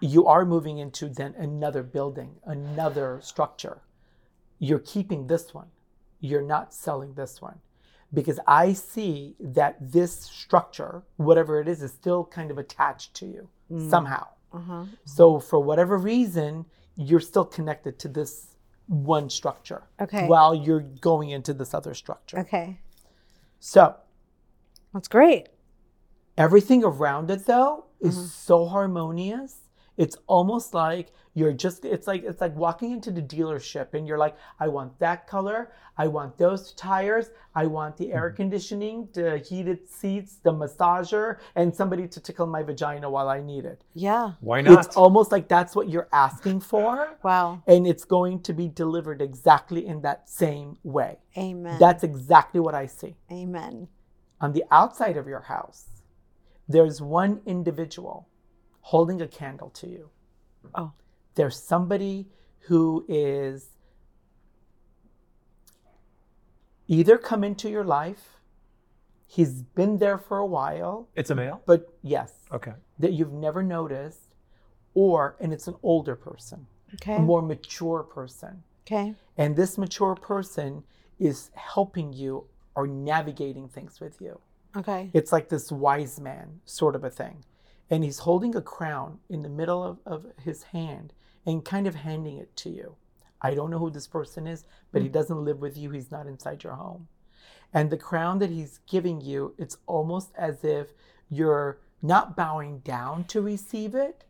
Speaker 1: you are moving into then another building, another structure. You're keeping this one. You're not selling this one. Because I see that this structure, whatever it is, is still kind of attached to you somehow.
Speaker 3: Uh-huh.
Speaker 1: So for whatever reason, you're still connected to this one structure.
Speaker 3: Okay.
Speaker 1: While you're going into this other structure.
Speaker 3: Okay.
Speaker 1: So
Speaker 3: That's great.
Speaker 1: everything around it though is
Speaker 3: Mm-hmm.
Speaker 1: so harmonious. It's almost like you're just it's like it's like walking into the dealership and you're like, I want that color, I want those tires, I want the
Speaker 3: Mm-hmm.
Speaker 1: air conditioning, the heated seats, the massager, and somebody to tickle my vagina while I need it.
Speaker 3: Yeah.
Speaker 2: Why not?
Speaker 1: It's almost like that's what you're asking for.
Speaker 3: Wow.
Speaker 1: and it's going to be delivered exactly in that same way.
Speaker 3: Amen.
Speaker 1: That's exactly what I see.
Speaker 3: Amen.
Speaker 1: On the outside of your house, there's one individual holding a candle to you.
Speaker 3: Oh.
Speaker 1: There's somebody who is either come into your life, he's been there for a while,
Speaker 2: it's a male.
Speaker 1: but yes,
Speaker 2: Okay.
Speaker 1: that you've never noticed, or, and it's an older person,
Speaker 3: Okay.
Speaker 1: a more mature person.
Speaker 3: Okay.
Speaker 1: And this mature person is helping you or navigating things with you.
Speaker 3: Okay.
Speaker 1: It's like this wise man sort of a thing. And he's holding a crown in the middle of, of his hand and kind of handing it to you. I don't know who this person is, but he doesn't live with you. He's not inside your home. And the crown that he's giving you, it's almost as if you're not bowing down to receive it,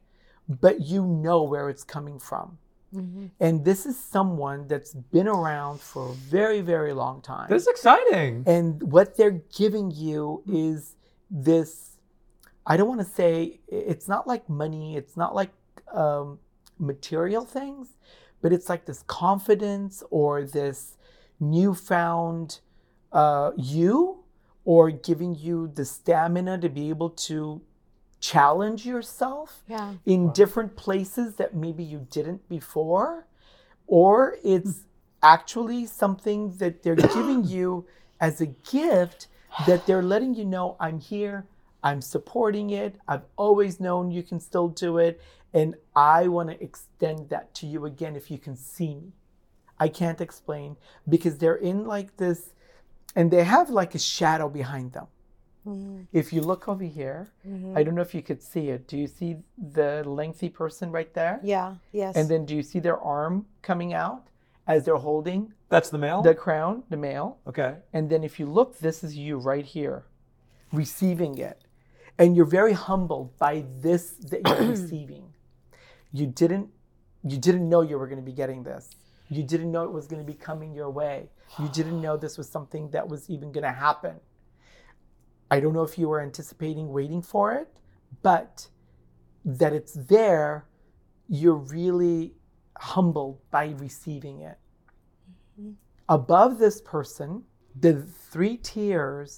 Speaker 1: but you know where it's coming from.
Speaker 3: Mhm.
Speaker 1: And this is someone that's been around for a very, very long time.
Speaker 2: This is exciting.
Speaker 1: and what they're giving you is this I don't want to say it's not like money, it's not like um, material things, but it's like this confidence or this newfound uh, you or giving you the stamina to be able to challenge yourself
Speaker 3: Yeah.
Speaker 1: in different places that maybe you didn't before, or it's actually something that they're giving you as a gift that they're letting you know I'm here, I'm supporting it, I've always known you can still do it, and I want to extend that to you again if you can see me. I can't explain because they're in like this, and they have like a shadow behind them.
Speaker 3: Mhm.
Speaker 1: If you look over here,
Speaker 3: Mhm.
Speaker 1: I don't know if you could see it. Do you see the lengthy person right there?
Speaker 3: Yeah. Yes.
Speaker 1: And then do you see their arm coming out as they're holding
Speaker 2: That's the male.
Speaker 1: the crown, the male?
Speaker 2: okay.
Speaker 1: And then if you look, this is you right here receiving it. And you're very humbled by this that you're receiving. You didn't you didn't know you were going to be getting this. You didn't know it was going to be coming your way. You didn't know this was something that was even going to happen. I don't know if you were anticipating waiting for it, but that it's there, you're really humbled by receiving it. Above this person, the three tiers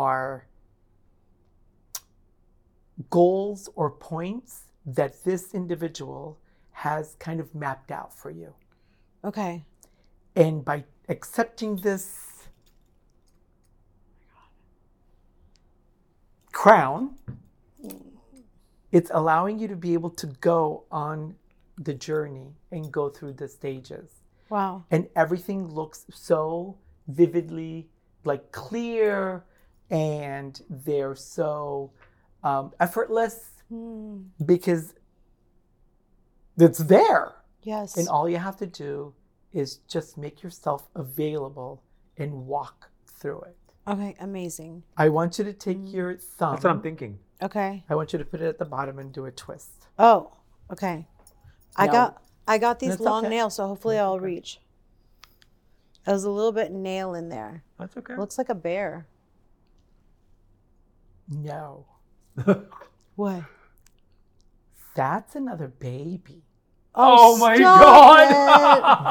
Speaker 1: are goals or points that this individual has kind of mapped out for you.
Speaker 3: Okay.
Speaker 1: And by accepting this crown, it's allowing you to be able to go on the journey and go through the stages.
Speaker 3: Wow.
Speaker 1: And everything looks so vividly, like clear, and they're so um, effortless
Speaker 3: Mm,
Speaker 1: because it's there.
Speaker 3: yes.
Speaker 1: And all you have to do is just make yourself available and walk through it.
Speaker 3: okay. Amazing.
Speaker 1: I want you to take your thumb.
Speaker 2: Mm. That's what I'm thinking.
Speaker 3: Okay.
Speaker 1: I want you to put it at the bottom and do a twist.
Speaker 3: Oh. Okay. I
Speaker 1: No.
Speaker 3: got I got these
Speaker 1: That's
Speaker 3: long
Speaker 1: okay.
Speaker 3: nails, so hopefully I'll reach. There's a little bit nail in there.
Speaker 2: That's okay. [LAUGHS]
Speaker 3: Looks like a bear.
Speaker 1: No,
Speaker 3: What?
Speaker 1: that's another baby.
Speaker 2: Oh my
Speaker 3: stop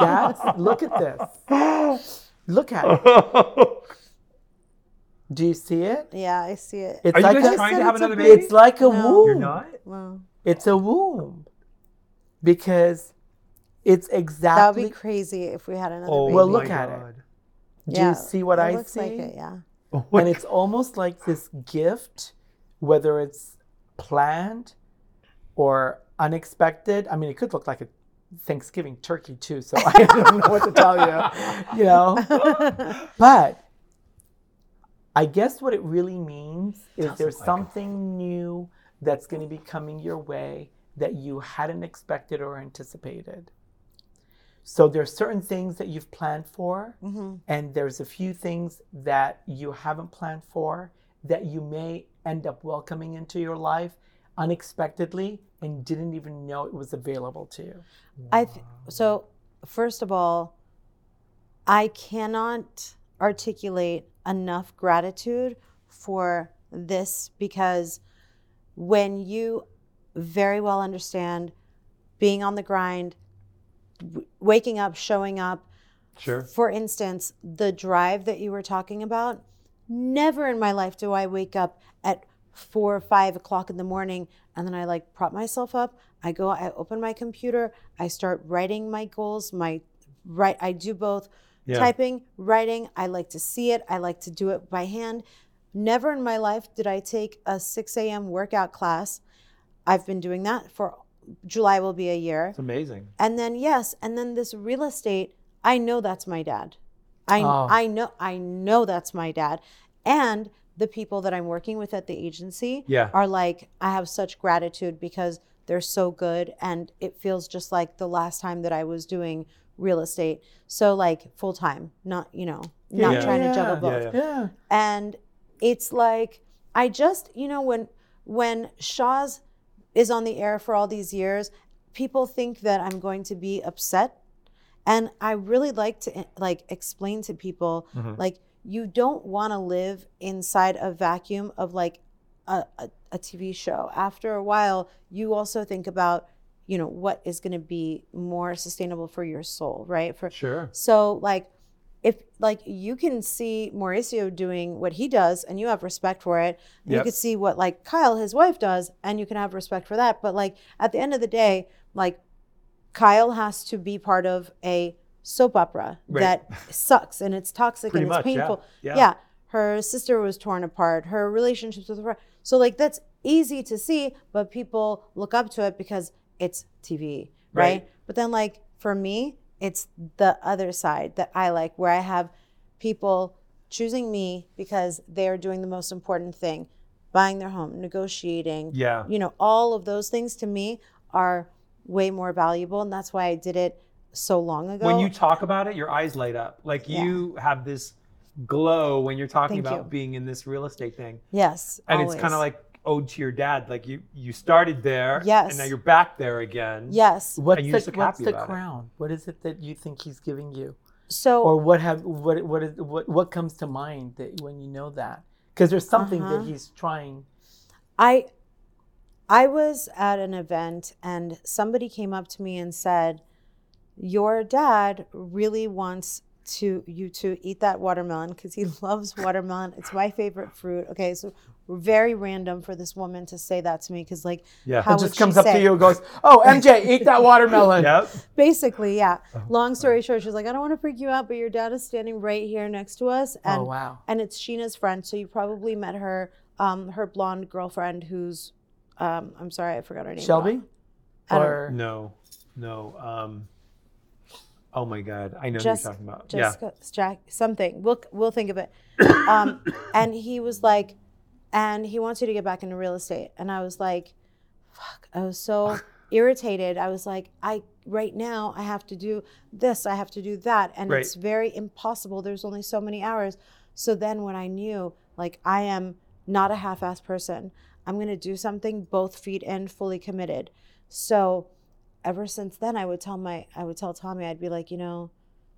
Speaker 2: [LAUGHS] God.
Speaker 1: That's look at this. Look at it. Do you see it?
Speaker 3: it. yeah, I see it.
Speaker 1: It's
Speaker 2: Are you
Speaker 1: like
Speaker 2: guys
Speaker 1: a,
Speaker 2: trying to
Speaker 3: said
Speaker 2: have
Speaker 3: it's a
Speaker 2: another baby?
Speaker 1: it's like a
Speaker 3: No.
Speaker 1: womb.
Speaker 2: You're not?
Speaker 3: Wow.
Speaker 1: It's a womb because it's
Speaker 3: That would
Speaker 1: exactly.
Speaker 3: be crazy if we had another
Speaker 2: Oh,
Speaker 3: baby.
Speaker 1: Well,
Speaker 2: my
Speaker 1: look at it.
Speaker 2: God.
Speaker 1: do you see what
Speaker 3: it
Speaker 1: I
Speaker 3: looks
Speaker 1: see?
Speaker 3: like it, yeah.
Speaker 2: [LAUGHS] Oh my
Speaker 1: and it's almost like this gift, whether it's planned or unexpected. I mean, it could look like a Thanksgiving turkey too, so I don't know what to tell you, you know. But I guess what it really means is
Speaker 2: Doesn't
Speaker 1: there's
Speaker 2: like it.
Speaker 1: something new that's going to be coming your way that you hadn't expected or anticipated. So there's certain things that you've planned for,
Speaker 3: Mm-hmm.
Speaker 1: and there's a few things that you haven't planned for that you may end up welcoming into your life unexpectedly and didn't even know it was available to you.
Speaker 3: I th- so first of all, I cannot articulate enough gratitude for this because when you very well understand being on the grind, w- waking up, showing up,
Speaker 2: Sure.
Speaker 3: for instance, the drive that you were talking about, never in my life do I wake up at four or five o'clock in the morning and then I like prop myself up. I go, I open my computer, I start writing my goals, my right, I do both
Speaker 2: Yeah.
Speaker 3: typing, writing. I like to see it, I like to do it by hand. Never in my life did I take a 6 a.m. workout class. I've been doing that for July will be a year.
Speaker 2: It's amazing.
Speaker 3: And then yes, and then this real estate, I know that's my dad. I
Speaker 1: Oh.
Speaker 3: I know I know that's my dad. And the people that I'm working with at the agency
Speaker 2: Yeah.
Speaker 3: are like I have such gratitude because they're so good and it feels just like the last time that I was doing real estate. So like full time, not, you know, not
Speaker 2: Yeah.
Speaker 3: trying to juggle
Speaker 1: Yeah.
Speaker 3: both
Speaker 2: Yeah.
Speaker 1: Yeah.
Speaker 3: and it's like i just you know when when shaw's is on the air for all these years people think that i'm going to be upset and i really like to eh, like explain to people
Speaker 2: Mhm.
Speaker 3: like you don't want to live inside a vacuum of like a, a, a tv show after a while you also think about you know what is going to be more sustainable for your soul right for
Speaker 2: Sure.
Speaker 3: so like if like you can see Mauricio doing what he does and you have respect for it, and you
Speaker 2: Yep.
Speaker 3: can see what like Kyle, his wife, does, and you can have respect for that. But like at the end of the day, like Kyle has to be part of a soap opera
Speaker 2: Right.
Speaker 3: that sucks and it's toxic
Speaker 2: Pretty
Speaker 3: and it's
Speaker 2: much, yeah.
Speaker 3: painful.
Speaker 2: Yeah.
Speaker 3: Her sister was torn apart, her relationships with her so like that's easy to see, but people look up to it because it's TV, right?
Speaker 2: Right.
Speaker 3: But then like for me, it's the other side that I like where I have people choosing me because they're doing the most important thing, buying their home, negotiating,
Speaker 2: Yeah.
Speaker 3: you know, all of those things to me are way more valuable and that's why I did it so long ago.
Speaker 2: When you talk about it, your eyes light up. Like
Speaker 3: Yeah.
Speaker 2: you have this glow when you're talking
Speaker 3: Thank
Speaker 2: about
Speaker 3: you.
Speaker 2: being in this real estate thing.
Speaker 3: yes.
Speaker 2: And it's kind of
Speaker 3: always.
Speaker 2: like ode to your dad. Like you, you started there,
Speaker 3: Yes.
Speaker 2: and now you're back there again.
Speaker 3: Yes.
Speaker 1: What's
Speaker 2: you
Speaker 1: the,
Speaker 2: still
Speaker 1: what's
Speaker 2: happy
Speaker 1: the
Speaker 2: about it?
Speaker 1: crown? What is it that you think he's giving you,
Speaker 3: So
Speaker 1: or what have what what is what what comes to mind that when you know that? Because there's something
Speaker 3: Uh-huh.
Speaker 1: that he's trying.
Speaker 3: I I was at an event and somebody came up to me and said, "Your dad really wants to you to eat that watermelon because he [LAUGHS] loves watermelon. It's my favorite fruit." Okay, so very random for this woman to say that to me because, like,
Speaker 2: Yeah.
Speaker 3: How
Speaker 1: it
Speaker 3: would
Speaker 1: just
Speaker 3: she
Speaker 1: comes up to
Speaker 3: say?
Speaker 1: you and goes, "Oh, MJ, eat
Speaker 3: [LAUGHS]
Speaker 1: that watermelon."
Speaker 2: Yep.
Speaker 3: basically, yeah.
Speaker 2: Oh,
Speaker 3: Long story short, she's like, "I don't want to freak you out, but your dad is standing right here next to us, and
Speaker 1: Oh wow.
Speaker 3: and it's Sheena's friend. So you probably met her, um, her blonde girlfriend, who's, um, I'm sorry, I forgot her name.
Speaker 1: Shelby.
Speaker 3: I don't-
Speaker 1: Or
Speaker 2: No, no. Um, oh my God, I know
Speaker 3: Just-
Speaker 2: who you're talking about.
Speaker 3: Jessica, Jack, something. We'll we'll think of it. [COUGHS] Um, and he was like, and he wants you to get back into real estate. And I was like, fuck. I was so irritated. I was like, I right now I have to do this. I have to do that, and
Speaker 2: Right.
Speaker 3: it's very impossible. There's only so many hours. So then when I knew, like, I am not a half-ass person. I'm gonna do something both feet in, fully committed. So ever since then, I would tell my I would tell Tommy, I'd be like, you know.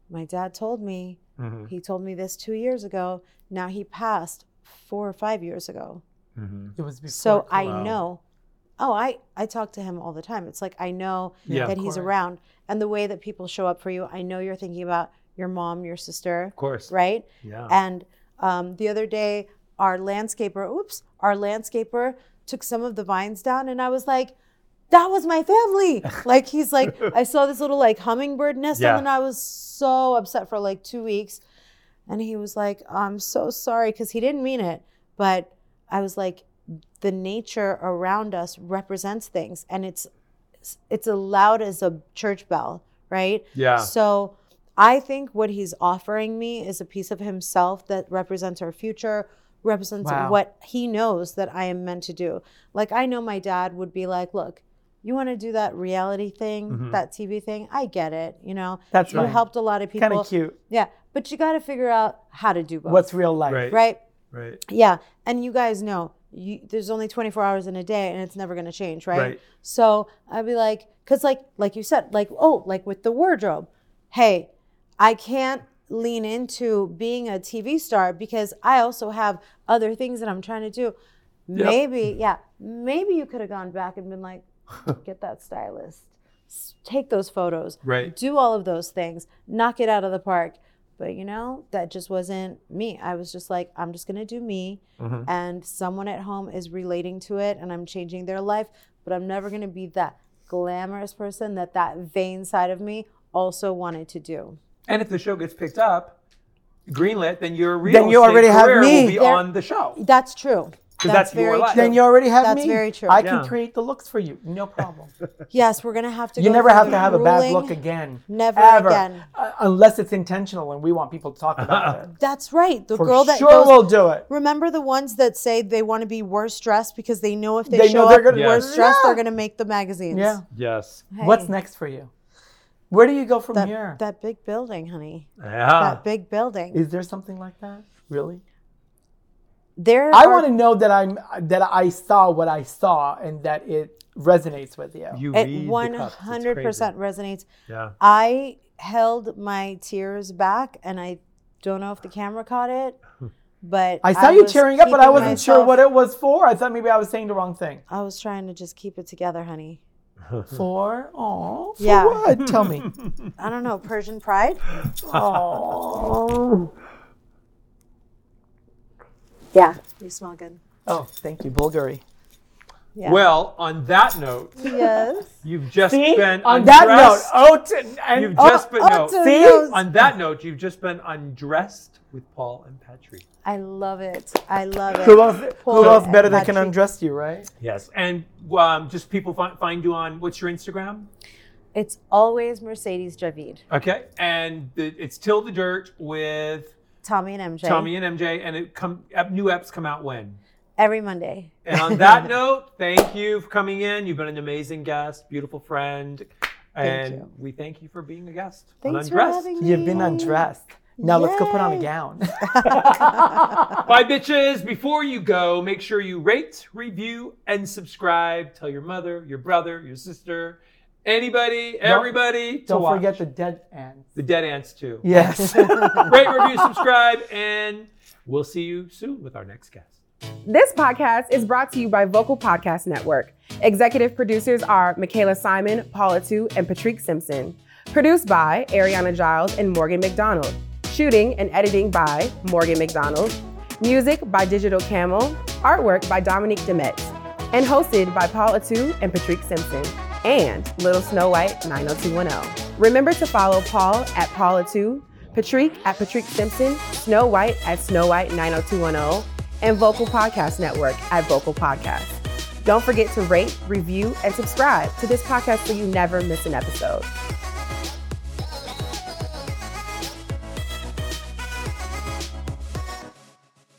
Speaker 3: My dad told me,
Speaker 2: Yeah. Mhm,
Speaker 3: he told me this two years ago. Now he passed four or five years ago.
Speaker 2: mhm.
Speaker 1: it was before.
Speaker 3: so I
Speaker 2: Wow.
Speaker 3: know. Oh, I, I talk to him all the time. It's like I know
Speaker 2: Yeah.
Speaker 3: that he's around. And the way that people show up for you, I know you're thinking about your mom, your sister,
Speaker 2: Of course.
Speaker 3: right?
Speaker 2: Yeah.
Speaker 3: And um, the other day, our landscaper, oops, our landscaper took some of the vines down, and I was like, that was
Speaker 2: [LAUGHS]
Speaker 3: my family. like he's like, I saw this little like hummingbird nest,
Speaker 2: Yeah.
Speaker 3: and I was so upset for like two weeks. And he was like, I'm so sorry, because he didn't mean it. But I was like, the nature around us represents things, and it's it's loud as a church bell, right?
Speaker 2: yeah.
Speaker 3: So I think what he's offering me is a piece of himself that represents our future, represents
Speaker 1: Wow.
Speaker 3: what he knows that I am meant to do. Like I know my dad would be like, look, you want to do that reality thing,
Speaker 2: Mhm.
Speaker 3: that TV thing? I get it. You know,
Speaker 1: Mm-hmm. That's
Speaker 3: you
Speaker 1: right.
Speaker 3: helped a lot of people.
Speaker 1: Kind of cute.
Speaker 3: Yeah. But you got to figure out how to do both.
Speaker 1: What's real life?
Speaker 2: Right.
Speaker 3: right?
Speaker 2: Right.
Speaker 3: Yeah. And you guys know you, there's only 24 hours in a day and it's never going to change, right?
Speaker 2: Right.
Speaker 3: So I'd be like, because like like you said, like oh, like with the wardrobe, hey, I can't lean into being a TV star because I also have other things that I'm trying to do. Maybe yeah, maybe you could have gone back and been like, get that stylist, s- take those photos,
Speaker 2: Right.
Speaker 3: do all of those things, knock it out of the park. But you know, that just wasn't me. I was just like, I'm just gonna do me,
Speaker 2: Mhm.
Speaker 3: and someone at home is relating to it, and I'm changing their life. But I'm never gonna be that glamorous person that that vain side of me also wanted to do.
Speaker 2: And if the show gets picked up, greenlit, then your real
Speaker 1: Then you
Speaker 2: estate
Speaker 1: already have
Speaker 2: career
Speaker 1: me.
Speaker 2: Will be
Speaker 3: There-
Speaker 2: on the show.
Speaker 3: That's true.
Speaker 2: Because that's, your
Speaker 3: very
Speaker 2: life.
Speaker 3: true.
Speaker 1: Then you already have
Speaker 3: That's
Speaker 1: me.
Speaker 3: very true.
Speaker 1: I
Speaker 2: Yeah.
Speaker 1: can create the looks for you. No
Speaker 2: [LAUGHS]
Speaker 1: problem.
Speaker 3: Yes, we're gonna have to.
Speaker 1: you
Speaker 3: go
Speaker 1: never
Speaker 3: through
Speaker 1: have
Speaker 3: the
Speaker 1: to have a bad
Speaker 3: grueling-
Speaker 1: look again.
Speaker 3: Never
Speaker 1: ever,
Speaker 3: again.
Speaker 1: uh, unless it's intentional and we want people to talk
Speaker 2: [LAUGHS]
Speaker 1: about it.
Speaker 3: That's right. The
Speaker 1: For
Speaker 3: girl that
Speaker 1: sure,
Speaker 3: goes
Speaker 1: we'll do it.
Speaker 3: Remember the ones that say they want to be worse dressed because they know if they,
Speaker 1: They know
Speaker 3: show
Speaker 1: they're
Speaker 3: up
Speaker 1: gonna-
Speaker 2: Yeah.
Speaker 3: worse dressed,
Speaker 1: Yeah.
Speaker 3: they're going to make the magazines.
Speaker 1: Yeah.
Speaker 2: Yes.
Speaker 3: Hey,
Speaker 1: What's next for you? Where do you go from
Speaker 3: That,
Speaker 1: here? Is
Speaker 3: that big building, honey.
Speaker 2: Yeah.
Speaker 1: Uh,
Speaker 3: That big building.
Speaker 1: there something like that? Really?
Speaker 3: There.
Speaker 1: I
Speaker 3: are-
Speaker 1: want to know that I'm that I saw what I saw and that it resonates with you.
Speaker 2: You
Speaker 3: It
Speaker 2: read
Speaker 3: one
Speaker 2: the cups. It's crazy.
Speaker 3: hundred percent resonates.
Speaker 2: Yeah.
Speaker 3: I held my tears back, and I don't know if the camera caught it, but
Speaker 1: I saw you
Speaker 3: was
Speaker 1: tearing up, but I
Speaker 3: keeping
Speaker 1: wasn't sure
Speaker 3: myself-
Speaker 1: what it was for. I thought maybe I was saying the wrong thing.
Speaker 3: I was trying to just keep it together, honey.
Speaker 1: For oh, for
Speaker 3: Yeah.
Speaker 1: what? Tell me.
Speaker 3: I don't know Persian pride.
Speaker 1: Oh.
Speaker 3: Yeah, you smell good.
Speaker 1: oh, thank you, Bulgari.
Speaker 3: Yeah.
Speaker 2: Well, on that note,
Speaker 3: yes.
Speaker 2: you've just been
Speaker 1: on that note,
Speaker 2: undressed.
Speaker 1: oh, t- and
Speaker 2: You've
Speaker 1: oh,
Speaker 2: just been
Speaker 3: oh,
Speaker 2: no.
Speaker 3: to
Speaker 1: See?
Speaker 3: those-
Speaker 2: On that note, you've just been undressed with Paul and Patrick.
Speaker 3: I love it. I love it.
Speaker 1: who else, who
Speaker 3: Paul
Speaker 1: else
Speaker 3: and
Speaker 1: better that can
Speaker 3: Patrick.
Speaker 1: undress you, right?
Speaker 2: Yes, and um, just people find, find you on what's your Instagram?
Speaker 3: It's always Mercedes Javid.
Speaker 2: Okay, and the, it's Till the Dirt with
Speaker 3: Tommy and MJ.
Speaker 2: Tommy and MJ, and it come ep- new eps come out when.
Speaker 3: Every Monday.
Speaker 2: And on that [LAUGHS] note, thank you for coming in. You've been an amazing guest, beautiful friend, and
Speaker 3: you.
Speaker 2: we thank you for being a guest. on
Speaker 3: Thanks for
Speaker 2: Undressed.
Speaker 3: having me.
Speaker 1: You've been undressed. Now let's go put on a
Speaker 3: Yay.
Speaker 1: gown.
Speaker 2: Bye, bitches. Before you go, make sure you rate, review, and subscribe. Tell your mother, your brother, your sister, anybody, everybody. to
Speaker 1: Don't
Speaker 2: watch.
Speaker 1: forget the dead ants.
Speaker 2: the dead ants too.
Speaker 1: Yes.
Speaker 2: Rate, review, subscribe, and we'll see you soon with our next guest.
Speaker 4: This podcast is brought to you by Vocal Podcast Network. Executive producers are Michaela Simon, Paula Tu, and Patrick Simpson. Produced by Ariana Giles and Morgan McDonald. Shooting and editing by Morgan McDonald. Music by Digital Camel. Artwork by Dominique Demetz. And hosted by Paula Tu and Patrick Simpson. And Little Snow White 90210. Remember to follow Paul at Paula Tu, Patrick at Patrick Simpson, Snow White at Snow White 90210 and Vocal Podcast Network at Vocal Podcast. Don't forget to rate, review, and subscribe to this podcast so you never miss an episode.